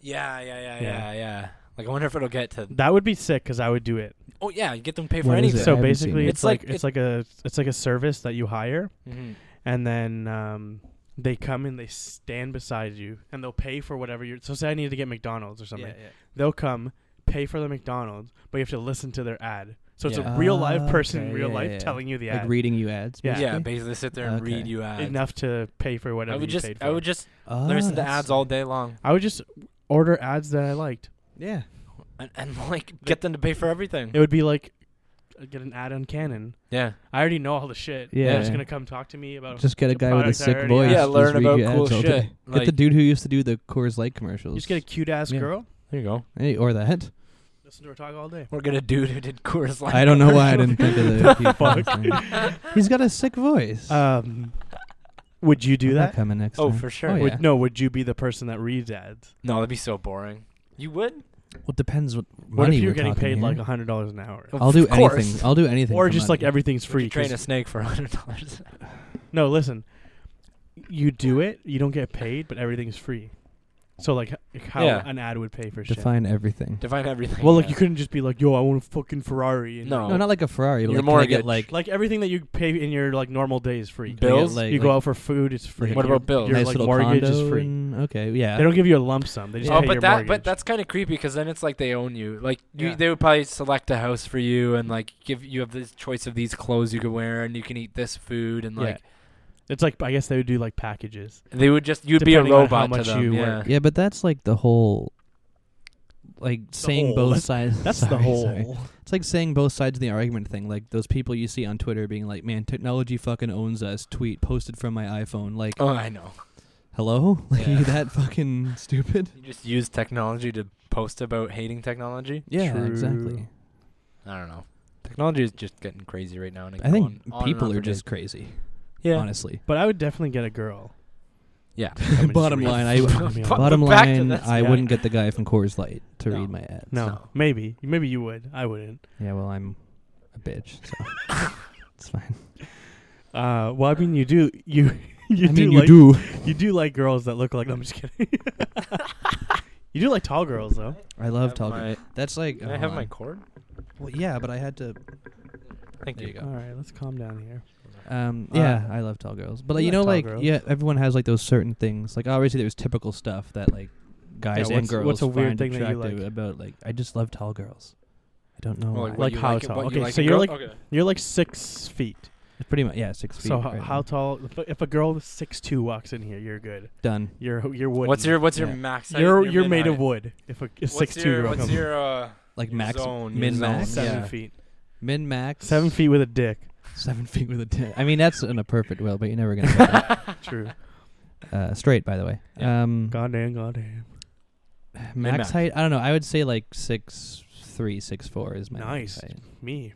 Speaker 2: Yeah, yeah, yeah,
Speaker 1: Yeah.
Speaker 2: yeah, yeah, Like I wonder if it'll get to.
Speaker 1: That would be sick because I would do it.
Speaker 2: Oh yeah, you get them to pay for
Speaker 3: What is
Speaker 2: anything.
Speaker 3: it?
Speaker 1: So
Speaker 3: I haven't seen
Speaker 1: basically,
Speaker 3: it.
Speaker 1: it's,
Speaker 2: It's
Speaker 1: like,
Speaker 2: like-
Speaker 1: it's like a it's like a service that you hire,
Speaker 2: Mhm.
Speaker 1: and then um, they come and they stand beside you, and they'll pay for whatever you're. So say I need to get McDonald's or something. They'll come, pay for the McDonald's, but you have to listen to their ad. So it's
Speaker 2: Yeah.
Speaker 1: a real live
Speaker 3: Ah,
Speaker 1: person, in
Speaker 3: okay,
Speaker 1: real
Speaker 3: yeah,
Speaker 1: life,
Speaker 3: yeah, yeah.
Speaker 1: telling you the
Speaker 3: Like
Speaker 1: ad
Speaker 3: reading you ads.
Speaker 1: Yeah.
Speaker 2: yeah,
Speaker 3: basically?
Speaker 2: basically sit there and
Speaker 3: Okay.
Speaker 2: read you ads.
Speaker 1: enough to pay for whatever.
Speaker 2: I would
Speaker 1: you
Speaker 2: just
Speaker 1: paid for.
Speaker 2: I would just
Speaker 3: Ah,
Speaker 2: listen to
Speaker 3: that's-
Speaker 2: ads all day long.
Speaker 1: I would just order ads that I liked.
Speaker 3: Yeah.
Speaker 2: and, and like get them to pay for everything.
Speaker 1: It would be like uh, get an ad on Canon.
Speaker 2: Yeah.
Speaker 1: I already know all the shit.
Speaker 3: Yeah.
Speaker 1: They're just gonna come talk to me about.
Speaker 3: Just get a
Speaker 1: The
Speaker 3: guy with a
Speaker 1: products I
Speaker 3: sick
Speaker 1: already
Speaker 3: voice.
Speaker 1: have.
Speaker 2: Oh, Yeah,
Speaker 3: just
Speaker 2: learn
Speaker 3: read
Speaker 2: about
Speaker 3: your
Speaker 2: cool
Speaker 3: ads all day.
Speaker 2: shit.
Speaker 3: Get the
Speaker 2: Like-
Speaker 3: dude who used to do the Coors Light commercials.
Speaker 1: just get a cute ass
Speaker 2: Yeah.
Speaker 1: girl.
Speaker 2: There you go.
Speaker 3: hey, or that.
Speaker 1: Listen to her talk all day.
Speaker 2: We're gonna dude who did Coors Light.
Speaker 3: I don't know why I didn't think of the. Hugh
Speaker 1: fuck?
Speaker 3: Jackman thing. He's got a sick voice.
Speaker 1: Um, would you do
Speaker 3: I'm not
Speaker 1: that?
Speaker 3: coming next.
Speaker 2: Oh,
Speaker 3: time.
Speaker 2: for sure.
Speaker 3: Oh,
Speaker 2: Would-
Speaker 3: yeah.
Speaker 1: No. Would you be the person that reads ads?
Speaker 2: No, that'd be so boring. You would?
Speaker 3: Well, depends what money
Speaker 1: What if
Speaker 3: we're
Speaker 1: you're getting
Speaker 3: talking
Speaker 1: paid
Speaker 3: here.
Speaker 1: like a hundred dollars an hour,
Speaker 2: Oh,
Speaker 3: I'll do
Speaker 2: Of course.
Speaker 3: anything. I'll do anything.
Speaker 1: or
Speaker 3: for
Speaker 1: just like
Speaker 3: money.
Speaker 1: everything's
Speaker 2: We
Speaker 1: free?
Speaker 2: could train a
Speaker 1: 'cause-
Speaker 2: snake for a hundred dollars.
Speaker 1: No, listen. You do it. You don't get paid, but everything's free. So like, h- how
Speaker 2: Yeah.
Speaker 1: an ad would pay for shit.
Speaker 3: define everything.
Speaker 2: Define everything.
Speaker 1: Well,
Speaker 2: yeah.
Speaker 1: like you couldn't just be like, "Yo, I want a fucking Ferrari." And
Speaker 2: No.
Speaker 3: No, not like a Ferrari. But
Speaker 2: Your
Speaker 3: like, can I
Speaker 2: mortgage.
Speaker 3: get like
Speaker 1: like everything that you pay in your like normal day is free.
Speaker 3: can I get,
Speaker 2: Bills?
Speaker 3: like-
Speaker 1: you
Speaker 3: like
Speaker 1: go out for food, it's free.
Speaker 2: What
Speaker 1: Your-
Speaker 2: about bills?
Speaker 1: Your
Speaker 3: nice
Speaker 1: like
Speaker 3: little
Speaker 1: mortgage is
Speaker 3: condo
Speaker 1: free.
Speaker 3: and- okay, yeah.
Speaker 1: They don't give you a lump sum. They just
Speaker 3: Yeah.
Speaker 2: oh,
Speaker 1: pay
Speaker 2: but
Speaker 1: your
Speaker 2: that
Speaker 1: mortgage.
Speaker 2: but that's kind of creepy because then it's like they own you. Like you,
Speaker 1: Yeah.
Speaker 2: they would probably select a house for you and like give you have this choice of these clothes you could wear and you can eat this food and
Speaker 1: Yeah.
Speaker 2: like
Speaker 1: it's like I guess they would do like packages.
Speaker 2: they would just you'd be a
Speaker 1: Depending on how
Speaker 2: robot
Speaker 1: much
Speaker 2: to them.
Speaker 1: you
Speaker 2: yeah.
Speaker 1: work.
Speaker 3: yeah, but that's like the whole. Like saying
Speaker 1: whole. That's-
Speaker 3: both sides.
Speaker 1: That's the
Speaker 3: Sorry,
Speaker 1: whole.
Speaker 3: sorry. It's like saying both sides of the argument thing. Like those people you see on Twitter being like, "Man, technology fucking owns us." Tweet posted from my iPhone. Like,
Speaker 2: Oh, I know.
Speaker 3: hello, like
Speaker 2: Yeah.
Speaker 3: you that fucking stupid?
Speaker 2: You just use technology to post about hating technology.
Speaker 3: Yeah,
Speaker 1: True.
Speaker 3: exactly.
Speaker 2: I don't know. Technology is just getting crazy right now. And it
Speaker 3: I
Speaker 2: go
Speaker 3: think
Speaker 2: on- on and on
Speaker 3: people
Speaker 2: for
Speaker 3: are just
Speaker 2: days.
Speaker 3: crazy.
Speaker 2: yeah.
Speaker 3: Honestly.
Speaker 1: But I would definitely get a girl.
Speaker 2: Yeah.
Speaker 1: Someone just
Speaker 3: Bottom
Speaker 1: reads
Speaker 3: line,
Speaker 1: it
Speaker 3: I-
Speaker 1: to me.
Speaker 2: Fuck.
Speaker 3: Bottom
Speaker 2: back to
Speaker 3: line,
Speaker 2: this
Speaker 3: I
Speaker 1: guy.
Speaker 3: wouldn't get the guy from Coors Light to
Speaker 2: No.
Speaker 3: read my ads.
Speaker 1: No,
Speaker 2: So-
Speaker 1: maybe maybe you would. I wouldn't.
Speaker 3: Yeah, well, I'm a bitch, so it's fine.
Speaker 1: Uh, well, I mean, you do you you
Speaker 3: I
Speaker 1: do
Speaker 3: mean,
Speaker 1: like,
Speaker 3: you do.
Speaker 1: you do like girls that look like. No, I'm just kidding. you do like tall girls though.
Speaker 3: I
Speaker 2: I
Speaker 3: love
Speaker 2: have
Speaker 3: talking.
Speaker 2: my-
Speaker 3: That's like.
Speaker 2: Can I
Speaker 3: hold
Speaker 2: have
Speaker 3: on.
Speaker 2: my cord?
Speaker 3: Well, yeah, but I had to.
Speaker 2: Thank
Speaker 3: There
Speaker 2: you.
Speaker 3: you
Speaker 1: All
Speaker 3: go.
Speaker 1: right, let's calm down here.
Speaker 3: Um,
Speaker 1: Uh,
Speaker 3: yeah, I love tall girls, but like,
Speaker 1: you
Speaker 3: you know,
Speaker 1: like
Speaker 3: like
Speaker 1: tall girls.
Speaker 3: yeah, everyone has like those certain things. Like obviously, there's typical stuff that like guys
Speaker 1: Yeah,
Speaker 3: and
Speaker 1: what's-
Speaker 3: girls
Speaker 1: what's a weird
Speaker 3: find
Speaker 1: thing that you
Speaker 3: attractive
Speaker 1: like?
Speaker 3: about. Like, I just love tall girls. I don't know.
Speaker 2: Well,
Speaker 3: why.
Speaker 2: what
Speaker 1: Like
Speaker 2: you
Speaker 1: how
Speaker 2: in-
Speaker 1: tall?
Speaker 2: what you
Speaker 1: Okay,
Speaker 2: like
Speaker 1: so
Speaker 2: in
Speaker 1: you're
Speaker 2: girl-
Speaker 1: like-
Speaker 2: okay.
Speaker 1: You're like six feet.
Speaker 3: It's pretty much yeah, six feet.
Speaker 1: So h-
Speaker 3: right
Speaker 1: how
Speaker 3: now.
Speaker 1: tall? If, a- if a girl six two walks in here, you're good.
Speaker 3: done?
Speaker 1: You're you're wood.
Speaker 2: What's your what's your
Speaker 3: Yeah.
Speaker 2: max? height,
Speaker 1: You're
Speaker 2: your
Speaker 1: you're made
Speaker 2: mid
Speaker 1: of
Speaker 2: height?
Speaker 1: wood. If a,
Speaker 2: What's
Speaker 1: six two
Speaker 2: your
Speaker 1: girl
Speaker 2: what's
Speaker 1: comes,
Speaker 2: your uh,
Speaker 3: Like
Speaker 2: your
Speaker 3: max,
Speaker 2: zone, your
Speaker 3: min max,
Speaker 2: zone.
Speaker 1: Oh, seven
Speaker 3: yeah.
Speaker 1: feet,
Speaker 3: min max,
Speaker 1: seven feet with a dick.
Speaker 3: seven feet with a ten. I mean, that's in a perfect will, but you're never gonna. get that.
Speaker 1: True.
Speaker 3: Uh, straight, by the way.
Speaker 2: Yeah.
Speaker 3: Um,
Speaker 1: goddamn, goddamn.
Speaker 3: max
Speaker 2: Min-max.
Speaker 3: height. I don't know. I would say like six three, six four is my max
Speaker 1: Nice.
Speaker 3: height.
Speaker 1: Me.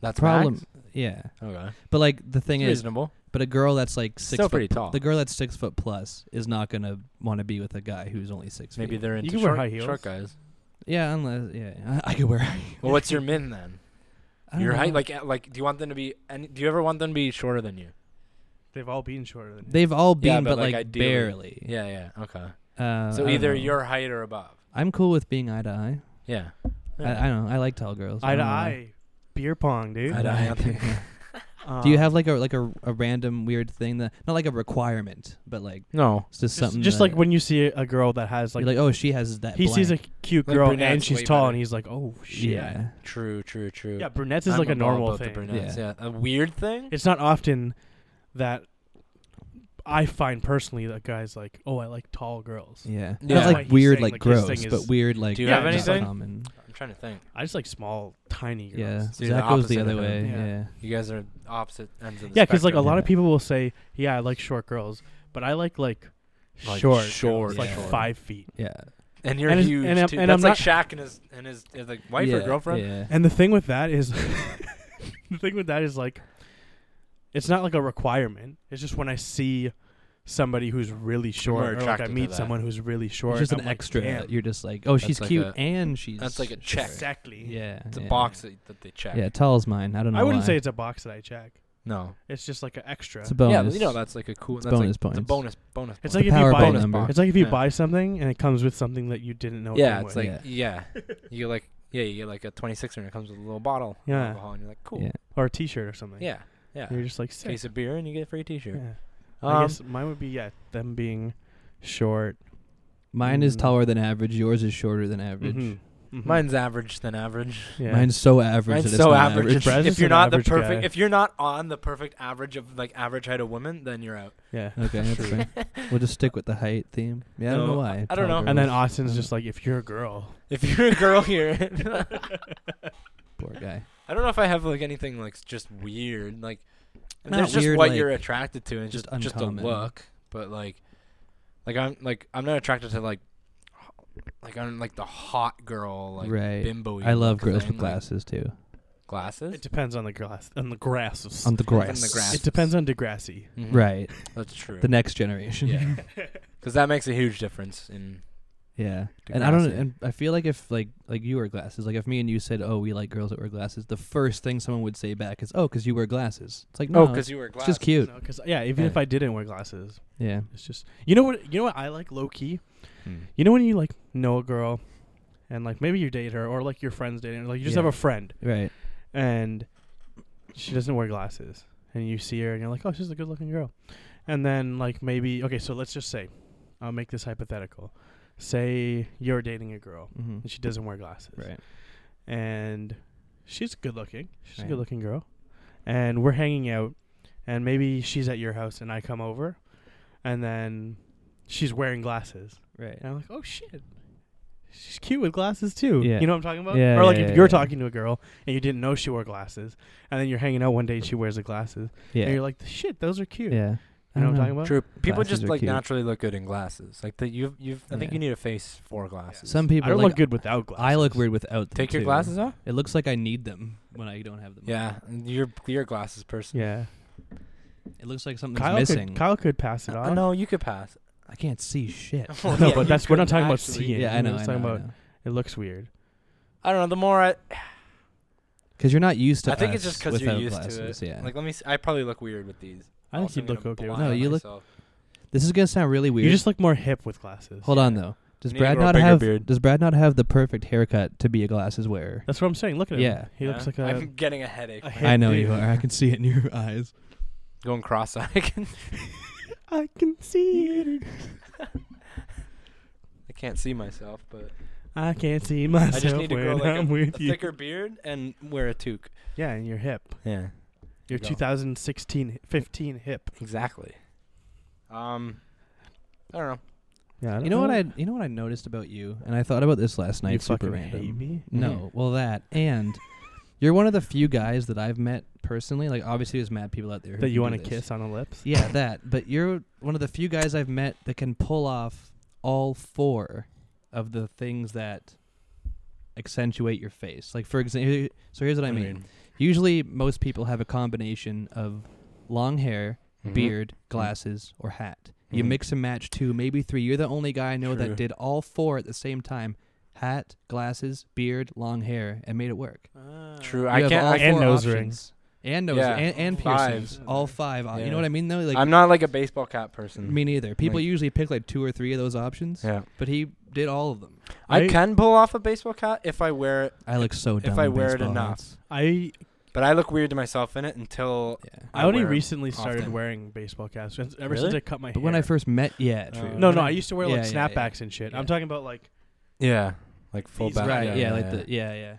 Speaker 2: That's
Speaker 3: Problem.
Speaker 2: max?
Speaker 3: Yeah,
Speaker 2: Okay.
Speaker 3: but like the thing is,
Speaker 2: reasonable.
Speaker 3: but a girl that's like six.
Speaker 2: Still
Speaker 3: foot,
Speaker 2: pretty tall.
Speaker 3: The girl that's six foot plus is not gonna want to be with a guy who's only six.
Speaker 2: Maybe
Speaker 3: feet.
Speaker 2: they're
Speaker 1: You
Speaker 2: into
Speaker 1: can wear
Speaker 2: short,
Speaker 1: high heels.
Speaker 2: short guys.
Speaker 3: Yeah, unless yeah, I, I could wear.
Speaker 2: Well, what's your min then?
Speaker 3: I don't
Speaker 2: Your height,
Speaker 3: know.
Speaker 2: like uh, like, do you want them to be? Any, do you ever want them to be shorter than you?
Speaker 1: They've all been shorter than me.
Speaker 3: they've all been,
Speaker 2: Yeah,
Speaker 3: but,
Speaker 2: but, like,
Speaker 3: like,
Speaker 2: ideally.
Speaker 3: barely.
Speaker 2: Yeah, yeah, okay.
Speaker 3: Uh, I
Speaker 2: so
Speaker 3: don't
Speaker 2: either
Speaker 3: know.
Speaker 2: your height or above.
Speaker 3: I'm cool with being eye to eye.
Speaker 2: Yeah.
Speaker 3: I, I don't know. I like tall girls. uh, I
Speaker 1: Eye to
Speaker 3: don't know why.
Speaker 1: eye, beer pong, dude.
Speaker 2: Eye to eye, I think.
Speaker 3: Do you
Speaker 1: Um,
Speaker 3: have like a like a, a random weird thing that not like a requirement, but like
Speaker 2: no.
Speaker 3: it's just,
Speaker 1: just,
Speaker 3: something.
Speaker 1: just
Speaker 3: that
Speaker 1: like when you see a girl that has
Speaker 3: you're
Speaker 1: like,
Speaker 3: like, oh, she has that.
Speaker 1: he sees a
Speaker 3: blank."
Speaker 1: cute
Speaker 2: Like
Speaker 1: girl and
Speaker 2: brunette's
Speaker 1: she's
Speaker 2: way
Speaker 1: tall
Speaker 2: better.
Speaker 1: and he's like, oh shit.
Speaker 3: yeah.
Speaker 2: True. True. True.
Speaker 1: Yeah, brunettes is
Speaker 2: I'm
Speaker 1: like a
Speaker 2: all
Speaker 1: normal
Speaker 2: about the
Speaker 1: thing.
Speaker 2: brunettes, yeah. A weird thing.
Speaker 1: It's not often that I find personally that guys like, oh, I like tall girls.
Speaker 3: Yeah.
Speaker 2: Yeah.
Speaker 3: Not
Speaker 1: Like
Speaker 3: like
Speaker 1: he's
Speaker 3: weird,
Speaker 1: saying,
Speaker 3: like
Speaker 1: like, his
Speaker 3: gross,
Speaker 1: thing
Speaker 3: but
Speaker 1: is-
Speaker 3: weird, like
Speaker 2: Do you
Speaker 1: have
Speaker 3: just
Speaker 2: anything?
Speaker 3: common.
Speaker 2: I'm trying to think.
Speaker 1: I just like small, tiny girls.
Speaker 3: Yeah,
Speaker 2: So you're the
Speaker 3: Zach goes the
Speaker 2: opposite
Speaker 3: other
Speaker 2: of him.
Speaker 3: way.
Speaker 1: Yeah.
Speaker 3: Yeah.
Speaker 2: You guys are opposite ends of the
Speaker 1: Yeah, because like a
Speaker 2: spectrum.
Speaker 1: lot
Speaker 3: yeah.
Speaker 1: of people will say, "Yeah, I like short girls," but I like like,
Speaker 2: Like
Speaker 1: short,
Speaker 2: short,
Speaker 1: girls, like
Speaker 3: yeah.
Speaker 1: five feet.
Speaker 3: yeah,
Speaker 2: and you're
Speaker 1: and it's-
Speaker 2: huge
Speaker 1: and I'm-
Speaker 2: too.
Speaker 1: and
Speaker 2: That's
Speaker 1: I'm
Speaker 2: like Shaq and his and his, his like wife or
Speaker 3: Yeah,
Speaker 2: girlfriend.
Speaker 3: Yeah,
Speaker 1: And the thing with that is, the thing with that is like, it's not like a requirement. It's just when I see somebody who's really short, or like I
Speaker 2: attracted to
Speaker 1: meet
Speaker 2: that.
Speaker 1: someone who's really short,
Speaker 3: it's just
Speaker 1: I'm
Speaker 3: an
Speaker 1: like,
Speaker 3: extra.
Speaker 1: "Damn."
Speaker 3: that You're just like, oh, she's
Speaker 2: like
Speaker 3: cute
Speaker 2: a-
Speaker 3: and she's
Speaker 2: that's like a
Speaker 3: short."
Speaker 2: check.
Speaker 1: Exactly.
Speaker 3: Yeah,
Speaker 2: It's a
Speaker 3: yeah.
Speaker 2: box that, that they check.
Speaker 3: Yeah, tall is mine. I don't know.
Speaker 1: I wouldn't
Speaker 3: why.
Speaker 1: say it's a box that I check.
Speaker 2: No.
Speaker 1: It's just like an extra.
Speaker 3: It's a bonus.
Speaker 2: Yeah, but you know that's like a cool.
Speaker 3: It's
Speaker 2: that's like-
Speaker 3: bonus
Speaker 2: It's a
Speaker 3: points.
Speaker 2: bonus bonus.
Speaker 1: It's
Speaker 2: point.
Speaker 1: like if you
Speaker 3: Powerball
Speaker 1: buy
Speaker 3: number.
Speaker 1: it's like if you
Speaker 2: Yeah.
Speaker 1: buy something and it comes with something that you didn't know. it
Speaker 2: yeah,
Speaker 1: came
Speaker 2: it's
Speaker 1: with.
Speaker 2: like yeah. you get like yeah, you get like a 26 and it comes with a little bottle of
Speaker 1: Yeah.
Speaker 2: alcohol and you're like cool.
Speaker 3: Yeah.
Speaker 2: Yeah.
Speaker 1: or a T-shirt or something.
Speaker 2: Yeah.
Speaker 1: you're just like sick.
Speaker 2: Case of beer and you get a free t-shirt.
Speaker 1: Yeah. I
Speaker 2: Um,
Speaker 1: guess mine would be yeah them being short.
Speaker 3: Mine is
Speaker 1: Mm.
Speaker 3: taller than average. Yours is shorter than
Speaker 2: Mm-hmm.
Speaker 3: average.
Speaker 1: Mhm. Mhm.
Speaker 2: mine's average than average.
Speaker 1: Yeah.
Speaker 3: Mm-hmm. Mine's so average. that
Speaker 2: Mine's
Speaker 3: it's
Speaker 2: so
Speaker 3: not
Speaker 2: average.
Speaker 1: average. Brez
Speaker 2: If
Speaker 1: is
Speaker 2: you're
Speaker 1: an
Speaker 2: not the
Speaker 1: average
Speaker 2: perfect
Speaker 1: guy.
Speaker 2: if you're not on the perfect average of like average height of women, then you're out.
Speaker 1: Yeah.
Speaker 3: Okay, that's
Speaker 2: True.
Speaker 3: fine. We'll just stick with the height theme. Yeah, I don't
Speaker 2: No,
Speaker 3: know why.
Speaker 2: I don't
Speaker 3: Tall
Speaker 2: know.
Speaker 1: And then
Speaker 3: girls.
Speaker 1: Austin's just like, if you're a girl,
Speaker 2: If you're a girl here,
Speaker 3: poor guy.
Speaker 2: I don't know if I have like anything like s- just weird. Like
Speaker 3: Not
Speaker 2: there's just
Speaker 3: weird,
Speaker 2: what you're
Speaker 3: like,
Speaker 2: attracted to and
Speaker 3: just
Speaker 2: just just a
Speaker 3: uncommon.
Speaker 2: look. But like like I'm like I'm not attracted to like h- like I'm like the hot girl like
Speaker 3: Right.
Speaker 2: bimbo.
Speaker 3: I love girls with
Speaker 2: glasses.
Speaker 3: glasses too.
Speaker 2: Glasses.
Speaker 1: It depends on the grass on the grass. Of, s-
Speaker 3: On the
Speaker 2: Depends
Speaker 3: grass.
Speaker 2: on the grass.
Speaker 1: it depends on Degrassi.
Speaker 2: Mhm.
Speaker 3: Mm-hmm. Right.
Speaker 2: That's true.
Speaker 3: The next generation.
Speaker 2: yeah. Because that makes a huge difference in
Speaker 3: Yeah. And I don't
Speaker 2: Degrassi.
Speaker 3: and I feel like if like like you wear glasses, like if me and you said, "Oh, we like girls that wear glasses," the first thing someone would say back is, "Oh, 'cause you wear glasses." It's like,
Speaker 2: oh,
Speaker 3: "No,
Speaker 2: because
Speaker 3: it's,
Speaker 2: you wear
Speaker 3: it's
Speaker 2: glasses.
Speaker 3: just cute."
Speaker 1: No, 'cause- yeah, even
Speaker 2: Yeah.
Speaker 1: if I didn't wear glasses,
Speaker 3: Yeah.
Speaker 1: it's just you know what you know what I like low key.
Speaker 2: Hmm.
Speaker 1: You know when you like know a girl, and like maybe you date her or like your friends dating, her, like you just
Speaker 3: Yeah.
Speaker 1: have a friend
Speaker 3: Right.
Speaker 1: and she doesn't wear glasses, and you see her and you're like, oh, she's a good looking girl, and then like maybe okay, so let's just say, I'll make this hypothetical. Say you're dating a girl
Speaker 3: Mm-hmm.
Speaker 1: and she doesn't wear glasses,
Speaker 3: Right.
Speaker 1: and she's good looking. She's
Speaker 3: Right.
Speaker 1: a good looking girl. And we're hanging out, and maybe she's at your house, and I come over, and then she's wearing glasses.
Speaker 3: Right.
Speaker 1: And I'm like, oh shit. She's cute with glasses too.
Speaker 3: Yeah.
Speaker 1: You know what I'm talking about?
Speaker 3: Yeah,
Speaker 1: or like
Speaker 3: yeah,
Speaker 1: if
Speaker 3: yeah,
Speaker 1: you're
Speaker 3: yeah.
Speaker 1: talking to a girl and you didn't know she wore glasses, and then you're hanging out one day and she wears the glasses, and
Speaker 3: Yeah.
Speaker 1: you're like, shit, those are cute.
Speaker 3: Yeah. Uh-huh.
Speaker 1: You know what I'm talking about?
Speaker 2: True. People
Speaker 3: Glasses
Speaker 2: just
Speaker 3: are
Speaker 2: like
Speaker 3: cute.
Speaker 2: naturally look good in glasses. Like that you've you've I think
Speaker 3: Yeah.
Speaker 2: you need a face for glasses.
Speaker 3: Some
Speaker 1: I
Speaker 3: people
Speaker 1: don't
Speaker 3: like,
Speaker 1: look good without glasses.
Speaker 3: I look weird without them
Speaker 2: Take your
Speaker 3: too.
Speaker 2: glasses off?
Speaker 3: It looks like I need them when I don't have them. on.
Speaker 2: Yeah. You're you're a glasses person.
Speaker 1: Yeah.
Speaker 3: It looks like something's
Speaker 1: Kyle
Speaker 3: missing.
Speaker 1: could, Kyle could pass it
Speaker 2: Uh,
Speaker 1: off.
Speaker 2: no, you could pass.
Speaker 3: I can't see shit.
Speaker 2: Well,
Speaker 1: No,
Speaker 2: yeah,
Speaker 1: but
Speaker 2: you
Speaker 1: that's we're not
Speaker 2: could
Speaker 1: talking about
Speaker 2: actually-
Speaker 1: seeing.
Speaker 3: yeah, I know.
Speaker 1: We're
Speaker 3: I
Speaker 1: talking
Speaker 3: know,
Speaker 1: about it looks weird.
Speaker 2: I don't know. The more I,
Speaker 3: Because you're not used to.
Speaker 2: I think it's
Speaker 3: us
Speaker 2: just because you're
Speaker 3: without
Speaker 2: used
Speaker 3: glasses,
Speaker 2: to it.
Speaker 3: Yeah.
Speaker 2: Like, let me. See, I probably look weird with these.
Speaker 1: I think
Speaker 2: Also,
Speaker 1: you'd
Speaker 2: I'm
Speaker 1: look
Speaker 2: gonna
Speaker 1: okay. with
Speaker 2: blind
Speaker 3: No, you look-
Speaker 2: myself.
Speaker 3: this is gonna sound really weird.
Speaker 1: You just look more hip with glasses.
Speaker 3: Hold on though. Does
Speaker 2: Need to
Speaker 3: Brad
Speaker 2: grow a
Speaker 3: not
Speaker 2: bigger
Speaker 3: have?
Speaker 2: beard.
Speaker 3: Does Brad not have the perfect haircut to be a glasses wearer?
Speaker 1: That's what I'm saying. Look at him.
Speaker 3: Yeah.
Speaker 1: He looks
Speaker 2: Yeah?
Speaker 1: like a.
Speaker 2: I'm getting a headache.
Speaker 1: a
Speaker 2: from
Speaker 1: hip
Speaker 3: I know
Speaker 1: dude.
Speaker 3: you are. I can see it in your eyes.
Speaker 2: Going cross-eyed. I can-
Speaker 1: I can see it.
Speaker 2: I can't see myself, but
Speaker 1: I can't see myself
Speaker 2: I just need to
Speaker 1: when
Speaker 2: grow like
Speaker 1: I'm
Speaker 2: a,
Speaker 1: with
Speaker 2: a
Speaker 1: you.
Speaker 2: thicker beard and wear a toque.
Speaker 1: Yeah, and you're hip.
Speaker 2: Yeah.
Speaker 1: You're
Speaker 2: There you go.
Speaker 1: 2016, 15 hip.
Speaker 2: Exactly. Um, I don't know.
Speaker 1: Yeah.
Speaker 3: You know what I? You know what I noticed about you, and I thought about this last night.
Speaker 1: You
Speaker 3: super
Speaker 1: fucking
Speaker 3: random.
Speaker 1: hate me.
Speaker 3: No, well that and you're one of the few guys that I've met personally. Like obviously, there's mad people out there who
Speaker 1: That you
Speaker 3: want to
Speaker 1: kiss on the lips?
Speaker 3: Yeah, that. But you're one of the few guys I've met that can pull off all four of the things that accentuate your face. Like for example, so here's what I mean. Usually, most people have a combination of long hair,
Speaker 1: Mm-hmm.
Speaker 2: Mhm.
Speaker 3: beard, glasses, or hat. You
Speaker 2: Mhm.
Speaker 3: mix and match two, maybe three. You're the only guy I know
Speaker 2: True.
Speaker 3: that did all four at the same time: hat, glasses, beard, long hair, and made it work.
Speaker 2: True.
Speaker 3: You
Speaker 2: I
Speaker 3: have
Speaker 2: can't.
Speaker 3: all
Speaker 2: I
Speaker 1: And
Speaker 3: four
Speaker 2: can't.
Speaker 1: nose
Speaker 3: options.
Speaker 1: rings.
Speaker 3: and nose,
Speaker 2: Yeah.
Speaker 3: and, and
Speaker 2: Five.
Speaker 3: piercings, all five. Uh, You
Speaker 2: Yeah.
Speaker 3: know what I mean? Though, like
Speaker 2: I'm not like a baseball cap person.
Speaker 3: me neither. People
Speaker 2: like-
Speaker 3: usually pick like two or three of those options,
Speaker 2: yeah.
Speaker 3: but he did all of them.
Speaker 2: I,
Speaker 1: I-
Speaker 2: can pull off a baseball cap if I wear it,
Speaker 3: I look so dumb.
Speaker 2: if I
Speaker 3: in
Speaker 2: wear it
Speaker 3: baseball
Speaker 2: enough.
Speaker 3: hats.
Speaker 1: I
Speaker 2: But I look weird to myself in it until
Speaker 3: Yeah.
Speaker 1: I,
Speaker 2: I
Speaker 1: only
Speaker 2: wear 'em
Speaker 1: recently started
Speaker 2: often.
Speaker 1: wearing baseball caps since- ever
Speaker 2: Really?
Speaker 1: since I cut my
Speaker 3: But
Speaker 1: hair.
Speaker 3: when I first met, yeah, true.
Speaker 2: Uh,
Speaker 1: no,
Speaker 2: when
Speaker 1: no,
Speaker 2: I-
Speaker 1: I used to wear like
Speaker 3: Yeah, yeah, yeah.
Speaker 1: snapbacks and shit.
Speaker 3: Yeah.
Speaker 1: I'm talking about like
Speaker 2: yeah, like full
Speaker 1: These
Speaker 2: back.
Speaker 3: right,
Speaker 1: yeah,
Speaker 3: yeah,
Speaker 1: yeah,
Speaker 3: like the yeah, yeah,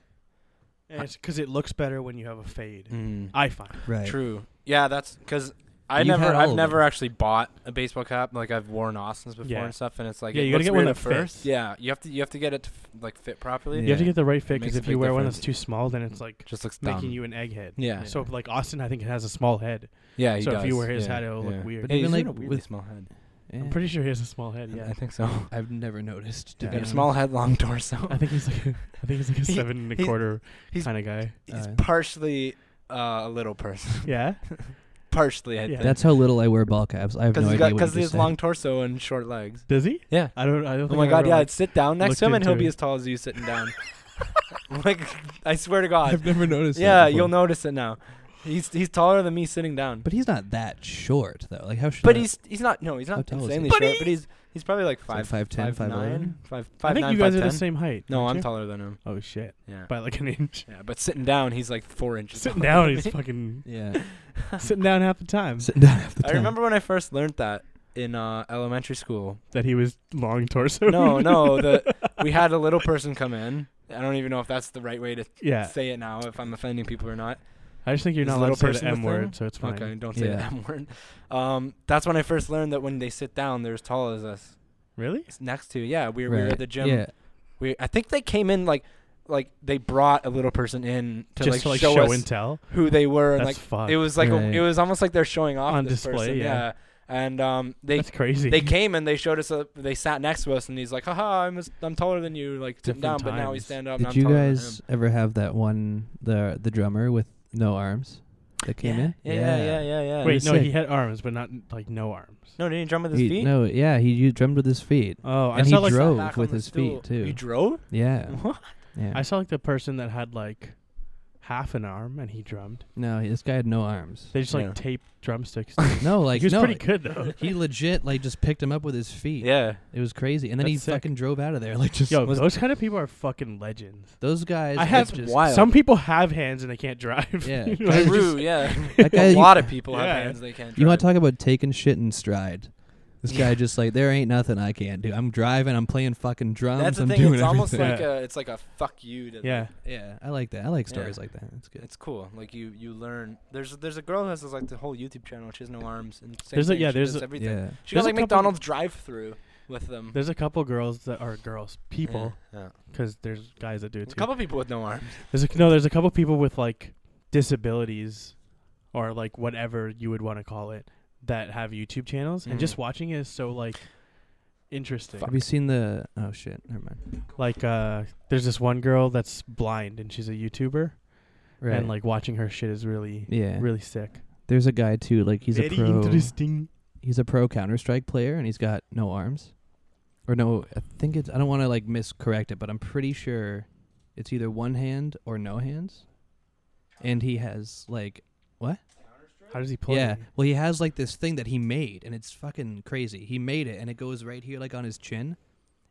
Speaker 1: and it's 'cause it looks better when you have a fade.
Speaker 2: Mm.
Speaker 1: I find.
Speaker 3: right.
Speaker 2: True. Yeah, that's because I
Speaker 3: You've had
Speaker 2: never,
Speaker 3: all
Speaker 2: I've
Speaker 3: of
Speaker 2: never
Speaker 3: them.
Speaker 2: actually bought a baseball cap. Like I've worn Austin's before
Speaker 1: Yeah.
Speaker 2: and stuff, and it's like
Speaker 1: Yeah,
Speaker 2: it
Speaker 1: you gotta
Speaker 2: looks
Speaker 1: get one
Speaker 2: weird
Speaker 1: that
Speaker 2: at first.
Speaker 1: fits.
Speaker 2: Yeah, you have to, you have to get it to f- like fit properly.
Speaker 3: You
Speaker 1: You have to
Speaker 3: Yeah.
Speaker 1: get the right fit
Speaker 2: It
Speaker 1: because
Speaker 2: makes a
Speaker 1: if you
Speaker 2: big
Speaker 1: wear one
Speaker 2: difference.
Speaker 1: that's too small, then it's like
Speaker 2: just looks dumb.
Speaker 1: making you an egghead.
Speaker 2: yeah,
Speaker 1: So like Austin, I think has a small head.
Speaker 2: yeah. he
Speaker 1: so if you
Speaker 2: does.
Speaker 1: wear his
Speaker 2: Yeah,
Speaker 1: hat, it'll look
Speaker 2: yeah.
Speaker 1: weird.
Speaker 3: But
Speaker 2: Hey,
Speaker 3: even,
Speaker 2: he's got
Speaker 3: like,
Speaker 2: a weirdly
Speaker 3: with-
Speaker 2: small head.
Speaker 1: I'm
Speaker 3: Yeah.
Speaker 1: pretty sure he has a small head. Yeah.
Speaker 2: I think so.
Speaker 3: I've never noticed. To
Speaker 1: Yeah.
Speaker 2: Got a
Speaker 3: be
Speaker 1: Yeah.
Speaker 3: honest.
Speaker 2: small head, long torso.
Speaker 1: I think he's like a, I think he's like a
Speaker 2: He-
Speaker 1: seven and a
Speaker 2: he's-
Speaker 1: quarter
Speaker 2: he's-
Speaker 1: kind of guy.
Speaker 2: He's
Speaker 3: Alright.
Speaker 2: partially uh, a little person.
Speaker 1: Yeah.
Speaker 2: partially, I
Speaker 1: Yeah.
Speaker 2: think.
Speaker 3: That's how little I wear ball caps. I have
Speaker 2: because
Speaker 3: no
Speaker 2: he's
Speaker 3: idea
Speaker 2: got
Speaker 3: what
Speaker 2: because
Speaker 3: you
Speaker 2: he has
Speaker 3: just
Speaker 2: long
Speaker 3: said.
Speaker 2: torso and short legs.
Speaker 1: Does he?
Speaker 2: Yeah.
Speaker 1: I don't. I don't.
Speaker 2: Oh
Speaker 1: think
Speaker 2: my
Speaker 1: I've
Speaker 2: god,
Speaker 1: ever,
Speaker 2: yeah.
Speaker 1: like-
Speaker 2: I'd sit down next to him
Speaker 1: looked
Speaker 2: and he'll
Speaker 1: into
Speaker 2: be
Speaker 1: it.
Speaker 2: as tall as you sitting down. like I swear to God.
Speaker 3: I've never noticed. that
Speaker 2: Yeah,
Speaker 3: before.
Speaker 2: you'll notice it now. He's he's taller than me sitting down. But,
Speaker 3: But he's not that short though. Like how short?
Speaker 2: he's he's not no he's
Speaker 3: How
Speaker 2: not
Speaker 3: tall is he?
Speaker 2: insanely
Speaker 3: But
Speaker 2: short. but he's he's probably like
Speaker 3: like
Speaker 2: five
Speaker 3: 5'10",
Speaker 2: five nine
Speaker 3: 5'11"?
Speaker 2: five
Speaker 1: I
Speaker 2: five
Speaker 1: think
Speaker 2: nine,
Speaker 1: you guys
Speaker 2: five
Speaker 1: are the
Speaker 2: ten.
Speaker 1: same height.
Speaker 2: No,
Speaker 1: aren't
Speaker 2: I'm
Speaker 1: you?
Speaker 2: taller than him.
Speaker 1: Oh shit!
Speaker 2: Yeah,
Speaker 1: By like an inch.
Speaker 2: yeah. But sitting down, he's like four inches.
Speaker 1: Sitting
Speaker 2: taller
Speaker 1: down,
Speaker 2: than
Speaker 1: he's
Speaker 2: me.
Speaker 1: fucking
Speaker 3: Yeah.
Speaker 1: sitting down half the time.
Speaker 3: Sitting down half the
Speaker 2: I
Speaker 3: time.
Speaker 2: remember when I first learned that in uh, elementary school.
Speaker 1: That he was long torso.
Speaker 2: No, no, the we had a little person come in. I don't even know if that's the right way to
Speaker 1: yeah.
Speaker 2: say it now. If I'm offending people or not.
Speaker 1: I just think you're
Speaker 2: Is
Speaker 1: not
Speaker 2: little
Speaker 1: allowed to say
Speaker 2: person
Speaker 1: the M
Speaker 2: the thing?
Speaker 1: word, so it's fine.
Speaker 2: Okay, don't say
Speaker 3: Yeah.
Speaker 2: that word. Um, that's when I first learned that when they sit down, they're as tall as us.
Speaker 1: Really?
Speaker 2: It's next to yeah, we were, we were
Speaker 3: Right.
Speaker 2: at the gym.
Speaker 3: Yeah.
Speaker 2: We I think they came in like like they brought a little person in to
Speaker 1: just
Speaker 2: like,
Speaker 1: to like
Speaker 2: show,
Speaker 1: show
Speaker 2: us
Speaker 1: and tell
Speaker 2: who they were and
Speaker 1: that's
Speaker 2: like
Speaker 1: fun
Speaker 2: it was like
Speaker 3: Right.
Speaker 2: a, it was almost like they're showing off
Speaker 1: On
Speaker 2: this
Speaker 1: display,
Speaker 2: person.
Speaker 1: yeah.
Speaker 2: And um they
Speaker 1: that's crazy
Speaker 2: they came and they showed us a, they sat next to us and he's like haha I'm as- I'm taller than you like sit
Speaker 1: Different
Speaker 2: down but now we
Speaker 1: times.
Speaker 2: stand up and
Speaker 3: Did
Speaker 2: I'm
Speaker 3: you
Speaker 2: taller than
Speaker 3: guys ever have that one the the drummer with no arms that came
Speaker 2: him. yeah.
Speaker 3: in?
Speaker 2: Yeah, yeah yeah yeah yeah
Speaker 1: wait
Speaker 3: was
Speaker 1: no he
Speaker 3: sick.
Speaker 1: had arms but not like no arms
Speaker 2: no didn't he drum with his
Speaker 3: He-
Speaker 2: feet
Speaker 3: No, yeah, he you drummed with his feet.
Speaker 1: oh I
Speaker 3: And he
Speaker 1: saw like
Speaker 3: drove
Speaker 2: Back
Speaker 3: with
Speaker 2: on the
Speaker 3: his feet,
Speaker 2: stool.
Speaker 3: too.
Speaker 2: you drove
Speaker 3: Yeah,
Speaker 2: What?
Speaker 3: yeah.
Speaker 1: I saw like the person that had like half an arm and he drummed
Speaker 3: no, he- this guy had no arms.
Speaker 1: they just like
Speaker 2: Yeah.
Speaker 1: taped drumsticks to him.
Speaker 3: No, like
Speaker 1: he was
Speaker 3: no,
Speaker 1: pretty good though
Speaker 3: he legit like just picked him up with his feet.
Speaker 2: yeah
Speaker 3: it was crazy, and then he
Speaker 1: That's sick.
Speaker 3: fucking drove out of there like just
Speaker 1: yo
Speaker 3: was-
Speaker 1: those kind of people are fucking legends
Speaker 3: those guys.
Speaker 1: I have
Speaker 3: it's just,
Speaker 2: wild.
Speaker 1: some people have hands and they can't drive
Speaker 3: Yeah.
Speaker 1: You know what I mean?
Speaker 2: True, yeah.
Speaker 3: That guy-
Speaker 2: a lot of people have
Speaker 1: Yeah.
Speaker 2: hands they can't.
Speaker 3: You want to
Speaker 2: drive.
Speaker 3: talk about taking shit in stride? This
Speaker 2: Yeah.
Speaker 3: guy just like there ain't nothing I can't do. I'm driving. I'm playing fucking drums.
Speaker 2: That's the
Speaker 3: I'm
Speaker 2: thing. It's
Speaker 3: doing
Speaker 2: almost
Speaker 3: everything.
Speaker 2: like a it's like a fuck you. To
Speaker 1: yeah
Speaker 3: yeah, I like that. I like
Speaker 2: Yeah.
Speaker 3: stories like that. That's good.
Speaker 2: It's cool. Like you, you learn. There's there's a girl who has this, like the whole YouTube channel. She has no arms. And same
Speaker 1: There's a-
Speaker 2: thing,
Speaker 1: yeah,
Speaker 2: she
Speaker 1: there's
Speaker 2: does
Speaker 1: a-
Speaker 2: everything.
Speaker 3: Yeah.
Speaker 2: She got
Speaker 1: There's a
Speaker 2: like
Speaker 1: couple-
Speaker 2: McDonald's drive through with them.
Speaker 1: there's a couple girls that are girls people
Speaker 2: Yeah. yeah.
Speaker 1: because there's guys that do it
Speaker 2: A
Speaker 1: too
Speaker 2: couple people with no arms.
Speaker 1: There's a, no, there's a couple people with like disabilities, or like whatever you would want to call it, that have YouTube channels, and
Speaker 2: Mhm.
Speaker 3: Mm.
Speaker 1: just watching it is so like interesting.
Speaker 3: Have you seen the? Oh shit. Never mind.
Speaker 1: Like, uh, there's this one girl that's blind and she's a YouTuber,
Speaker 3: Right.
Speaker 1: and like watching her shit is really,
Speaker 3: yeah.
Speaker 1: really sick.
Speaker 3: There's a guy too. Like he's
Speaker 1: Very
Speaker 3: a pro.
Speaker 1: interesting.
Speaker 3: He's a pro Counter Strike player, and he's got no arms, or no. I think it's. I don't want to like miscorrect it, but I'm pretty sure it's either one hand or no hands, and he has like
Speaker 1: How does he play?
Speaker 3: Yeah. Well, he has like this thing that he made, and it's fucking crazy. He made it, and it goes right here, like on his chin,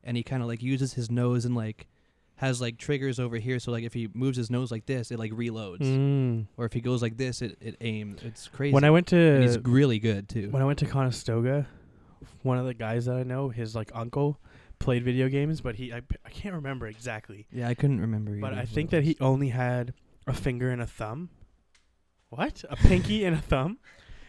Speaker 3: and he kind of like uses his nose and like has like triggers over here. So like if he moves his nose like this, it like reloads,
Speaker 1: Mm.
Speaker 3: or if he goes like this, it it aims. It's crazy.
Speaker 1: When I went
Speaker 3: and he's
Speaker 1: to
Speaker 3: really good too.
Speaker 1: when I went to Conestoga, one of the guys that I know, his like uncle, played video games, but he I, I can't remember exactly.
Speaker 3: yeah, I couldn't remember.
Speaker 1: But
Speaker 3: either
Speaker 1: I
Speaker 3: what
Speaker 1: think
Speaker 3: it
Speaker 1: that
Speaker 3: was.
Speaker 1: he only had a finger and a thumb. What? A pinky and a thumb?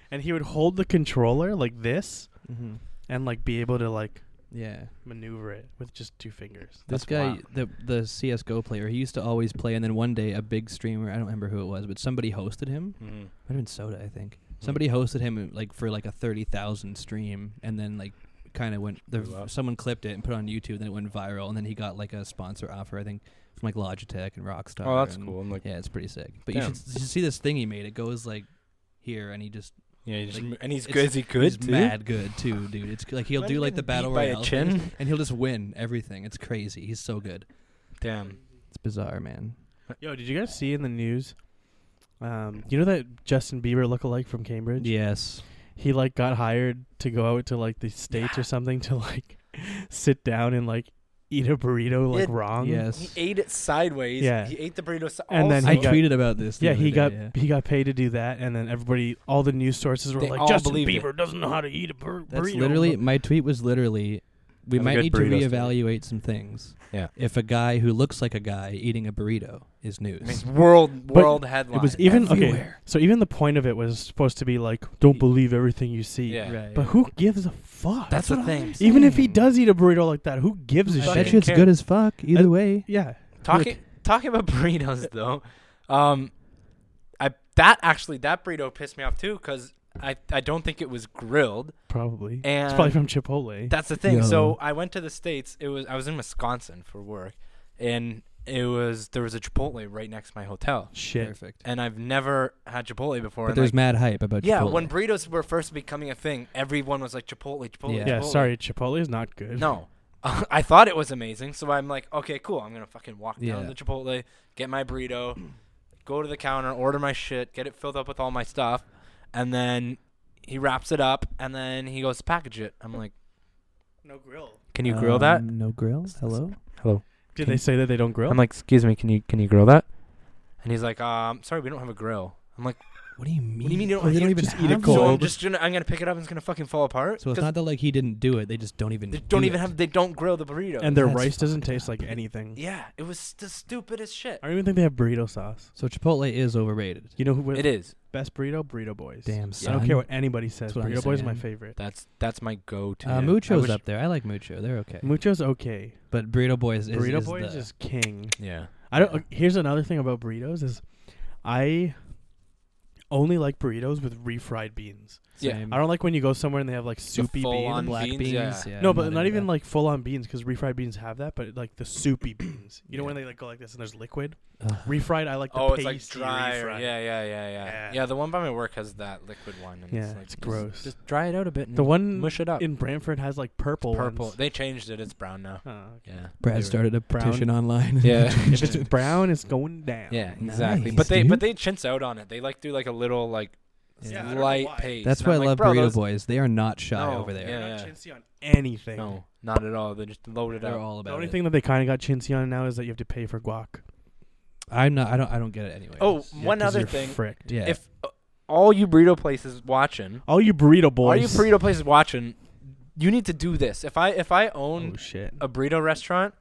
Speaker 1: And he would hold the controller like this
Speaker 3: Mhm.
Speaker 1: and like be able to like
Speaker 3: Yeah,
Speaker 1: maneuver it with just two fingers.
Speaker 3: this
Speaker 1: That's
Speaker 3: guy,
Speaker 1: wild.
Speaker 3: the the CS:GO player, he used to always play, and then one day a big streamer, I don't remember who it was, but somebody hosted him.
Speaker 2: Mm-hmm.
Speaker 3: Might have been Soda, I think. Somebody hosted him like for like a thirty thousand stream, and then like kind of went.
Speaker 1: Oh,
Speaker 3: The,
Speaker 2: Blew up.
Speaker 3: someone clipped it and put it on YouTube, and then it went viral, and then he got like a sponsor offer, I think, from like Logitech and Rockstar.
Speaker 2: Oh, that's
Speaker 3: and-
Speaker 2: cool. I'm like, yeah,
Speaker 3: Yeah, it's pretty sick. But
Speaker 2: Damn.
Speaker 3: you should, you should see this thing he made. It goes like here, and he just
Speaker 2: you just
Speaker 3: like,
Speaker 2: mo- and he's
Speaker 3: it's-
Speaker 2: good. Is he good
Speaker 3: he's
Speaker 2: too?
Speaker 3: mad good too, dude. It's like he'll
Speaker 2: Imagine
Speaker 3: do like
Speaker 2: getting
Speaker 3: the battle
Speaker 2: beat by a
Speaker 3: royale,
Speaker 2: chin.
Speaker 3: things, and he'll just win everything. It's crazy. He's so good.
Speaker 2: Damn.
Speaker 3: It's bizarre, man.
Speaker 1: Yo, did you guys see in the news? Um, you know that Justin Bieber lookalike from Cambridge?
Speaker 3: Yes.
Speaker 1: He like got hired to go out to like the states or something to like sit down and like eat a burrito like
Speaker 2: Yeah,
Speaker 1: wrong.
Speaker 3: Yes.
Speaker 2: He ate it sideways.
Speaker 1: Yeah.
Speaker 2: He ate the burrito. Si-
Speaker 1: And then
Speaker 2: also,
Speaker 3: I
Speaker 1: got-
Speaker 3: tweeted about this. the
Speaker 1: Yeah,
Speaker 3: other
Speaker 1: he
Speaker 3: day,
Speaker 1: got
Speaker 3: yeah.
Speaker 1: he got paid to do that, and then everybody, all the news sources were
Speaker 2: They all
Speaker 1: like, Justin
Speaker 2: believed it.
Speaker 1: Bieber doesn't know how to eat a bur-
Speaker 3: That's
Speaker 1: burrito.
Speaker 3: literally my tweet was literally we
Speaker 2: Have a
Speaker 3: might
Speaker 2: good
Speaker 3: need to
Speaker 2: burrito story.
Speaker 3: reevaluate some things.
Speaker 2: Yeah.
Speaker 3: If a guy who looks like a guy eating a burrito is news.
Speaker 2: makes world
Speaker 1: But
Speaker 2: world headline.
Speaker 1: it was even okay.
Speaker 3: everywhere.
Speaker 1: So even the point of it was supposed to be like, don't believe everything you see.
Speaker 2: Yeah.
Speaker 3: Right.
Speaker 1: But who gives a fuck?
Speaker 2: That's the thing.
Speaker 1: even if he does eat a burrito like that, who gives a
Speaker 3: I
Speaker 1: shit?
Speaker 3: bet you it's
Speaker 2: care.
Speaker 3: good as fuck either
Speaker 1: Uh,
Speaker 3: way.
Speaker 1: Yeah.
Speaker 2: Talking talking about burritos though, um, I that actually that burrito pissed me off too because I I don't think it was grilled
Speaker 1: Probably.
Speaker 2: and
Speaker 1: it's probably from Chipotle.
Speaker 2: that's the thing.
Speaker 3: Yeah.
Speaker 2: So I went to the states. It was I was in Wisconsin for work, and it was there was a Chipotle right next to my hotel,
Speaker 1: shit.
Speaker 3: Perfect.
Speaker 2: and I've never had Chipotle before.
Speaker 3: But
Speaker 2: and,
Speaker 3: there's
Speaker 2: like,
Speaker 3: mad hype about
Speaker 2: yeah
Speaker 3: Chipotle.
Speaker 2: when burritos were first becoming a thing, everyone was like Chipotle, Chipotle,
Speaker 3: Yeah.
Speaker 1: Yeah.
Speaker 2: Chipotle.
Speaker 1: sorry, Chipotle is not good.
Speaker 2: No. I thought it was amazing, so I'm like, okay, cool. I'm gonna fucking walk down
Speaker 3: Yeah.
Speaker 2: to Chipotle, get my burrito, go to the counter, order my shit, get it filled up with all my stuff, and then he wraps it up, and then he goes to package it. I'm like,
Speaker 1: no grill.
Speaker 2: can you grill that?
Speaker 3: Um, No grill? Hello?
Speaker 1: Did
Speaker 2: Can-
Speaker 1: they say that they don't grill?
Speaker 2: I'm like, excuse me, can you can you grill that? And he's like, um, sorry, we don't have a grill. I'm like,
Speaker 3: What do you mean?
Speaker 2: do you mean you don't-
Speaker 3: Well, they
Speaker 2: you
Speaker 3: don't even
Speaker 1: just eat it
Speaker 3: have
Speaker 1: cold?
Speaker 2: so
Speaker 3: one.
Speaker 2: I'm just gonna I'm gonna pick it up and it's gonna fucking fall apart.
Speaker 3: So it's
Speaker 2: 'Cause
Speaker 3: not that like he didn't do it, they just don't even
Speaker 2: they don't
Speaker 3: do
Speaker 2: even
Speaker 3: it.
Speaker 2: have they don't grill the burrito.
Speaker 1: and their
Speaker 3: That's
Speaker 1: rice doesn't
Speaker 3: fucked
Speaker 1: taste
Speaker 3: up.
Speaker 1: like anything.
Speaker 2: yeah, it was the stupidest shit.
Speaker 1: I don't even think they have burrito sauce.
Speaker 3: So Chipotle is overrated.
Speaker 1: You know who
Speaker 2: It is.
Speaker 1: best burrito? Burrito Boys.
Speaker 3: Damn
Speaker 1: I
Speaker 3: son.
Speaker 1: don't care what anybody says.
Speaker 3: That's what I'm
Speaker 1: Burrito Boy's my
Speaker 3: saying.
Speaker 1: favorite.
Speaker 2: That's that's my go-to.
Speaker 3: Uh,
Speaker 1: I
Speaker 3: Mucho's
Speaker 2: wish-
Speaker 3: up there. I like Mucho. They're okay.
Speaker 1: Mucho's okay.
Speaker 3: But Burrito Boys is
Speaker 1: Burrito
Speaker 3: is
Speaker 1: Boys
Speaker 3: the-
Speaker 1: is king.
Speaker 2: Yeah.
Speaker 1: I don't. Here's another thing about burritos is, I only like burritos with refried beans.
Speaker 2: Yeah.
Speaker 3: Same.
Speaker 1: I don't like when you go somewhere and they have like
Speaker 2: The
Speaker 1: soupy
Speaker 2: full-on
Speaker 1: beans.
Speaker 3: black
Speaker 2: beans,
Speaker 3: beans.
Speaker 2: yeah.
Speaker 3: yeah,
Speaker 1: no,
Speaker 3: I'm
Speaker 1: but not,
Speaker 3: into
Speaker 1: even
Speaker 3: that.
Speaker 1: like full on beans because refried beans have that, but like the soupy beans. You know when they like go like this and there's liquid.
Speaker 3: Ugh.
Speaker 1: Refried, I like the
Speaker 2: oh, it's
Speaker 1: pasty
Speaker 2: like dry.
Speaker 1: refried.
Speaker 2: Yeah, yeah, yeah, yeah, yeah.
Speaker 1: Yeah.
Speaker 2: the one by my work has that liquid one. And
Speaker 1: Yeah,
Speaker 2: it's, like,
Speaker 1: it's
Speaker 2: just-
Speaker 1: gross.
Speaker 2: Just, dry it out a bit. And
Speaker 1: The one
Speaker 2: mush it up.
Speaker 1: in Brantford has like purple.
Speaker 2: purple.
Speaker 1: ones.
Speaker 2: They changed it. It's brown now.
Speaker 1: Oh, okay.
Speaker 2: Yeah.
Speaker 3: Brad started a
Speaker 1: Brown.
Speaker 3: petition online.
Speaker 2: Yeah.
Speaker 1: if it's brown, it's going down.
Speaker 2: Yeah,
Speaker 3: Nice,
Speaker 2: exactly. but they but
Speaker 3: dude.
Speaker 2: they chintz out on it. They like do like a little like
Speaker 3: Yeah, I
Speaker 1: don't know
Speaker 2: light
Speaker 1: why.
Speaker 2: paste.
Speaker 3: That's
Speaker 2: And
Speaker 3: why I
Speaker 2: I'm like,
Speaker 3: love
Speaker 2: "Bro,
Speaker 3: Burrito
Speaker 2: those-
Speaker 3: Boys. They are not shy
Speaker 2: No,
Speaker 3: over there.
Speaker 1: They're
Speaker 2: yeah.
Speaker 1: not chintzy on anything.
Speaker 2: No, not at all. They just load it
Speaker 3: They're
Speaker 2: up.
Speaker 3: all about
Speaker 1: The only
Speaker 3: it.
Speaker 1: thing that they kind of got chintzy on now is that you have to pay for guac.
Speaker 3: I'm not. I don't. I don't get it anyway.
Speaker 2: Oh,
Speaker 1: Yeah,
Speaker 2: one
Speaker 1: 'cause
Speaker 2: other
Speaker 1: you're
Speaker 2: thing.
Speaker 1: fricked.
Speaker 3: yeah.
Speaker 2: If uh, all you burrito places watching,
Speaker 1: All you burrito boys.
Speaker 2: all you burrito places watching, you need to do this. If I if I
Speaker 1: Oh
Speaker 2: own
Speaker 1: shit!
Speaker 2: a burrito restaurant,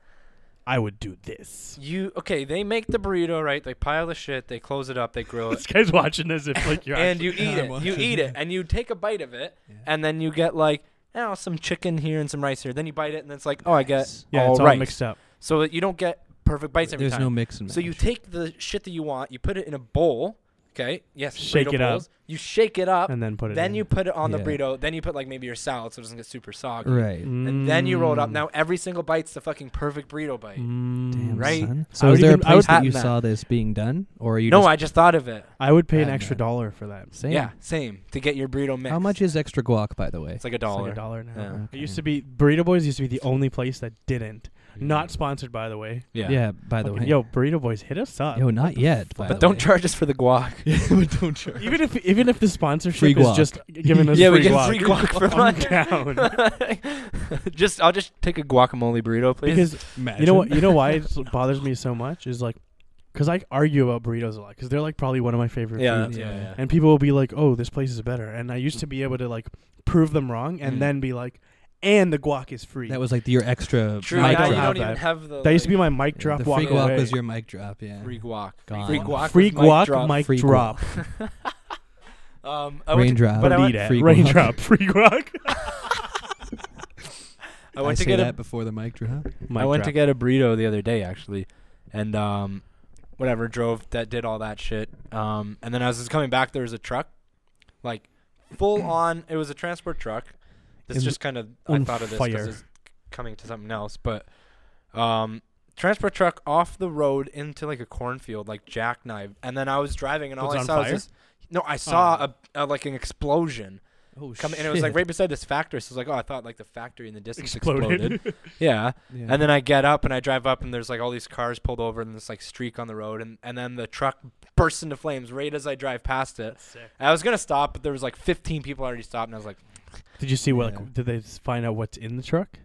Speaker 1: I would do this.
Speaker 2: you okay? They make the burrito right. They pile the shit. They close it up. They grill it.
Speaker 1: This guy's watching this if like you're.
Speaker 2: and you eat
Speaker 3: Yeah, I'm
Speaker 2: it. You
Speaker 3: watching.
Speaker 2: eat it, and you take a bite of it,
Speaker 3: Yeah.
Speaker 2: and then you get like, oh, some chicken here and some rice here. Then you bite it, and it's like, oh, I get
Speaker 3: Nice.
Speaker 1: yeah,
Speaker 2: all
Speaker 1: it's
Speaker 2: rice.
Speaker 1: all mixed up.
Speaker 2: So that you don't get perfect bites every
Speaker 3: there's
Speaker 2: time.
Speaker 3: no mix and match.
Speaker 2: so you take the shit that you want, you put it in a bowl. Okay. Yes.
Speaker 1: Shake
Speaker 2: burrito
Speaker 1: it up.
Speaker 2: bowls. You shake it up.
Speaker 1: And then put it.
Speaker 2: then
Speaker 1: in.
Speaker 2: you put it on the
Speaker 3: Yeah.
Speaker 2: burrito. Then you put like maybe your salad so it doesn't get super soggy.
Speaker 3: right.
Speaker 2: And then you roll it up.
Speaker 1: Mm.
Speaker 2: Now every single bite's the fucking perfect burrito bite.
Speaker 1: Mm.
Speaker 3: Damn,
Speaker 2: Right.
Speaker 3: son.
Speaker 1: I
Speaker 3: So is
Speaker 1: would
Speaker 3: there
Speaker 1: even-
Speaker 3: a
Speaker 1: I would
Speaker 3: place that you
Speaker 2: patent that.
Speaker 3: saw this being done, or are you?
Speaker 2: no,
Speaker 3: just,
Speaker 2: I just thought of it.
Speaker 1: I would pay an
Speaker 3: Bad
Speaker 1: extra
Speaker 3: man.
Speaker 1: dollar for that.
Speaker 3: Same.
Speaker 2: Yeah, same to get your burrito mix.
Speaker 3: How much is extra guac, by the way?
Speaker 2: It's like a
Speaker 1: It's
Speaker 2: dollar.
Speaker 1: like a dollar now.
Speaker 2: Yeah.
Speaker 1: It used to be Burrito Boys used to be the only place that didn't. Not sponsored, by the way.
Speaker 3: Yeah. by the
Speaker 1: Fucking-
Speaker 3: way.
Speaker 1: yo, Burrito Boys hit us up.
Speaker 3: Yo, not yet. By
Speaker 2: But
Speaker 3: the
Speaker 2: don't
Speaker 3: way.
Speaker 2: charge us for the guac.
Speaker 3: but don't charge.
Speaker 1: even if even if the sponsorship
Speaker 3: Free
Speaker 1: is
Speaker 3: guac.
Speaker 1: just giving us
Speaker 2: yeah,
Speaker 1: free
Speaker 2: we get
Speaker 1: guac,
Speaker 2: free guac for
Speaker 1: I'm
Speaker 2: lunch.
Speaker 1: down.
Speaker 2: just I'll just take a guacamole burrito, please.
Speaker 1: because you know what you know why it bothers me so much is like because I argue about burritos a lot because they're like probably one of my favorite
Speaker 2: yeah,
Speaker 1: foods.
Speaker 2: yeah,
Speaker 3: Yeah.
Speaker 2: yeah.
Speaker 1: And people will be like, "Oh, this place is better," and I used to be able to like prove them wrong and
Speaker 2: Mm.
Speaker 1: then be like, "And the guac is free."
Speaker 3: That was like your extra.
Speaker 2: True.
Speaker 1: I
Speaker 3: mic
Speaker 2: now
Speaker 1: don't have
Speaker 2: you don't
Speaker 3: drop.
Speaker 2: even
Speaker 1: that.
Speaker 2: have the.
Speaker 1: that used to be
Speaker 2: like,
Speaker 1: my mic drop.
Speaker 3: the
Speaker 1: walk
Speaker 3: free guac
Speaker 1: away.
Speaker 3: was your mic drop. Yeah.
Speaker 2: free guac.
Speaker 3: Gone.
Speaker 2: Free guac.
Speaker 1: free
Speaker 2: with mic
Speaker 1: guac
Speaker 2: drop.
Speaker 1: mic
Speaker 3: Free
Speaker 1: drop.
Speaker 2: Um, I went to,
Speaker 3: Raindrop.
Speaker 2: but I went-
Speaker 1: Lead at
Speaker 3: Free guac.
Speaker 1: raindrop free guac.
Speaker 2: I went
Speaker 3: I
Speaker 2: to
Speaker 3: say
Speaker 2: get a Oh,
Speaker 3: that before the mic drop.
Speaker 2: I went to get a burrito the other day actually, and um, whatever drove that did all that shit. Um, and then as I was coming back, there was a truck, like full on. It was a transport truck. This
Speaker 1: In-
Speaker 2: just kind of I
Speaker 1: on
Speaker 2: thought of this
Speaker 1: fire.
Speaker 2: because it's coming to something else, but um, transport truck off the road into like a cornfield, like jackknife. And then I was driving, and all
Speaker 1: Was it
Speaker 2: I
Speaker 1: on
Speaker 2: saw
Speaker 1: fire?
Speaker 2: was this. No, I saw
Speaker 1: Oh.
Speaker 2: a, a like an explosion
Speaker 3: Oh
Speaker 2: come, and it was like right beside this factory. So I was like, oh, I thought like the factory in the distance exploded.
Speaker 1: exploded.
Speaker 2: yeah.
Speaker 3: Yeah.
Speaker 2: And then I get up and I drive up and there's like all these cars pulled over and this like streak on the road and, and then the truck bursts into flames right as I drive past it. I was gonna stop, but there was like 15 people already stopped and I was like,
Speaker 1: Did you see what?
Speaker 3: Yeah.
Speaker 1: Like, did they s- find out what's in the truck?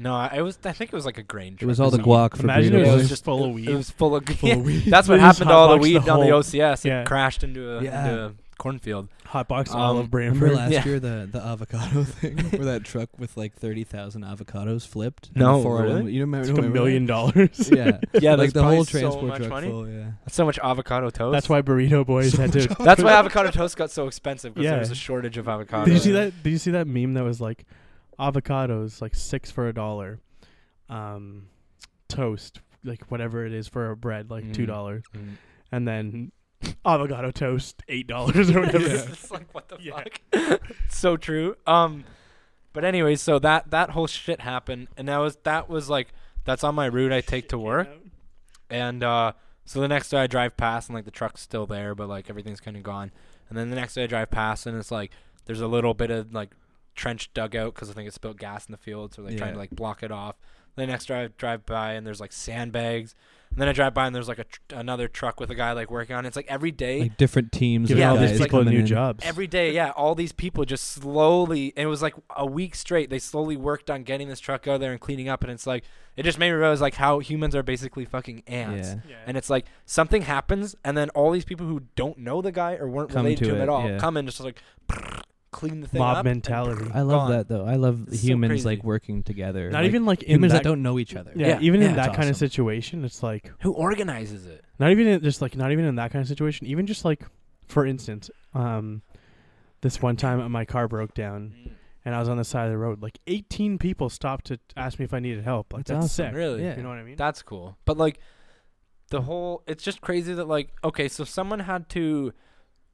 Speaker 2: no, I I was I think it was like a grain.
Speaker 3: It
Speaker 2: truck
Speaker 3: was
Speaker 2: or
Speaker 3: all the
Speaker 2: something.
Speaker 3: guac for
Speaker 1: Imagine
Speaker 3: burrito
Speaker 1: it was
Speaker 3: boys.
Speaker 1: just full of
Speaker 2: It
Speaker 1: weed.
Speaker 2: was full of,
Speaker 3: full of weed.
Speaker 2: That's what
Speaker 1: They just
Speaker 2: happened to all
Speaker 1: hotboxed
Speaker 2: the
Speaker 1: the
Speaker 2: weed down the
Speaker 1: whole-
Speaker 2: OCS.
Speaker 1: Yeah.
Speaker 2: It crashed into a,
Speaker 3: Yeah.
Speaker 2: into a cornfield.
Speaker 1: Hotbox
Speaker 2: Um,
Speaker 1: all of
Speaker 3: Remember
Speaker 1: Brantford.
Speaker 3: last
Speaker 2: Yeah.
Speaker 3: year the, the avocado thing where that truck with like thirty thousand avocados flipped.
Speaker 2: No,
Speaker 3: and the 401
Speaker 2: really?
Speaker 3: You remember?
Speaker 1: It's
Speaker 3: you
Speaker 1: like a
Speaker 3: remember
Speaker 1: million dollars.
Speaker 3: That? Yeah,
Speaker 2: Yeah, that's
Speaker 3: like the
Speaker 2: probably
Speaker 3: whole
Speaker 2: so
Speaker 3: transport
Speaker 2: much
Speaker 3: truck
Speaker 2: money.
Speaker 3: full. Yeah,
Speaker 2: So much avocado toast.
Speaker 1: That's why burrito boys
Speaker 3: So
Speaker 1: had to.
Speaker 3: much-
Speaker 2: That's why avocado toast got so expensive because
Speaker 1: Yeah.
Speaker 2: there was a shortage of avocados.
Speaker 1: Did you see that? Did you see that meme that was like, avocados like six for a dollar, um, toast like whatever it is for a bread like
Speaker 2: Mm.
Speaker 1: two dollars,
Speaker 2: Mm.
Speaker 1: and then avocado toast eight dollars or whatever.
Speaker 2: it's like what the
Speaker 1: Yeah.
Speaker 2: fuck. so true. Um, but anyway, so that that whole shit happened, and that was that was like that's on my route I take to work, and uh, so the next day I drive past and like the truck's still there, but like everything's kind of gone, and then the next day I drive past and it's like there's a little bit of like trench dug out because I think it spilled gas in the field, so they're trying
Speaker 3: Yeah.
Speaker 2: to like block it off. The next drive drive by and there's like sandbags, and then I drive by and there's like a tr- another truck with a guy like working on it. It's like every day
Speaker 3: like different teams.
Speaker 1: Giving
Speaker 2: Yeah,
Speaker 3: of
Speaker 1: all
Speaker 2: there's
Speaker 1: these
Speaker 3: guys
Speaker 2: like-
Speaker 1: people
Speaker 3: coming
Speaker 1: new
Speaker 3: in.
Speaker 1: jobs.
Speaker 2: every day yeah all these people just slowly and it was like a week straight they slowly worked on getting this truck out of there and cleaning up and it's like it just made me realize like how humans are basically fucking ants
Speaker 3: Yeah,
Speaker 2: and it's like something happens and then all these people who don't know the guy or weren't
Speaker 3: Come
Speaker 2: related to,
Speaker 3: to
Speaker 2: him
Speaker 3: it,
Speaker 2: at all
Speaker 3: yeah.
Speaker 2: come and just like clean the thing
Speaker 1: Mob
Speaker 2: up and
Speaker 1: mentality.
Speaker 3: I love
Speaker 2: gone.
Speaker 3: that though. I love
Speaker 2: It's so
Speaker 3: humans
Speaker 2: crazy.
Speaker 3: like working together.
Speaker 1: Not
Speaker 3: like,
Speaker 1: even like in
Speaker 3: humans that,
Speaker 1: that
Speaker 3: don't know each other.
Speaker 1: Yeah,
Speaker 2: Yeah,
Speaker 1: even
Speaker 3: yeah.
Speaker 1: in that
Speaker 3: It's
Speaker 1: kind of
Speaker 3: awesome.
Speaker 1: situation, it's like
Speaker 2: who organizes it
Speaker 1: not even in, just like not even in that kind of situation. Even just like, for instance, um, this one time my car broke down and I was on the side of the road. Like 18 people stopped to ask me if I needed help. Like
Speaker 3: That's
Speaker 1: that's, sick.
Speaker 2: really
Speaker 3: Yeah.
Speaker 1: You know what I mean?
Speaker 2: that's cool but like the whole it's just crazy that like okay, so someone had to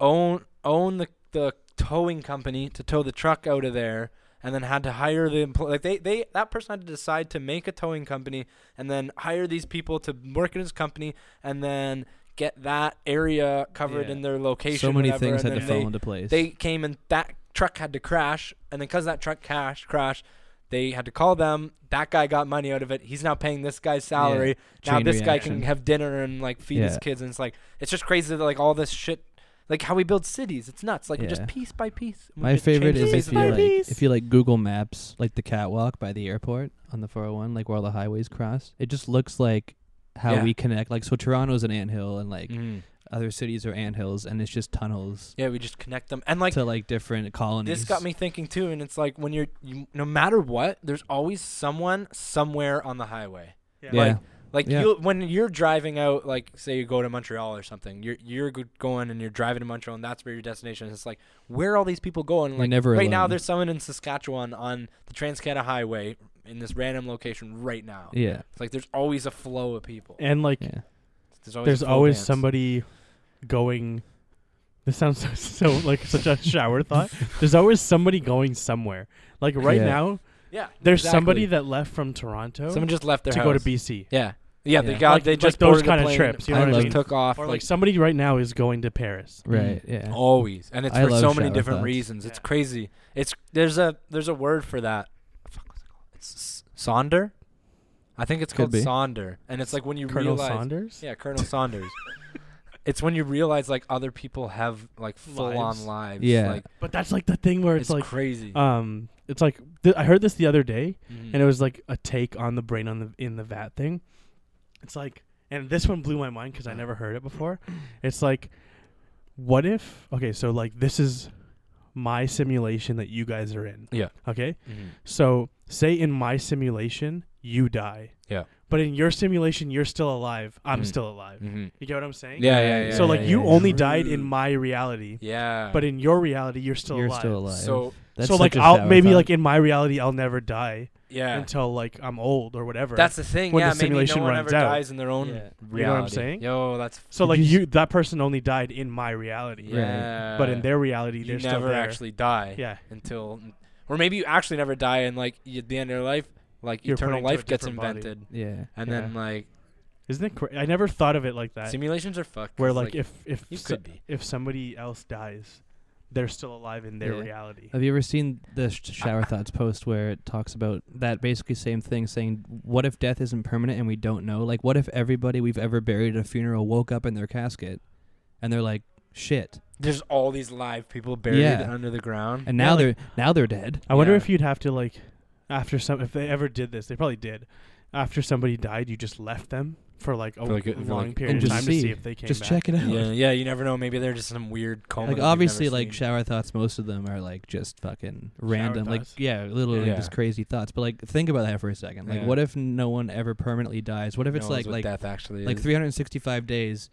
Speaker 2: own own the the towing company to tow the truck out of there and then had to hire the employee like they, they that person had to decide to make a towing company and then hire these people to work in his company and then get that area covered
Speaker 3: Yeah.
Speaker 2: in their location
Speaker 3: so many
Speaker 2: whatever,
Speaker 3: things
Speaker 2: and
Speaker 3: had to
Speaker 2: then
Speaker 3: fall
Speaker 2: they-
Speaker 3: into place.
Speaker 2: they came and that truck had to crash and then because that truck crash crashed they had to call them that guy got money out of it he's now paying this guy's salary now
Speaker 3: Chain
Speaker 2: this guy
Speaker 3: reaction.
Speaker 2: can have dinner and like feed his
Speaker 3: Yeah.
Speaker 2: kids and it's like it's just crazy that like all this shit like how we build cities it's nuts like
Speaker 3: Yeah.
Speaker 2: just piece by piece we
Speaker 3: My
Speaker 2: just change
Speaker 3: favorite
Speaker 2: the
Speaker 3: is
Speaker 2: face
Speaker 3: if
Speaker 2: of
Speaker 3: you
Speaker 2: the
Speaker 3: like
Speaker 2: earth.
Speaker 1: Piece.
Speaker 3: if you like Google Maps, like the catwalk by the airport on the 401, like where all the highways cross. It just looks like how
Speaker 2: Yeah.
Speaker 3: we connect. Like so, Toronto's an anthill, and like
Speaker 2: Mhm.
Speaker 3: other cities are anthills, and it's just tunnels
Speaker 2: yeah we just connect them and like
Speaker 3: to like different colonies.
Speaker 2: this got me thinking too and it's like when you're you, no matter what there's always someone somewhere on the highway
Speaker 1: Yeah.
Speaker 3: Yeah,
Speaker 2: like- Like
Speaker 3: Yeah.
Speaker 2: you when you're driving out, like say you go to Montreal or something, you're you're go- going and you're driving to Montreal, and that's where your destination is. It's like where are all these people going?
Speaker 3: You're
Speaker 2: Like
Speaker 3: never
Speaker 2: right now,
Speaker 3: alone.
Speaker 2: there's someone in Saskatchewan on the Trans Canada Highway in this random location right now.
Speaker 3: yeah,
Speaker 2: It's like there's always a flow of people.
Speaker 1: And like,
Speaker 3: yeah.
Speaker 2: There's always,
Speaker 1: there's
Speaker 2: a flow
Speaker 1: always
Speaker 2: dance.
Speaker 1: somebody going. This sounds so, so like such a shower thought. There's always somebody going somewhere. Like right
Speaker 3: Yeah.
Speaker 1: now,
Speaker 2: Yeah,
Speaker 1: there's
Speaker 2: exactly.
Speaker 1: somebody that left from Toronto
Speaker 2: someone just left their
Speaker 1: to go to
Speaker 2: house.
Speaker 1: BC.
Speaker 2: Yeah, yeah. They
Speaker 3: Yeah.
Speaker 2: got
Speaker 1: Like-
Speaker 2: they
Speaker 1: like
Speaker 2: just
Speaker 1: those
Speaker 2: boarded a
Speaker 1: kinda
Speaker 2: plane,
Speaker 1: trips, you
Speaker 3: know
Speaker 2: plane
Speaker 3: what I
Speaker 2: just
Speaker 1: mean?
Speaker 2: took off.
Speaker 1: Or
Speaker 2: like
Speaker 1: like somebody right now is going to Paris.
Speaker 3: Right.
Speaker 2: Mm.
Speaker 3: Yeah.
Speaker 2: always and it's
Speaker 3: I
Speaker 2: for
Speaker 3: love
Speaker 2: so many
Speaker 3: shadow
Speaker 2: different
Speaker 3: thoughts.
Speaker 2: reasons it's
Speaker 1: Yeah.
Speaker 2: crazy it's there's a there's a word for that Fuck, what's it called? it's s- sonder i think it's
Speaker 3: Could
Speaker 2: called
Speaker 3: be.
Speaker 2: sonder and it's like when you
Speaker 1: Colonel
Speaker 2: realize
Speaker 1: Saunders.
Speaker 2: yeah colonel saunders it's when you realize like other people have like full
Speaker 1: Lives.
Speaker 2: on lives
Speaker 3: Yeah.
Speaker 2: like
Speaker 1: But that's like the thing where
Speaker 2: it's,
Speaker 1: it's, like,
Speaker 2: crazy
Speaker 1: um, it's like th- I heard this the other day,
Speaker 2: Mhm.
Speaker 1: and it was like a take on the brain on the in the vat thing. It's like, and this one blew my mind because I never heard it before. It's like, what if? Okay, so like this is my simulation that you guys are in.
Speaker 2: Yeah.
Speaker 1: Okay.
Speaker 2: Mhm.
Speaker 1: So say in my simulation you die.
Speaker 2: Yeah.
Speaker 1: But in your simulation you're still alive. I'm
Speaker 2: Mhm.
Speaker 1: still alive.
Speaker 2: Mhm.
Speaker 1: You get what I'm saying?
Speaker 2: yeah yeah yeah
Speaker 1: so
Speaker 2: yeah,
Speaker 1: like
Speaker 2: yeah,
Speaker 1: you
Speaker 2: yeah.
Speaker 1: only
Speaker 3: True.
Speaker 1: died in my reality,
Speaker 2: yeah
Speaker 1: but in your reality you're still
Speaker 3: You're
Speaker 1: alive.
Speaker 3: still alive.
Speaker 2: so
Speaker 3: That's
Speaker 1: so like
Speaker 3: such a
Speaker 1: I'll
Speaker 3: shower
Speaker 1: maybe
Speaker 3: thought.
Speaker 1: like in my reality I'll never die
Speaker 2: yeah
Speaker 1: until like I'm old or whatever.
Speaker 2: that's the thing
Speaker 1: when
Speaker 2: yeah
Speaker 1: the
Speaker 2: maybe no
Speaker 1: simulation
Speaker 2: one
Speaker 1: runs
Speaker 2: ever
Speaker 1: out.
Speaker 2: dies in their own
Speaker 3: Yeah.
Speaker 2: reality
Speaker 1: You know what I'm saying?
Speaker 2: yo that's
Speaker 1: so
Speaker 3: Did
Speaker 1: like
Speaker 3: you s-
Speaker 1: you that person only died in my reality,
Speaker 2: yeah
Speaker 1: but in their reality
Speaker 2: you
Speaker 1: they're still
Speaker 2: never
Speaker 1: there.
Speaker 2: actually die
Speaker 1: yeah,
Speaker 2: until, or maybe you actually never die, and like y- at the end of your life, like
Speaker 1: You're put
Speaker 2: eternal
Speaker 1: into a
Speaker 2: life gets
Speaker 1: different body.
Speaker 2: invented,
Speaker 3: yeah.
Speaker 2: and
Speaker 1: Yeah.
Speaker 2: then like
Speaker 1: isn't it? Cra- I never thought of it like that.
Speaker 2: simulations are fucked.
Speaker 1: where
Speaker 2: 'cause,
Speaker 1: like, if if
Speaker 2: you
Speaker 1: so-
Speaker 2: could be.
Speaker 1: if somebody else dies, they're still alive in their
Speaker 3: Yeah.
Speaker 1: reality.
Speaker 2: Uh,
Speaker 3: Have you ever seen the sh- shower thoughts post where it talks about that basically same thing, saying, "What if death isn't permanent and we don't know? Like, what if everybody we've ever buried at a funeral woke up in their casket, and they're like, shit,
Speaker 2: there's all these live people buried
Speaker 3: Yeah.
Speaker 2: under the ground.
Speaker 3: and now
Speaker 1: like-
Speaker 3: they're now they're dead."
Speaker 1: I wonder
Speaker 2: Yeah.
Speaker 1: if you'd have to like after some if they ever did this, they probably did. After somebody died, you just left them for like a
Speaker 2: For, like, a- for,
Speaker 1: long
Speaker 2: like-
Speaker 1: period
Speaker 3: And
Speaker 1: of
Speaker 3: just
Speaker 1: time to
Speaker 3: see.
Speaker 1: see if they came
Speaker 3: Just
Speaker 1: back.
Speaker 3: check it out.
Speaker 2: yeah, yeah, you never know. Maybe they're just some weird coma.
Speaker 3: Like
Speaker 2: that we've never
Speaker 3: obviously, like
Speaker 2: seen.
Speaker 3: shower thoughts, most of them are like just fucking random, like
Speaker 1: thoughts.
Speaker 3: yeah, literally
Speaker 2: Yeah.
Speaker 3: just crazy thoughts. But like, think about that for a second. Like,
Speaker 2: Yeah.
Speaker 3: what if no one ever permanently dies? What if
Speaker 2: No
Speaker 3: it's
Speaker 2: one knows
Speaker 3: like
Speaker 2: what
Speaker 3: like
Speaker 2: death actually
Speaker 3: like
Speaker 2: is.
Speaker 3: 365 days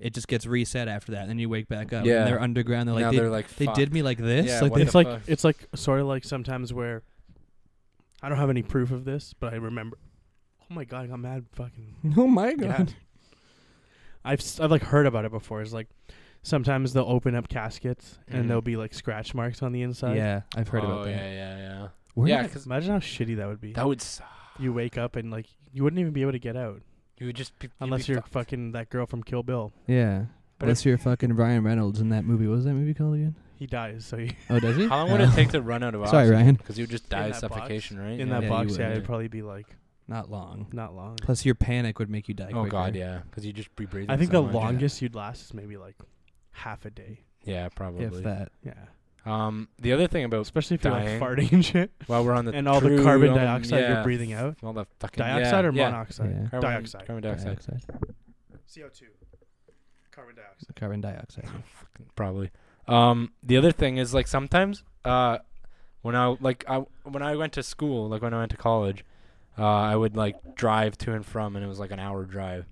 Speaker 3: it just gets reset after that and then you wake back up
Speaker 2: Yeah.
Speaker 3: and they're underground they're
Speaker 2: now
Speaker 3: like
Speaker 2: they're
Speaker 3: they,
Speaker 2: like
Speaker 3: they
Speaker 2: fuck.
Speaker 3: did me like this
Speaker 2: Yeah,
Speaker 3: like
Speaker 2: what
Speaker 3: they,
Speaker 2: the
Speaker 1: it's like
Speaker 2: fuck?
Speaker 1: it's like sort of like sometimes where I don't have any proof of this, but I remember. Oh my god, I got mad! Fucking,
Speaker 3: oh my
Speaker 1: Yeah.
Speaker 3: god
Speaker 1: I've s- I've like heard about it before. It's like sometimes they'll open up caskets
Speaker 2: Mhm.
Speaker 1: and there'll be like scratch marks on the
Speaker 3: yeah,
Speaker 1: inside.
Speaker 3: i've heard
Speaker 2: Oh,
Speaker 3: about that
Speaker 2: Yeah, yeah, yeah.
Speaker 3: We're
Speaker 2: Yeah,
Speaker 3: not-
Speaker 2: because
Speaker 1: Imagine how shitty that would be.
Speaker 2: that would suck.
Speaker 1: you wake up and like you wouldn't even be able to get out
Speaker 2: You would just be, you'd
Speaker 1: unless
Speaker 2: be
Speaker 1: you're
Speaker 2: fucked.
Speaker 1: fucking that girl from Kill Bill.
Speaker 3: yeah
Speaker 2: But
Speaker 3: unless you're fucking ryan reynolds in that movie what was that movie called again
Speaker 1: He dies, so he,
Speaker 3: oh does he
Speaker 2: How long would
Speaker 3: Oh.
Speaker 2: it take to run out of
Speaker 3: sorry
Speaker 2: oxygen?
Speaker 3: ryan
Speaker 2: Because you would just
Speaker 1: In
Speaker 2: die of
Speaker 1: that box.
Speaker 2: suffocation, right?
Speaker 1: in
Speaker 2: Yeah.
Speaker 1: that
Speaker 3: you
Speaker 1: box, yeah,
Speaker 3: would,
Speaker 1: it'd
Speaker 3: yeah.
Speaker 1: probably be like
Speaker 3: not long
Speaker 1: not long.
Speaker 3: plus your panic would make you die
Speaker 2: Oh
Speaker 3: quicker.
Speaker 2: god, yeah, because you just be breathing.
Speaker 1: I think
Speaker 2: so
Speaker 1: the
Speaker 2: much.
Speaker 1: longest you'd last is maybe like half a day.
Speaker 2: Yeah, probably.
Speaker 3: if that
Speaker 1: Yeah,
Speaker 2: Um, the other thing about
Speaker 1: especially if
Speaker 2: dying.
Speaker 1: you're like farting and shit,
Speaker 2: while we're on the
Speaker 1: and all the
Speaker 2: true,
Speaker 1: carbon
Speaker 2: um,
Speaker 1: dioxide
Speaker 2: yeah,
Speaker 1: you're breathing out.
Speaker 2: all the fucking
Speaker 1: Dioxide
Speaker 2: yeah,
Speaker 1: or
Speaker 2: yeah,
Speaker 1: monoxide?
Speaker 3: yeah.
Speaker 2: carbon,
Speaker 1: Dioxide.
Speaker 2: carbon dioxide,
Speaker 1: CO two, carbon dioxide.
Speaker 3: carbon dioxide
Speaker 2: probably. Um, the other thing is like sometimes, uh, when I like I when I went to school, like when I went to college, uh, I would like drive to and from, and it was like an hour drive.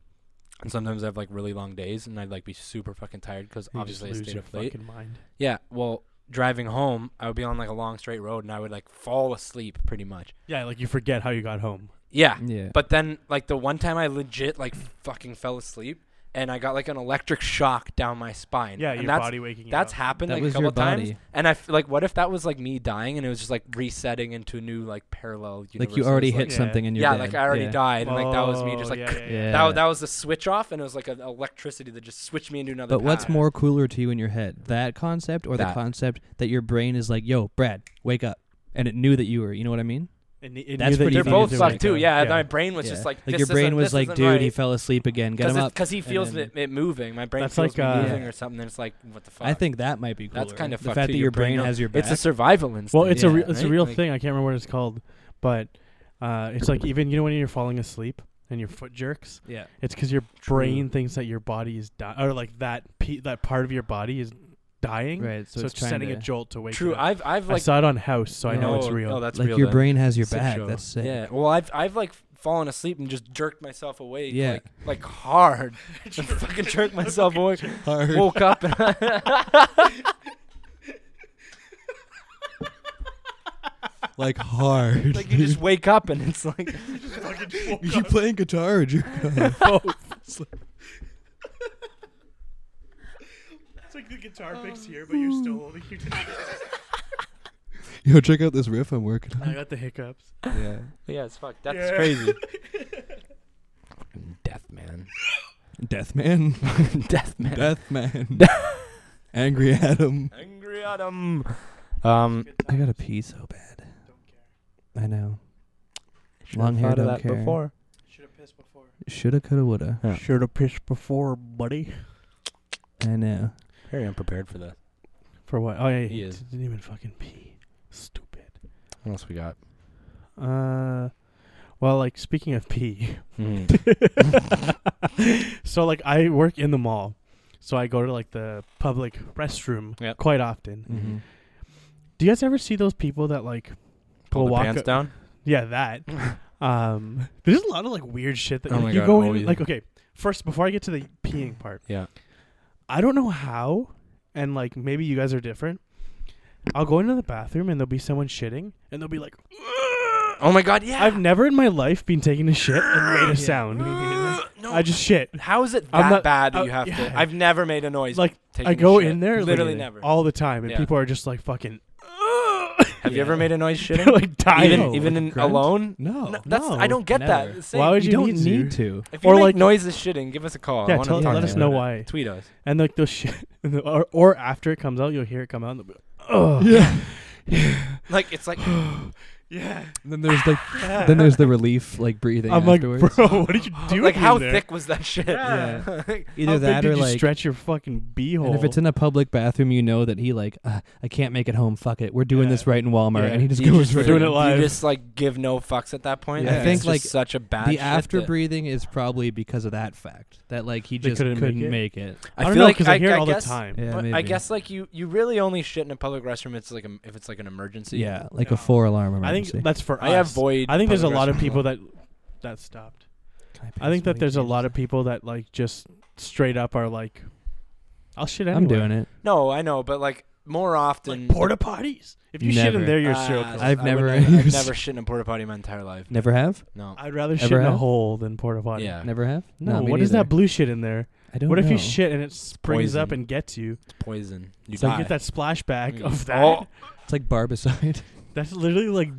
Speaker 2: And sometimes I have like really long days, and I'd like be super fucking tired because
Speaker 1: You
Speaker 2: obviously I
Speaker 1: just lose
Speaker 2: stayed
Speaker 1: your
Speaker 2: up late.
Speaker 1: fucking mind.
Speaker 2: Yeah, well, driving home, I would be on like a long straight road and I would like fall asleep pretty much.
Speaker 1: Yeah, like you forget how you got home.
Speaker 2: Yeah.
Speaker 3: Yeah.
Speaker 2: But then like the one time I legit like fucking fell asleep and I got like an electric shock down my spine.
Speaker 1: Yeah,
Speaker 2: and
Speaker 1: your
Speaker 2: that's,
Speaker 1: body waking
Speaker 2: That's
Speaker 1: you up.
Speaker 2: happened
Speaker 3: That
Speaker 2: like a
Speaker 3: was your
Speaker 2: couple times.
Speaker 3: body.
Speaker 2: And I f- like what if that was like me dying and it was just like resetting into a new like parallel universe.
Speaker 3: like you
Speaker 2: and
Speaker 3: already
Speaker 2: it's,
Speaker 3: hit
Speaker 1: Yeah.
Speaker 3: something and you're
Speaker 2: yeah,
Speaker 3: dead.
Speaker 2: like I already
Speaker 3: Yeah.
Speaker 2: died and like that was me just
Speaker 1: Oh,
Speaker 2: like
Speaker 1: yeah, yeah, yeah.
Speaker 2: that,
Speaker 3: Yeah.
Speaker 2: that was the switch off and it was like an electricity that just switched me into another
Speaker 3: But what's
Speaker 2: path.
Speaker 3: more cooler to you in your head, that concept or the
Speaker 2: That.
Speaker 3: concept that your brain is like, "Yo, Brad, wake up," and it knew that you were. You know what I mean?
Speaker 1: And it- it
Speaker 3: That's
Speaker 1: knew that
Speaker 3: pretty
Speaker 1: you
Speaker 2: They're
Speaker 3: fucking
Speaker 1: needed
Speaker 2: both
Speaker 1: to uh,
Speaker 3: fucked
Speaker 2: sucked
Speaker 1: wake
Speaker 2: too.
Speaker 1: up.
Speaker 2: Yeah, my brain was just like
Speaker 3: like your
Speaker 2: this
Speaker 3: brain
Speaker 2: isn't-
Speaker 3: was
Speaker 2: this
Speaker 3: like,
Speaker 2: isn't
Speaker 3: "Dude,
Speaker 2: right.
Speaker 3: he fell asleep again. Get
Speaker 2: Cause
Speaker 3: him
Speaker 2: it-
Speaker 3: up."
Speaker 2: 'cause he
Speaker 3: And
Speaker 2: feels
Speaker 3: then-
Speaker 2: it, it moving. My brain
Speaker 1: That's
Speaker 2: feels
Speaker 1: like, uh,
Speaker 2: me moving
Speaker 3: Yeah.
Speaker 2: or something. It's like what the fuck.
Speaker 3: I think that might be cool.
Speaker 2: that's kind of
Speaker 3: the
Speaker 2: fucked
Speaker 3: fact
Speaker 2: too.
Speaker 3: that your, brain
Speaker 2: knows-
Speaker 3: has your back.
Speaker 2: It's a survival instinct.
Speaker 1: Well, it's a
Speaker 3: Yeah,
Speaker 1: real, it's a
Speaker 2: right?
Speaker 1: real
Speaker 2: Like-
Speaker 1: thing. I can't remember what it's called, but uh, it's like even you know when you're falling asleep and your foot jerks,
Speaker 3: yeah.
Speaker 1: it's because your
Speaker 2: True.
Speaker 1: brain thinks that your body is dying, or like that pe- that part of your body is dying.
Speaker 3: Right, so
Speaker 1: So,
Speaker 3: it's
Speaker 1: it's
Speaker 3: trying
Speaker 1: sending
Speaker 3: to-
Speaker 1: a jolt to wake.
Speaker 2: True.
Speaker 1: It up.
Speaker 2: I've I've
Speaker 1: I
Speaker 2: like
Speaker 1: saw it on House, so I know
Speaker 2: no,
Speaker 1: it's real.
Speaker 2: No, that's
Speaker 3: like
Speaker 2: real.
Speaker 3: your
Speaker 2: then.
Speaker 3: brain has your
Speaker 2: Sick
Speaker 3: back.
Speaker 2: show.
Speaker 3: That's sick.
Speaker 2: Yeah. Well, I've I've like fallen asleep and just jerked myself awake.
Speaker 3: Yeah.
Speaker 2: Like, like hard. I fucking jerked myself awake.
Speaker 3: Hard.
Speaker 2: Woke up and
Speaker 3: like hard.
Speaker 2: like you just wake up and it's like
Speaker 3: you playing guitar or you
Speaker 1: It's like the guitar picks here, but you're still holding your.
Speaker 3: Yo, check out this riff I'm working
Speaker 1: I got the hiccups.
Speaker 3: Yeah.
Speaker 2: yeah, it's fuck. That's
Speaker 1: Yeah.
Speaker 2: crazy. Death man.
Speaker 3: Death man.
Speaker 2: Death man.
Speaker 3: Death man. Angry Adam.
Speaker 2: Angry Adam. Um,
Speaker 3: I gotta pee so bad. I know.
Speaker 2: should've
Speaker 3: Long hair,
Speaker 2: thought of
Speaker 3: don't
Speaker 2: that
Speaker 3: care.
Speaker 2: before.
Speaker 1: Should have pissed before.
Speaker 3: Shoulda, coulda, woulda.
Speaker 2: Yeah.
Speaker 1: Should have pissed before, buddy.
Speaker 3: I know.
Speaker 2: Very unprepared for that.
Speaker 1: For what? Oh yeah,
Speaker 2: He
Speaker 1: he
Speaker 2: is.
Speaker 1: didn't even fucking pee. Stupid.
Speaker 2: What else we got?
Speaker 1: Uh, well, like speaking of pee,
Speaker 2: Hmm.
Speaker 1: so like I work in the mall, so I go to like the public restroom
Speaker 2: Yep.
Speaker 1: quite often.
Speaker 3: Mm-hmm.
Speaker 2: Mhm.
Speaker 1: Do you guys ever see those people that like,
Speaker 2: Pull
Speaker 1: We'll
Speaker 2: the
Speaker 1: walk
Speaker 2: pants
Speaker 1: up-
Speaker 2: down.
Speaker 1: yeah, that? um, there's a lot of like weird shit that
Speaker 2: Oh
Speaker 1: like,
Speaker 2: my
Speaker 1: you
Speaker 2: God,
Speaker 1: go in.
Speaker 2: always.
Speaker 1: Like, okay, first before I get to the peeing part,
Speaker 2: Yeah.
Speaker 1: I don't know how, and like maybe you guys are different. I'll go into the bathroom and there'll be someone shitting, and they'll be like,
Speaker 2: Oh my god. Yeah.
Speaker 1: I've never in my life been taking a shit and made a sound.
Speaker 2: no.
Speaker 1: I just shit.
Speaker 2: How is it
Speaker 1: I'm
Speaker 2: that
Speaker 1: not-
Speaker 2: bad that
Speaker 1: oh,
Speaker 2: you have to?
Speaker 1: yeah.
Speaker 2: I've never made a noise.
Speaker 1: Like
Speaker 2: taking
Speaker 1: I
Speaker 2: a
Speaker 1: go
Speaker 2: shit.
Speaker 1: in there
Speaker 2: Literally never.
Speaker 1: all the time, and
Speaker 2: Yeah.
Speaker 1: people are just like fucking
Speaker 2: have you ever made a noise
Speaker 1: they're
Speaker 2: shitting?
Speaker 1: like dying.
Speaker 2: even
Speaker 3: No,
Speaker 2: even
Speaker 3: like
Speaker 2: in
Speaker 3: grunt?
Speaker 2: alone.
Speaker 3: No.
Speaker 2: No, that's I don't get
Speaker 3: never.
Speaker 2: that. Same.
Speaker 1: Why would
Speaker 3: You,
Speaker 1: you,
Speaker 3: don't
Speaker 1: need,
Speaker 3: need
Speaker 1: to?
Speaker 3: to.
Speaker 2: if you
Speaker 1: or
Speaker 2: make
Speaker 1: like-
Speaker 2: noises shitting, give us a call. I
Speaker 1: Yeah,
Speaker 2: wanna
Speaker 1: tell,
Speaker 2: talk
Speaker 1: let us
Speaker 2: about
Speaker 1: know
Speaker 2: it.
Speaker 1: why.
Speaker 2: Tweet us.
Speaker 1: And like those shit, and the, or, or after it comes out, you'll hear it come out. And they'll be, oh
Speaker 3: Yeah.
Speaker 2: Like it's like
Speaker 1: yeah.
Speaker 3: then there's like, then there's the relief like breathing
Speaker 1: I'm
Speaker 3: afterwards.
Speaker 1: like, bro, what did you do?
Speaker 2: like how
Speaker 1: in there?
Speaker 2: thick was that shit?
Speaker 3: Yeah.
Speaker 1: How
Speaker 3: Either
Speaker 1: big
Speaker 3: that
Speaker 1: did
Speaker 3: or
Speaker 1: you
Speaker 3: like,
Speaker 1: stretch your fucking beehole?
Speaker 3: and if it's in a public bathroom, you know that he like, uh, I can't make it home. Fuck it, we're doing
Speaker 1: Yeah.
Speaker 3: this right in Walmart,
Speaker 1: Yeah.
Speaker 3: and he just
Speaker 2: You
Speaker 3: goes
Speaker 2: just-
Speaker 3: right.
Speaker 1: doing
Speaker 3: in.
Speaker 1: it live.
Speaker 2: You just like give no fucks at that point.
Speaker 1: Yeah. I
Speaker 2: It's
Speaker 1: think,
Speaker 2: just
Speaker 3: like,
Speaker 2: such a bad.
Speaker 3: the
Speaker 2: shit
Speaker 3: after
Speaker 2: that-
Speaker 3: breathing is probably because of that fact that like he
Speaker 1: They
Speaker 3: just
Speaker 1: couldn't
Speaker 3: couldn't,
Speaker 1: make it?
Speaker 3: make it.
Speaker 1: I, don't
Speaker 2: feel
Speaker 1: know
Speaker 2: like
Speaker 1: because I, hear it all
Speaker 2: guess-
Speaker 1: the time.
Speaker 3: Yeah,
Speaker 2: but
Speaker 3: maybe.
Speaker 2: I guess like you, you really only shit in a public restroom. It's like a, if it's like an emergency.
Speaker 3: Yeah, like
Speaker 1: No.
Speaker 3: a four alarm
Speaker 1: I
Speaker 3: emergency.
Speaker 1: think that's for
Speaker 2: I
Speaker 1: us.
Speaker 2: avoid.
Speaker 1: I think there's a
Speaker 2: public
Speaker 1: lot of
Speaker 2: restrooms
Speaker 1: people
Speaker 2: lot.
Speaker 1: that that stopped. I think that there's a lot of people that like just straight up are like, I'll shit anywhere.
Speaker 3: I'm doing it.
Speaker 2: No, I know, but like more often.
Speaker 1: Like porta potties. If you shit in
Speaker 3: Never.
Speaker 1: there, you're a
Speaker 2: Ah,
Speaker 1: serial
Speaker 2: I
Speaker 1: killer.
Speaker 3: I've
Speaker 2: would
Speaker 3: never
Speaker 2: never- I've
Speaker 3: used-
Speaker 2: never shit in a porta potty my entire life.
Speaker 3: Never have.
Speaker 2: No.
Speaker 1: I'd rather shit
Speaker 3: Ever
Speaker 1: in a
Speaker 3: have?
Speaker 1: hole than porta potty.
Speaker 2: Yeah.
Speaker 3: Never have.
Speaker 1: No,
Speaker 3: Not
Speaker 1: what is
Speaker 3: me
Speaker 1: that
Speaker 3: neither.
Speaker 1: blue shit in there?
Speaker 3: I don't
Speaker 1: What if
Speaker 3: know.
Speaker 1: you shit and it springs up
Speaker 2: poison.
Speaker 1: and gets you?
Speaker 2: It's poison. You
Speaker 1: So
Speaker 2: die.
Speaker 1: you get that splashback
Speaker 2: Mm.
Speaker 1: of that.
Speaker 2: Oh.
Speaker 3: It's like barbicide.
Speaker 1: That's literally like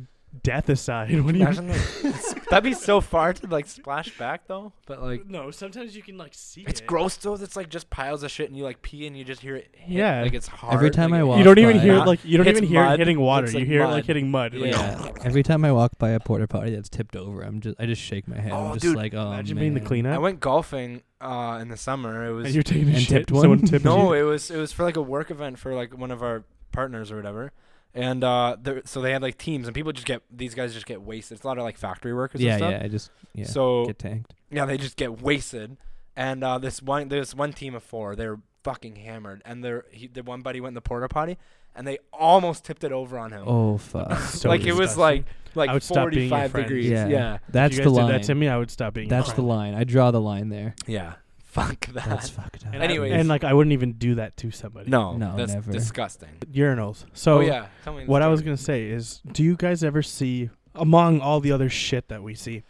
Speaker 1: death aside. What do you?
Speaker 2: Imagine, like, that'd be so far to like splash back though, but like
Speaker 1: no, sometimes you can like see
Speaker 2: it's
Speaker 1: it.
Speaker 2: gross though. That's like just piles of shit, and you like pee, and you just hear it. Hit.
Speaker 1: Yeah.
Speaker 2: like it's hard.
Speaker 3: Every time
Speaker 2: like,
Speaker 3: I
Speaker 2: it-
Speaker 3: walk
Speaker 1: You don't even
Speaker 3: by-
Speaker 1: hear it
Speaker 3: Not-
Speaker 1: like you don't
Speaker 2: hits
Speaker 1: even hear it
Speaker 2: mud,
Speaker 1: hitting water.
Speaker 2: hits,
Speaker 1: You
Speaker 2: like,
Speaker 1: hear it
Speaker 2: mud.
Speaker 1: like hitting mud. Like,
Speaker 2: Yeah.
Speaker 3: Every time I walk by a porta potty that's tipped over, I'm just I just shake my head.
Speaker 2: Oh,
Speaker 3: I'm just
Speaker 2: dude,
Speaker 3: like, oh
Speaker 1: Imagine
Speaker 3: man.
Speaker 1: being the
Speaker 2: I
Speaker 1: cleanup.
Speaker 2: went golfing uh, in the summer. It was
Speaker 1: and you're taking a
Speaker 3: And
Speaker 1: shit.
Speaker 3: tipped one?
Speaker 1: Someone tipped
Speaker 2: No,
Speaker 1: you.
Speaker 2: it was it was for like a work event for like one of our partners or whatever. And uh, there, so they had like teams, and people just get these guys just get wasted. It's a lot of like factory workers.
Speaker 3: Yeah,
Speaker 2: and stuff.
Speaker 3: yeah. I just yeah.
Speaker 2: So
Speaker 3: get tanked.
Speaker 2: yeah, they just get wasted. And uh, this one there's one team of four. They're fucking hammered, and their he, the one buddy went in the porta potty, and they almost tipped it over on him.
Speaker 3: Oh fuck.
Speaker 1: So
Speaker 2: like it was
Speaker 1: disgusting.
Speaker 2: like
Speaker 1: I
Speaker 2: like
Speaker 1: would stop being your
Speaker 2: 45
Speaker 1: friend.
Speaker 2: degrees.
Speaker 3: yeah.
Speaker 2: Yeah.
Speaker 1: If
Speaker 3: That's
Speaker 1: you
Speaker 3: the
Speaker 1: guys did
Speaker 3: line.
Speaker 1: that to me, I would stop being. your
Speaker 3: That's the
Speaker 1: friend.
Speaker 3: line. I draw the line there.
Speaker 2: Yeah. Fuck that.
Speaker 3: That's fucked up.
Speaker 1: And
Speaker 2: Anyways.
Speaker 1: I, and like I wouldn't even do that to somebody.
Speaker 2: no,
Speaker 3: No,
Speaker 2: that's
Speaker 3: never.
Speaker 2: disgusting.
Speaker 1: Urinals. So
Speaker 2: oh yeah, tell me the
Speaker 1: what I was
Speaker 2: story.
Speaker 1: gonna say is, do you guys ever see among all the other shit that we see,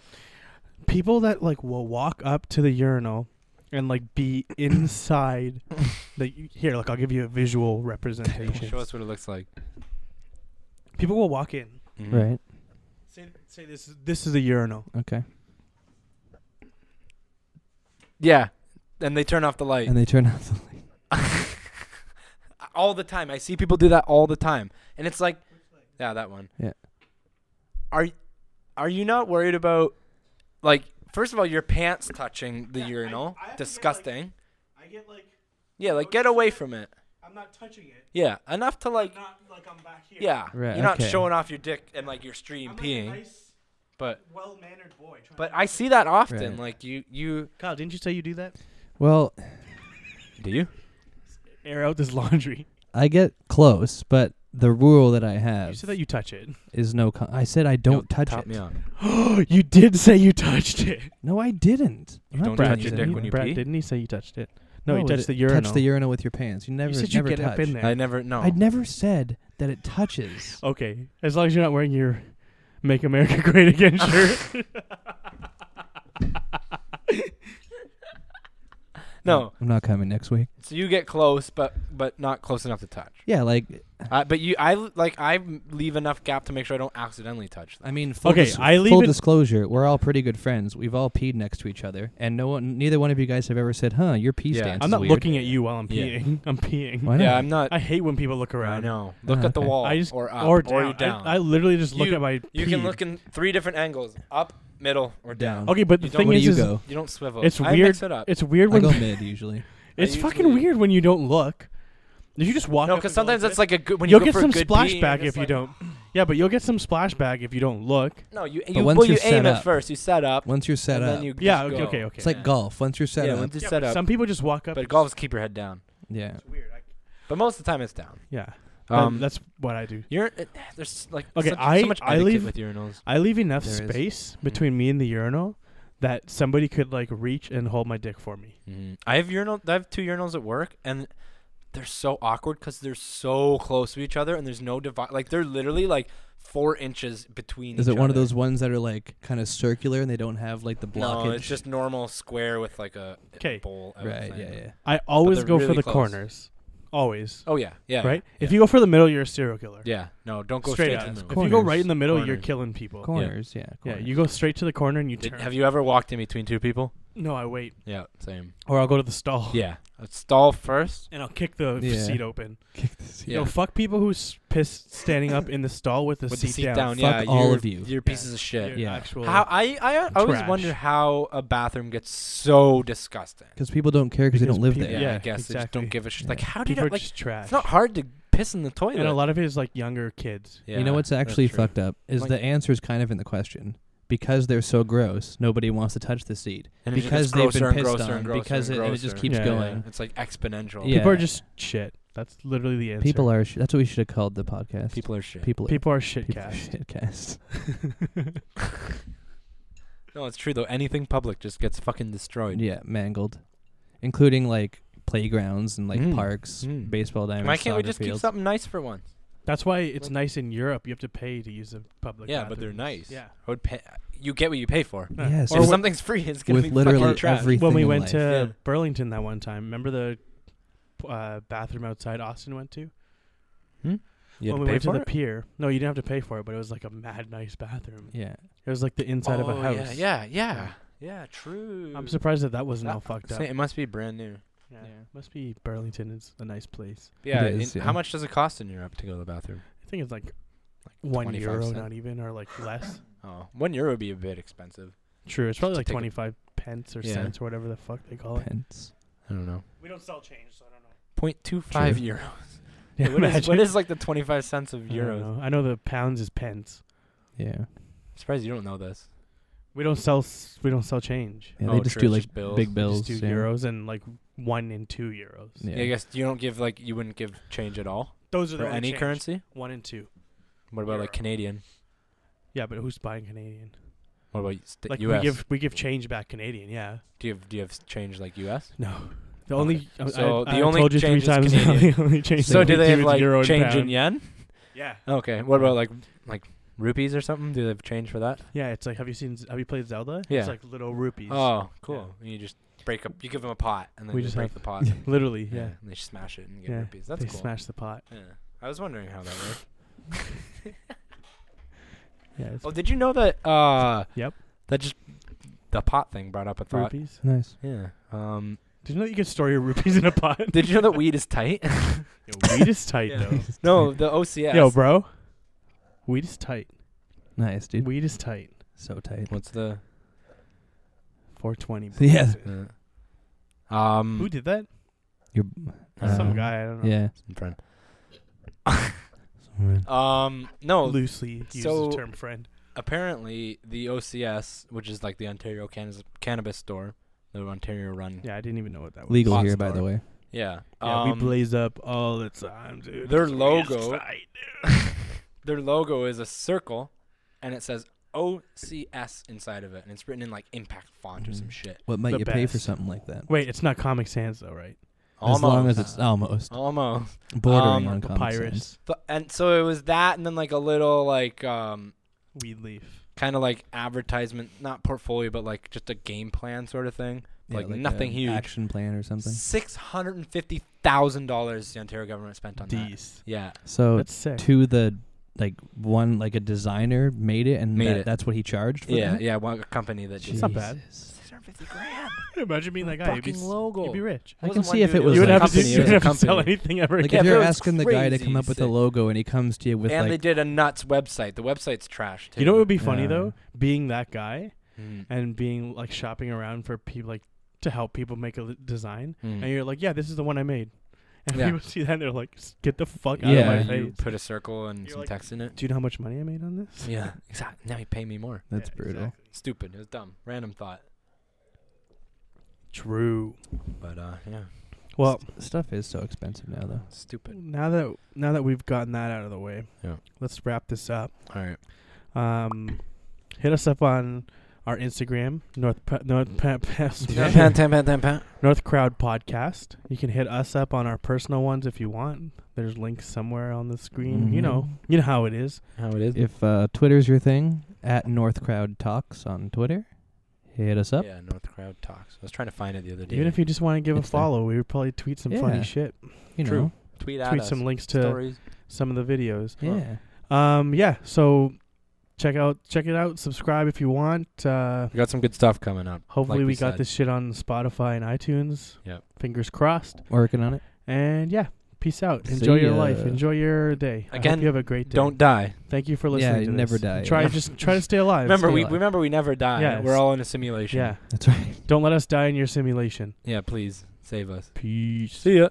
Speaker 1: people that like will walk up to the urinal and like be inside the here? Like I'll give you a visual representation.
Speaker 2: show us what it looks like.
Speaker 1: People will walk in.
Speaker 2: Mhm.
Speaker 3: Right.
Speaker 1: Say, say this is this is a urinal.
Speaker 3: Okay.
Speaker 2: Yeah, and they turn off the light
Speaker 3: And they turn off the light.
Speaker 2: all the time. I see people do that all the time, and it's like, yeah, that one.
Speaker 3: Yeah.
Speaker 2: Are, are you not worried about, like, first of all, your pants touching the urinal?
Speaker 1: I have to get, like- Oh,
Speaker 2: Disgusting.
Speaker 1: I get like
Speaker 2: yeah, like get away from it.
Speaker 1: I'm not touching it.
Speaker 2: Yeah, enough to like.
Speaker 1: Not like I'm back here.
Speaker 2: Yeah,
Speaker 3: Right,
Speaker 2: you're not
Speaker 3: okay.
Speaker 2: showing off your dick and like your stream peeing, but
Speaker 1: well mannered boy.
Speaker 2: but I see that often.
Speaker 3: Right.
Speaker 2: Like you you
Speaker 1: Kyle, didn't you say you do that?
Speaker 3: Well,
Speaker 2: do you?
Speaker 1: Air out this laundry.
Speaker 3: I get close, but the rule that I have
Speaker 1: You said that you touch it.
Speaker 3: is no. Con- I said I don't touch
Speaker 2: Top
Speaker 3: it.
Speaker 2: me on.
Speaker 1: you did say you touched it.
Speaker 3: No, I didn't.
Speaker 2: You
Speaker 3: I'm not
Speaker 2: don't
Speaker 3: doing
Speaker 2: touch your
Speaker 3: anything.
Speaker 2: dick when you
Speaker 1: Brad,
Speaker 2: pee?
Speaker 1: didn't he say you touched it? No, you
Speaker 3: it-
Speaker 1: touched the urinal.
Speaker 3: Touch the urinal with your pants. You never.
Speaker 1: you said you
Speaker 3: never
Speaker 1: get
Speaker 3: touch.
Speaker 1: up in there.
Speaker 2: I never know.
Speaker 3: I never said that it touches.
Speaker 1: okay, as long as you're not wearing your "Make America Great Again" shirt.
Speaker 2: no.
Speaker 3: I'm not coming next week.
Speaker 2: So you get close, but but not close enough to touch.
Speaker 3: Yeah, like
Speaker 2: Uh, but you, I like I leave enough gap to make sure I don't accidentally touch them.
Speaker 3: I mean, full
Speaker 1: Okay,
Speaker 3: dis-
Speaker 1: I leave
Speaker 3: full
Speaker 1: it-
Speaker 3: disclosure. We're all pretty good friends. We've all peed next to each other, and no one, neither one of you guys have ever said, "Huh, your pee
Speaker 2: Yeah. This
Speaker 3: stance."
Speaker 1: I'm
Speaker 3: is
Speaker 1: not
Speaker 3: weird."
Speaker 1: looking at you while I'm
Speaker 2: Yeah.
Speaker 1: peeing. I'm peeing.
Speaker 3: Why not?
Speaker 2: Yeah, I'm not.
Speaker 1: I hate when people look
Speaker 2: I
Speaker 1: around.
Speaker 2: know. Look at the
Speaker 3: okay.
Speaker 2: wall,
Speaker 1: I just
Speaker 2: or up,
Speaker 1: or
Speaker 2: or
Speaker 1: down.
Speaker 2: you down.
Speaker 1: I, I literally just look
Speaker 2: You-
Speaker 1: at my. Pee.
Speaker 2: you can look in three different angles: up, middle, or down.
Speaker 3: Down.
Speaker 1: Okay, but the
Speaker 2: You don't-
Speaker 1: thing
Speaker 3: Where do
Speaker 1: is,
Speaker 3: you
Speaker 1: is
Speaker 3: go?
Speaker 2: You don't swivel.
Speaker 1: It's
Speaker 2: I
Speaker 1: weird-
Speaker 2: mix it up.
Speaker 1: it's weird
Speaker 3: I
Speaker 1: when
Speaker 3: go mid usually.
Speaker 1: it's
Speaker 2: usually-
Speaker 1: fucking weird when you don't look. If you just walk
Speaker 2: no,
Speaker 1: up
Speaker 2: because
Speaker 1: and go
Speaker 2: sometimes
Speaker 1: like
Speaker 2: it's like a good when
Speaker 1: you'll get
Speaker 2: you go for a
Speaker 1: some
Speaker 2: good pee,
Speaker 1: splashback
Speaker 2: you're
Speaker 1: if
Speaker 2: just
Speaker 1: you
Speaker 2: like- "Mm."
Speaker 1: don't. Yeah, but you'll get some splashback if you don't look.
Speaker 2: No, you you,
Speaker 3: once
Speaker 2: well, you
Speaker 3: you're set
Speaker 2: aim at
Speaker 3: up-
Speaker 2: first. You set up.
Speaker 3: Once you're set
Speaker 2: and
Speaker 3: up,
Speaker 2: Then you
Speaker 1: Yeah,
Speaker 2: just
Speaker 1: okay,
Speaker 2: go.
Speaker 1: okay, okay.
Speaker 3: it's like golf. Once you're set
Speaker 2: yeah,
Speaker 3: up,
Speaker 2: once you
Speaker 1: Yeah,
Speaker 2: set
Speaker 1: but
Speaker 2: up.
Speaker 1: Some people just walk up.
Speaker 2: but
Speaker 1: and
Speaker 2: golf's keep your head down.
Speaker 3: yeah.
Speaker 1: just- weird. I,
Speaker 2: But most of the time it's down.
Speaker 1: yeah, That-
Speaker 2: Um,
Speaker 1: that's what I do.
Speaker 2: you're it, there's like
Speaker 1: Okay,
Speaker 2: such,
Speaker 1: I-
Speaker 2: so much
Speaker 1: I
Speaker 2: etiquette
Speaker 1: leave-
Speaker 2: with urinals.
Speaker 1: I leave enough
Speaker 3: There is-
Speaker 1: space
Speaker 2: Mm.
Speaker 1: between me and the urinal that somebody could like reach and hold my dick for me.
Speaker 2: Mhm. I have urinal. I have two urinals at work, and they're so awkward because they're so close to each other, and there's no divide. Like they're literally like four inches between.
Speaker 3: Is
Speaker 2: each
Speaker 3: it one of
Speaker 2: other.
Speaker 3: those ones that are like kind of circular and they don't have like the blockage?
Speaker 2: No, it's just normal square with like a
Speaker 1: 'Kay.
Speaker 2: bowl. I would
Speaker 3: right.
Speaker 2: think.
Speaker 3: Yeah, yeah.
Speaker 1: I always
Speaker 2: they're
Speaker 1: go for
Speaker 2: really
Speaker 1: the
Speaker 2: close.
Speaker 1: corners, always.
Speaker 2: Oh yeah, yeah.
Speaker 1: right?
Speaker 2: Yeah.
Speaker 1: If you go for the middle, you're a serial killer.
Speaker 2: yeah, no, don't go
Speaker 1: straight,
Speaker 2: straight,
Speaker 1: up.
Speaker 2: to the
Speaker 1: If
Speaker 2: middle.
Speaker 1: you go
Speaker 3: Corners.
Speaker 1: right in the middle, you're
Speaker 2: Corners.
Speaker 1: killing people.
Speaker 3: Corners, yeah.
Speaker 1: Yeah,
Speaker 3: corners.
Speaker 1: you go straight to the corner and you
Speaker 2: Did-
Speaker 1: turn.
Speaker 2: have you ever walked in between two people?
Speaker 1: no, I wait,
Speaker 2: Yeah, same.
Speaker 1: or I'll go to the stall.
Speaker 2: Yeah, a stall first.
Speaker 1: And I'll kick the
Speaker 3: Yeah.
Speaker 1: seat open.
Speaker 3: kick this.
Speaker 2: Yeah.
Speaker 1: Yo, fuck people who s- piss standing up in the stall with the,
Speaker 2: with
Speaker 1: seat,
Speaker 2: the seat down.
Speaker 3: Fuck
Speaker 2: yeah,
Speaker 3: all
Speaker 2: you're-
Speaker 3: of you.
Speaker 2: You're pieces of shit.
Speaker 1: You're
Speaker 3: Yeah.
Speaker 1: Actual
Speaker 2: How I uh, I, I always
Speaker 1: Trash.
Speaker 2: wonder how a bathroom gets so disgusting.
Speaker 3: Because people don't care because they
Speaker 1: Because
Speaker 3: don't live
Speaker 1: people-
Speaker 3: there.
Speaker 2: Yeah,
Speaker 1: Yeah,
Speaker 2: I guess they just
Speaker 1: exactly.
Speaker 2: don't give a shit.
Speaker 3: Yeah.
Speaker 2: Like, how do you
Speaker 1: people are
Speaker 2: not, like?
Speaker 1: just trash.
Speaker 2: It's not hard to piss in the toilet.
Speaker 1: and a lot of it is like younger kids.
Speaker 2: yeah,
Speaker 3: you know what's
Speaker 2: that's
Speaker 3: actually
Speaker 2: true.
Speaker 3: fucked up is
Speaker 2: Like-
Speaker 3: the answer is kind of in the question. Because they're so gross, nobody wants to touch the seed.
Speaker 2: And it just gets
Speaker 3: because they've
Speaker 2: grosser
Speaker 3: been
Speaker 2: and
Speaker 3: pissed
Speaker 2: grosser
Speaker 3: on.
Speaker 2: and grosser
Speaker 3: Because it,
Speaker 2: and
Speaker 3: and it just
Speaker 2: grosser.
Speaker 3: keeps
Speaker 1: Yeah,
Speaker 3: going.
Speaker 2: It's like exponential.
Speaker 3: Yeah.
Speaker 1: People are just shit. That's literally the answer.
Speaker 3: People are. Sh- that's what we should have called the podcast.
Speaker 2: people are shit.
Speaker 3: People.
Speaker 1: people are
Speaker 3: Are,
Speaker 1: shit
Speaker 3: people are
Speaker 1: cast.
Speaker 3: shitcast.
Speaker 2: No, it's true though. Anything public just gets fucking destroyed.
Speaker 3: Yeah, mangled, including like playgrounds and like
Speaker 2: Mm.
Speaker 3: parks,
Speaker 2: Mm.
Speaker 3: baseball diamonds.
Speaker 2: Why can't we
Speaker 3: soccer
Speaker 2: just keep
Speaker 3: fields.
Speaker 2: something nice for once?
Speaker 1: That's why it's
Speaker 2: Like-
Speaker 1: nice in Europe. You have to pay to use the public.
Speaker 2: yeah, but they're
Speaker 1: bathrooms.
Speaker 2: nice.
Speaker 1: Yeah.
Speaker 2: I would pay. You get what you pay for.
Speaker 1: Yeah.
Speaker 3: Yes,
Speaker 1: Or
Speaker 2: if
Speaker 1: when-
Speaker 2: something's free, it's gonna
Speaker 3: with
Speaker 2: be
Speaker 3: literally
Speaker 2: fucking trash.
Speaker 3: everything.
Speaker 1: when we
Speaker 3: in
Speaker 1: went
Speaker 3: life.
Speaker 1: to
Speaker 2: Yeah.
Speaker 1: Burlington that one time, remember the uh, bathroom outside Austin went to?
Speaker 2: You had
Speaker 1: when we
Speaker 2: to pay
Speaker 1: went to
Speaker 2: for
Speaker 1: the
Speaker 2: it?
Speaker 1: pier. No, you didn't have to pay for it, but it was like a mad nice bathroom.
Speaker 3: yeah,
Speaker 1: It was like the inside of a
Speaker 2: Oh, yeah,
Speaker 1: house.
Speaker 2: Yeah, Ah, yeah, yeah. True.
Speaker 1: I'm surprised that that wasn't all
Speaker 2: That-
Speaker 1: fucked up.
Speaker 2: It must be brand new.
Speaker 1: Yeah.
Speaker 2: yeah.
Speaker 1: Must be Burlington is a nice place.
Speaker 2: Yeah,
Speaker 3: It is,
Speaker 2: in-
Speaker 3: yeah.
Speaker 2: How much does it cost in Europe to go to the bathroom?
Speaker 1: I think it's like one
Speaker 2: 25
Speaker 1: euro,
Speaker 2: cent.
Speaker 1: not even, or like less.
Speaker 2: Oh, one euro would be a bit expensive.
Speaker 1: True. It's probably
Speaker 2: to
Speaker 1: like
Speaker 2: take a-
Speaker 1: 25 pence or
Speaker 2: Yeah.
Speaker 1: cents or whatever the fuck they call it.
Speaker 3: pence.
Speaker 2: I don't know.
Speaker 1: We don't sell change, so I don't know.
Speaker 2: Point two five
Speaker 3: True.
Speaker 2: euros.
Speaker 1: Yeah,
Speaker 2: what, is, what
Speaker 1: imagine.
Speaker 2: is like the twenty five cents of
Speaker 1: I don't
Speaker 2: euros?
Speaker 1: know. I know the pounds is pence.
Speaker 3: Yeah,
Speaker 2: I'm surprised you don't know this.
Speaker 1: We don't sell. s- We don't sell change.
Speaker 3: yeah
Speaker 2: Oh,
Speaker 3: they just
Speaker 2: true,
Speaker 3: do
Speaker 2: it's
Speaker 3: like
Speaker 2: just bills.
Speaker 3: big
Speaker 1: We
Speaker 3: bills.
Speaker 1: just do
Speaker 3: yeah.
Speaker 1: euros and like one and two euros.
Speaker 3: Yeah.
Speaker 2: Yeah. I guess you don't give like you wouldn't give change at all
Speaker 1: Those are
Speaker 2: for
Speaker 1: the only
Speaker 2: any
Speaker 1: change.
Speaker 2: currency.
Speaker 1: One and two.
Speaker 2: What about like
Speaker 1: Euro.
Speaker 2: Canadian?
Speaker 1: Yeah, but who's buying Canadian?
Speaker 2: What about you- st-
Speaker 1: Like
Speaker 2: U.S.?
Speaker 1: we give we give change back Canadian. Yeah.
Speaker 2: do you have do you have change like U.S.?
Speaker 1: No. The
Speaker 2: Okay.
Speaker 1: only I-
Speaker 2: So
Speaker 1: I,
Speaker 2: the
Speaker 1: I
Speaker 2: only
Speaker 1: told you
Speaker 2: change
Speaker 1: three
Speaker 2: is
Speaker 1: times now
Speaker 2: Canadian.
Speaker 1: the only change.
Speaker 2: So
Speaker 1: that
Speaker 2: do
Speaker 1: we
Speaker 2: they
Speaker 1: do
Speaker 2: have
Speaker 1: is
Speaker 2: like
Speaker 1: euro and
Speaker 2: change in
Speaker 1: pound.
Speaker 2: yen?
Speaker 1: Yeah.
Speaker 2: Okay. What about like like rupees or something? Do they have change for that?
Speaker 1: Yeah, it's like have you seen have you played Zelda?
Speaker 2: Yeah.
Speaker 1: It's like little rupees.
Speaker 2: Oh, cool. And you just break up. You give them a pot, and then
Speaker 1: We
Speaker 2: you
Speaker 1: just
Speaker 2: break
Speaker 1: have-
Speaker 2: the pot.
Speaker 1: Literally, yeah.
Speaker 2: And they smash it and get
Speaker 1: Yeah,
Speaker 2: rupees. That's
Speaker 1: they
Speaker 2: cool.
Speaker 1: smash the pot.
Speaker 2: Yeah. I was wondering how that worked.
Speaker 1: Yeah, it's
Speaker 2: Oh, did you know that? uh
Speaker 1: Yep.
Speaker 2: That just the pot thing brought up a thought.
Speaker 1: rupees.
Speaker 3: Nice.
Speaker 2: Yeah. Um.
Speaker 1: Did you know you could store your rupees in a pot?
Speaker 2: Did you know that weed is tight?
Speaker 1: Yo, weed is tight
Speaker 2: Yeah.
Speaker 1: though.
Speaker 2: no, the OCS.
Speaker 1: Yo, bro. Weed is tight.
Speaker 3: Nice, dude.
Speaker 1: Weed is tight.
Speaker 3: So tight.
Speaker 2: What's the?
Speaker 1: 420. bro.
Speaker 3: Yeah.
Speaker 2: uh, um.
Speaker 1: Who did that?
Speaker 3: Your Uh,
Speaker 1: Some guy. I don't know.
Speaker 3: yeah.
Speaker 2: some friend. Um.
Speaker 1: Oh,
Speaker 2: No.
Speaker 1: Loosely used
Speaker 2: so-
Speaker 1: the term friend.
Speaker 2: apparently the OCS, which is like the Ontario Cannabis Cannabis Store, the Ontario run.
Speaker 1: Yeah, I didn't even know what that was.
Speaker 3: Legal
Speaker 2: Pot
Speaker 3: here, by the
Speaker 2: store.
Speaker 3: way.
Speaker 2: Yeah.
Speaker 1: Yeah,
Speaker 2: um,
Speaker 1: we blaze up all the time, dude.
Speaker 2: their
Speaker 1: Weed is
Speaker 2: logo-
Speaker 1: tight, dude.
Speaker 2: their logo is a circle, and it says OCS inside of it, and it's written in like impact font or some
Speaker 3: Mhm.
Speaker 2: shit.
Speaker 3: What might
Speaker 1: The
Speaker 3: you pay for
Speaker 1: best.
Speaker 3: something like that?
Speaker 1: Wait, it's not Comic Sans though, right?
Speaker 2: Almost.
Speaker 3: As long as it's almost
Speaker 2: almost. um,
Speaker 3: bordering on common sense.
Speaker 1: Papyrus,
Speaker 2: Th- and so it was that, and then like a little like um
Speaker 1: weed leaf.
Speaker 2: kind of like advertisement, not portfolio, but like just a game plan sort of thing.
Speaker 3: Yeah,
Speaker 2: like, nothing
Speaker 3: a
Speaker 2: huge.
Speaker 3: Action plan or something.
Speaker 2: Six hundred and fifty thousand dollars the Ontario government spent on that.
Speaker 1: D's.
Speaker 2: Yeah.
Speaker 3: So
Speaker 1: That's sick.
Speaker 3: to the like one like a designer made it and
Speaker 2: Made
Speaker 3: that,
Speaker 2: it.
Speaker 3: that's what he charged for
Speaker 2: Yeah,
Speaker 3: that?
Speaker 2: yeah, one a company that
Speaker 1: It's
Speaker 2: just
Speaker 1: not bad.
Speaker 3: Jesus.
Speaker 2: 650 grand.
Speaker 1: Imagine being that guy. You'd be,
Speaker 2: fucking
Speaker 1: s-
Speaker 2: logo.
Speaker 1: you'd be rich.
Speaker 3: I
Speaker 2: It
Speaker 3: can
Speaker 2: wasn't one
Speaker 3: see if
Speaker 2: dude,
Speaker 3: it was
Speaker 1: you
Speaker 3: like
Speaker 1: wouldn't have, to, do,
Speaker 2: company, it
Speaker 1: you
Speaker 2: was
Speaker 1: wouldn't
Speaker 2: a
Speaker 1: have to sell
Speaker 2: company.
Speaker 1: anything ever
Speaker 3: Like
Speaker 1: again.
Speaker 2: yeah,
Speaker 3: if you're
Speaker 2: that was
Speaker 3: asking the guy to come up with a
Speaker 2: crazy.
Speaker 3: logo and he comes to you with
Speaker 2: and they
Speaker 3: like
Speaker 2: did a nuts website. The website's trash too.
Speaker 1: You know what would be funny
Speaker 3: Yeah.
Speaker 1: though? Being that guy
Speaker 2: Mm,
Speaker 1: and being like shopping around for people like to help people make a li- design,
Speaker 2: mm.
Speaker 1: and you're like, yeah, this is the one I made, and
Speaker 2: Yeah.
Speaker 1: people see that and they're like, "S- get the fuck out of
Speaker 2: yeah,
Speaker 3: Yeah.
Speaker 1: my face.
Speaker 2: you put a circle and
Speaker 1: You're
Speaker 2: some
Speaker 1: like-
Speaker 2: text in it.
Speaker 1: Do you know how much money I made on this?
Speaker 2: Yeah, exactly. Now you pay me more.
Speaker 3: that's
Speaker 1: Yeah,
Speaker 3: brutal.
Speaker 1: exactly.
Speaker 2: Stupid. It was dumb. Random thought.
Speaker 1: True.
Speaker 2: But uh, yeah,
Speaker 1: Well,
Speaker 3: S- stuff is so expensive now though.
Speaker 2: stupid.
Speaker 1: now that now that we've gotten that out of the way,
Speaker 2: Yeah.
Speaker 1: let's wrap this up.
Speaker 2: All right.
Speaker 1: Um, hit us up on our Instagram, North pa-
Speaker 2: Mm.
Speaker 1: North pa- pa-
Speaker 2: Pan, pan, pan, pan, pan.
Speaker 1: North Crowd Podcast. You can hit us up on our personal ones if you want. There's links somewhere on the screen.
Speaker 2: Mm-hmm.
Speaker 1: You know, you know how it is.
Speaker 2: How it is?
Speaker 3: If uh, Twitter's your thing, at North Crowd Talks on Twitter, hit us up.
Speaker 2: Yeah, North Crowd talks. I was trying to find it the other day.
Speaker 1: Even if you just want to give
Speaker 3: It's
Speaker 1: a
Speaker 3: there.
Speaker 1: follow, we would probably tweet some funny
Speaker 3: Yeah.
Speaker 1: shit.
Speaker 3: You
Speaker 2: True.
Speaker 3: know,
Speaker 2: tweet at
Speaker 1: tweet
Speaker 2: us.
Speaker 1: some links to
Speaker 2: stories.
Speaker 1: some of the videos.
Speaker 2: Huh.
Speaker 3: yeah.
Speaker 1: Um, yeah. So check out check it out. Subscribe if you want. Uh,
Speaker 2: We got some good stuff coming up.
Speaker 1: hopefully
Speaker 2: Like
Speaker 1: we,
Speaker 2: we
Speaker 1: got
Speaker 2: said.
Speaker 1: this shit on Spotify and iTunes.
Speaker 2: Yep.
Speaker 1: Fingers crossed.
Speaker 3: Working on it.
Speaker 1: And yeah, peace out.
Speaker 3: See
Speaker 1: Enjoy your
Speaker 3: ya.
Speaker 1: life. Enjoy your day. I hope
Speaker 2: Again,
Speaker 1: you have a great day.
Speaker 2: Don't die.
Speaker 1: Thank you for
Speaker 3: Yeah,
Speaker 1: listening.
Speaker 3: you
Speaker 1: to this.
Speaker 3: never die.
Speaker 1: Try
Speaker 3: Yeah.
Speaker 1: just try to stay alive.
Speaker 2: Remember,
Speaker 3: stay
Speaker 2: we
Speaker 3: alive.
Speaker 2: remember we never die.
Speaker 1: Yeah,
Speaker 2: We're
Speaker 1: it's-
Speaker 2: all in a simulation.
Speaker 1: yeah.
Speaker 3: That's right.
Speaker 1: Don't let us die in your simulation.
Speaker 2: Yeah, please save us.
Speaker 1: Peace.
Speaker 2: ya.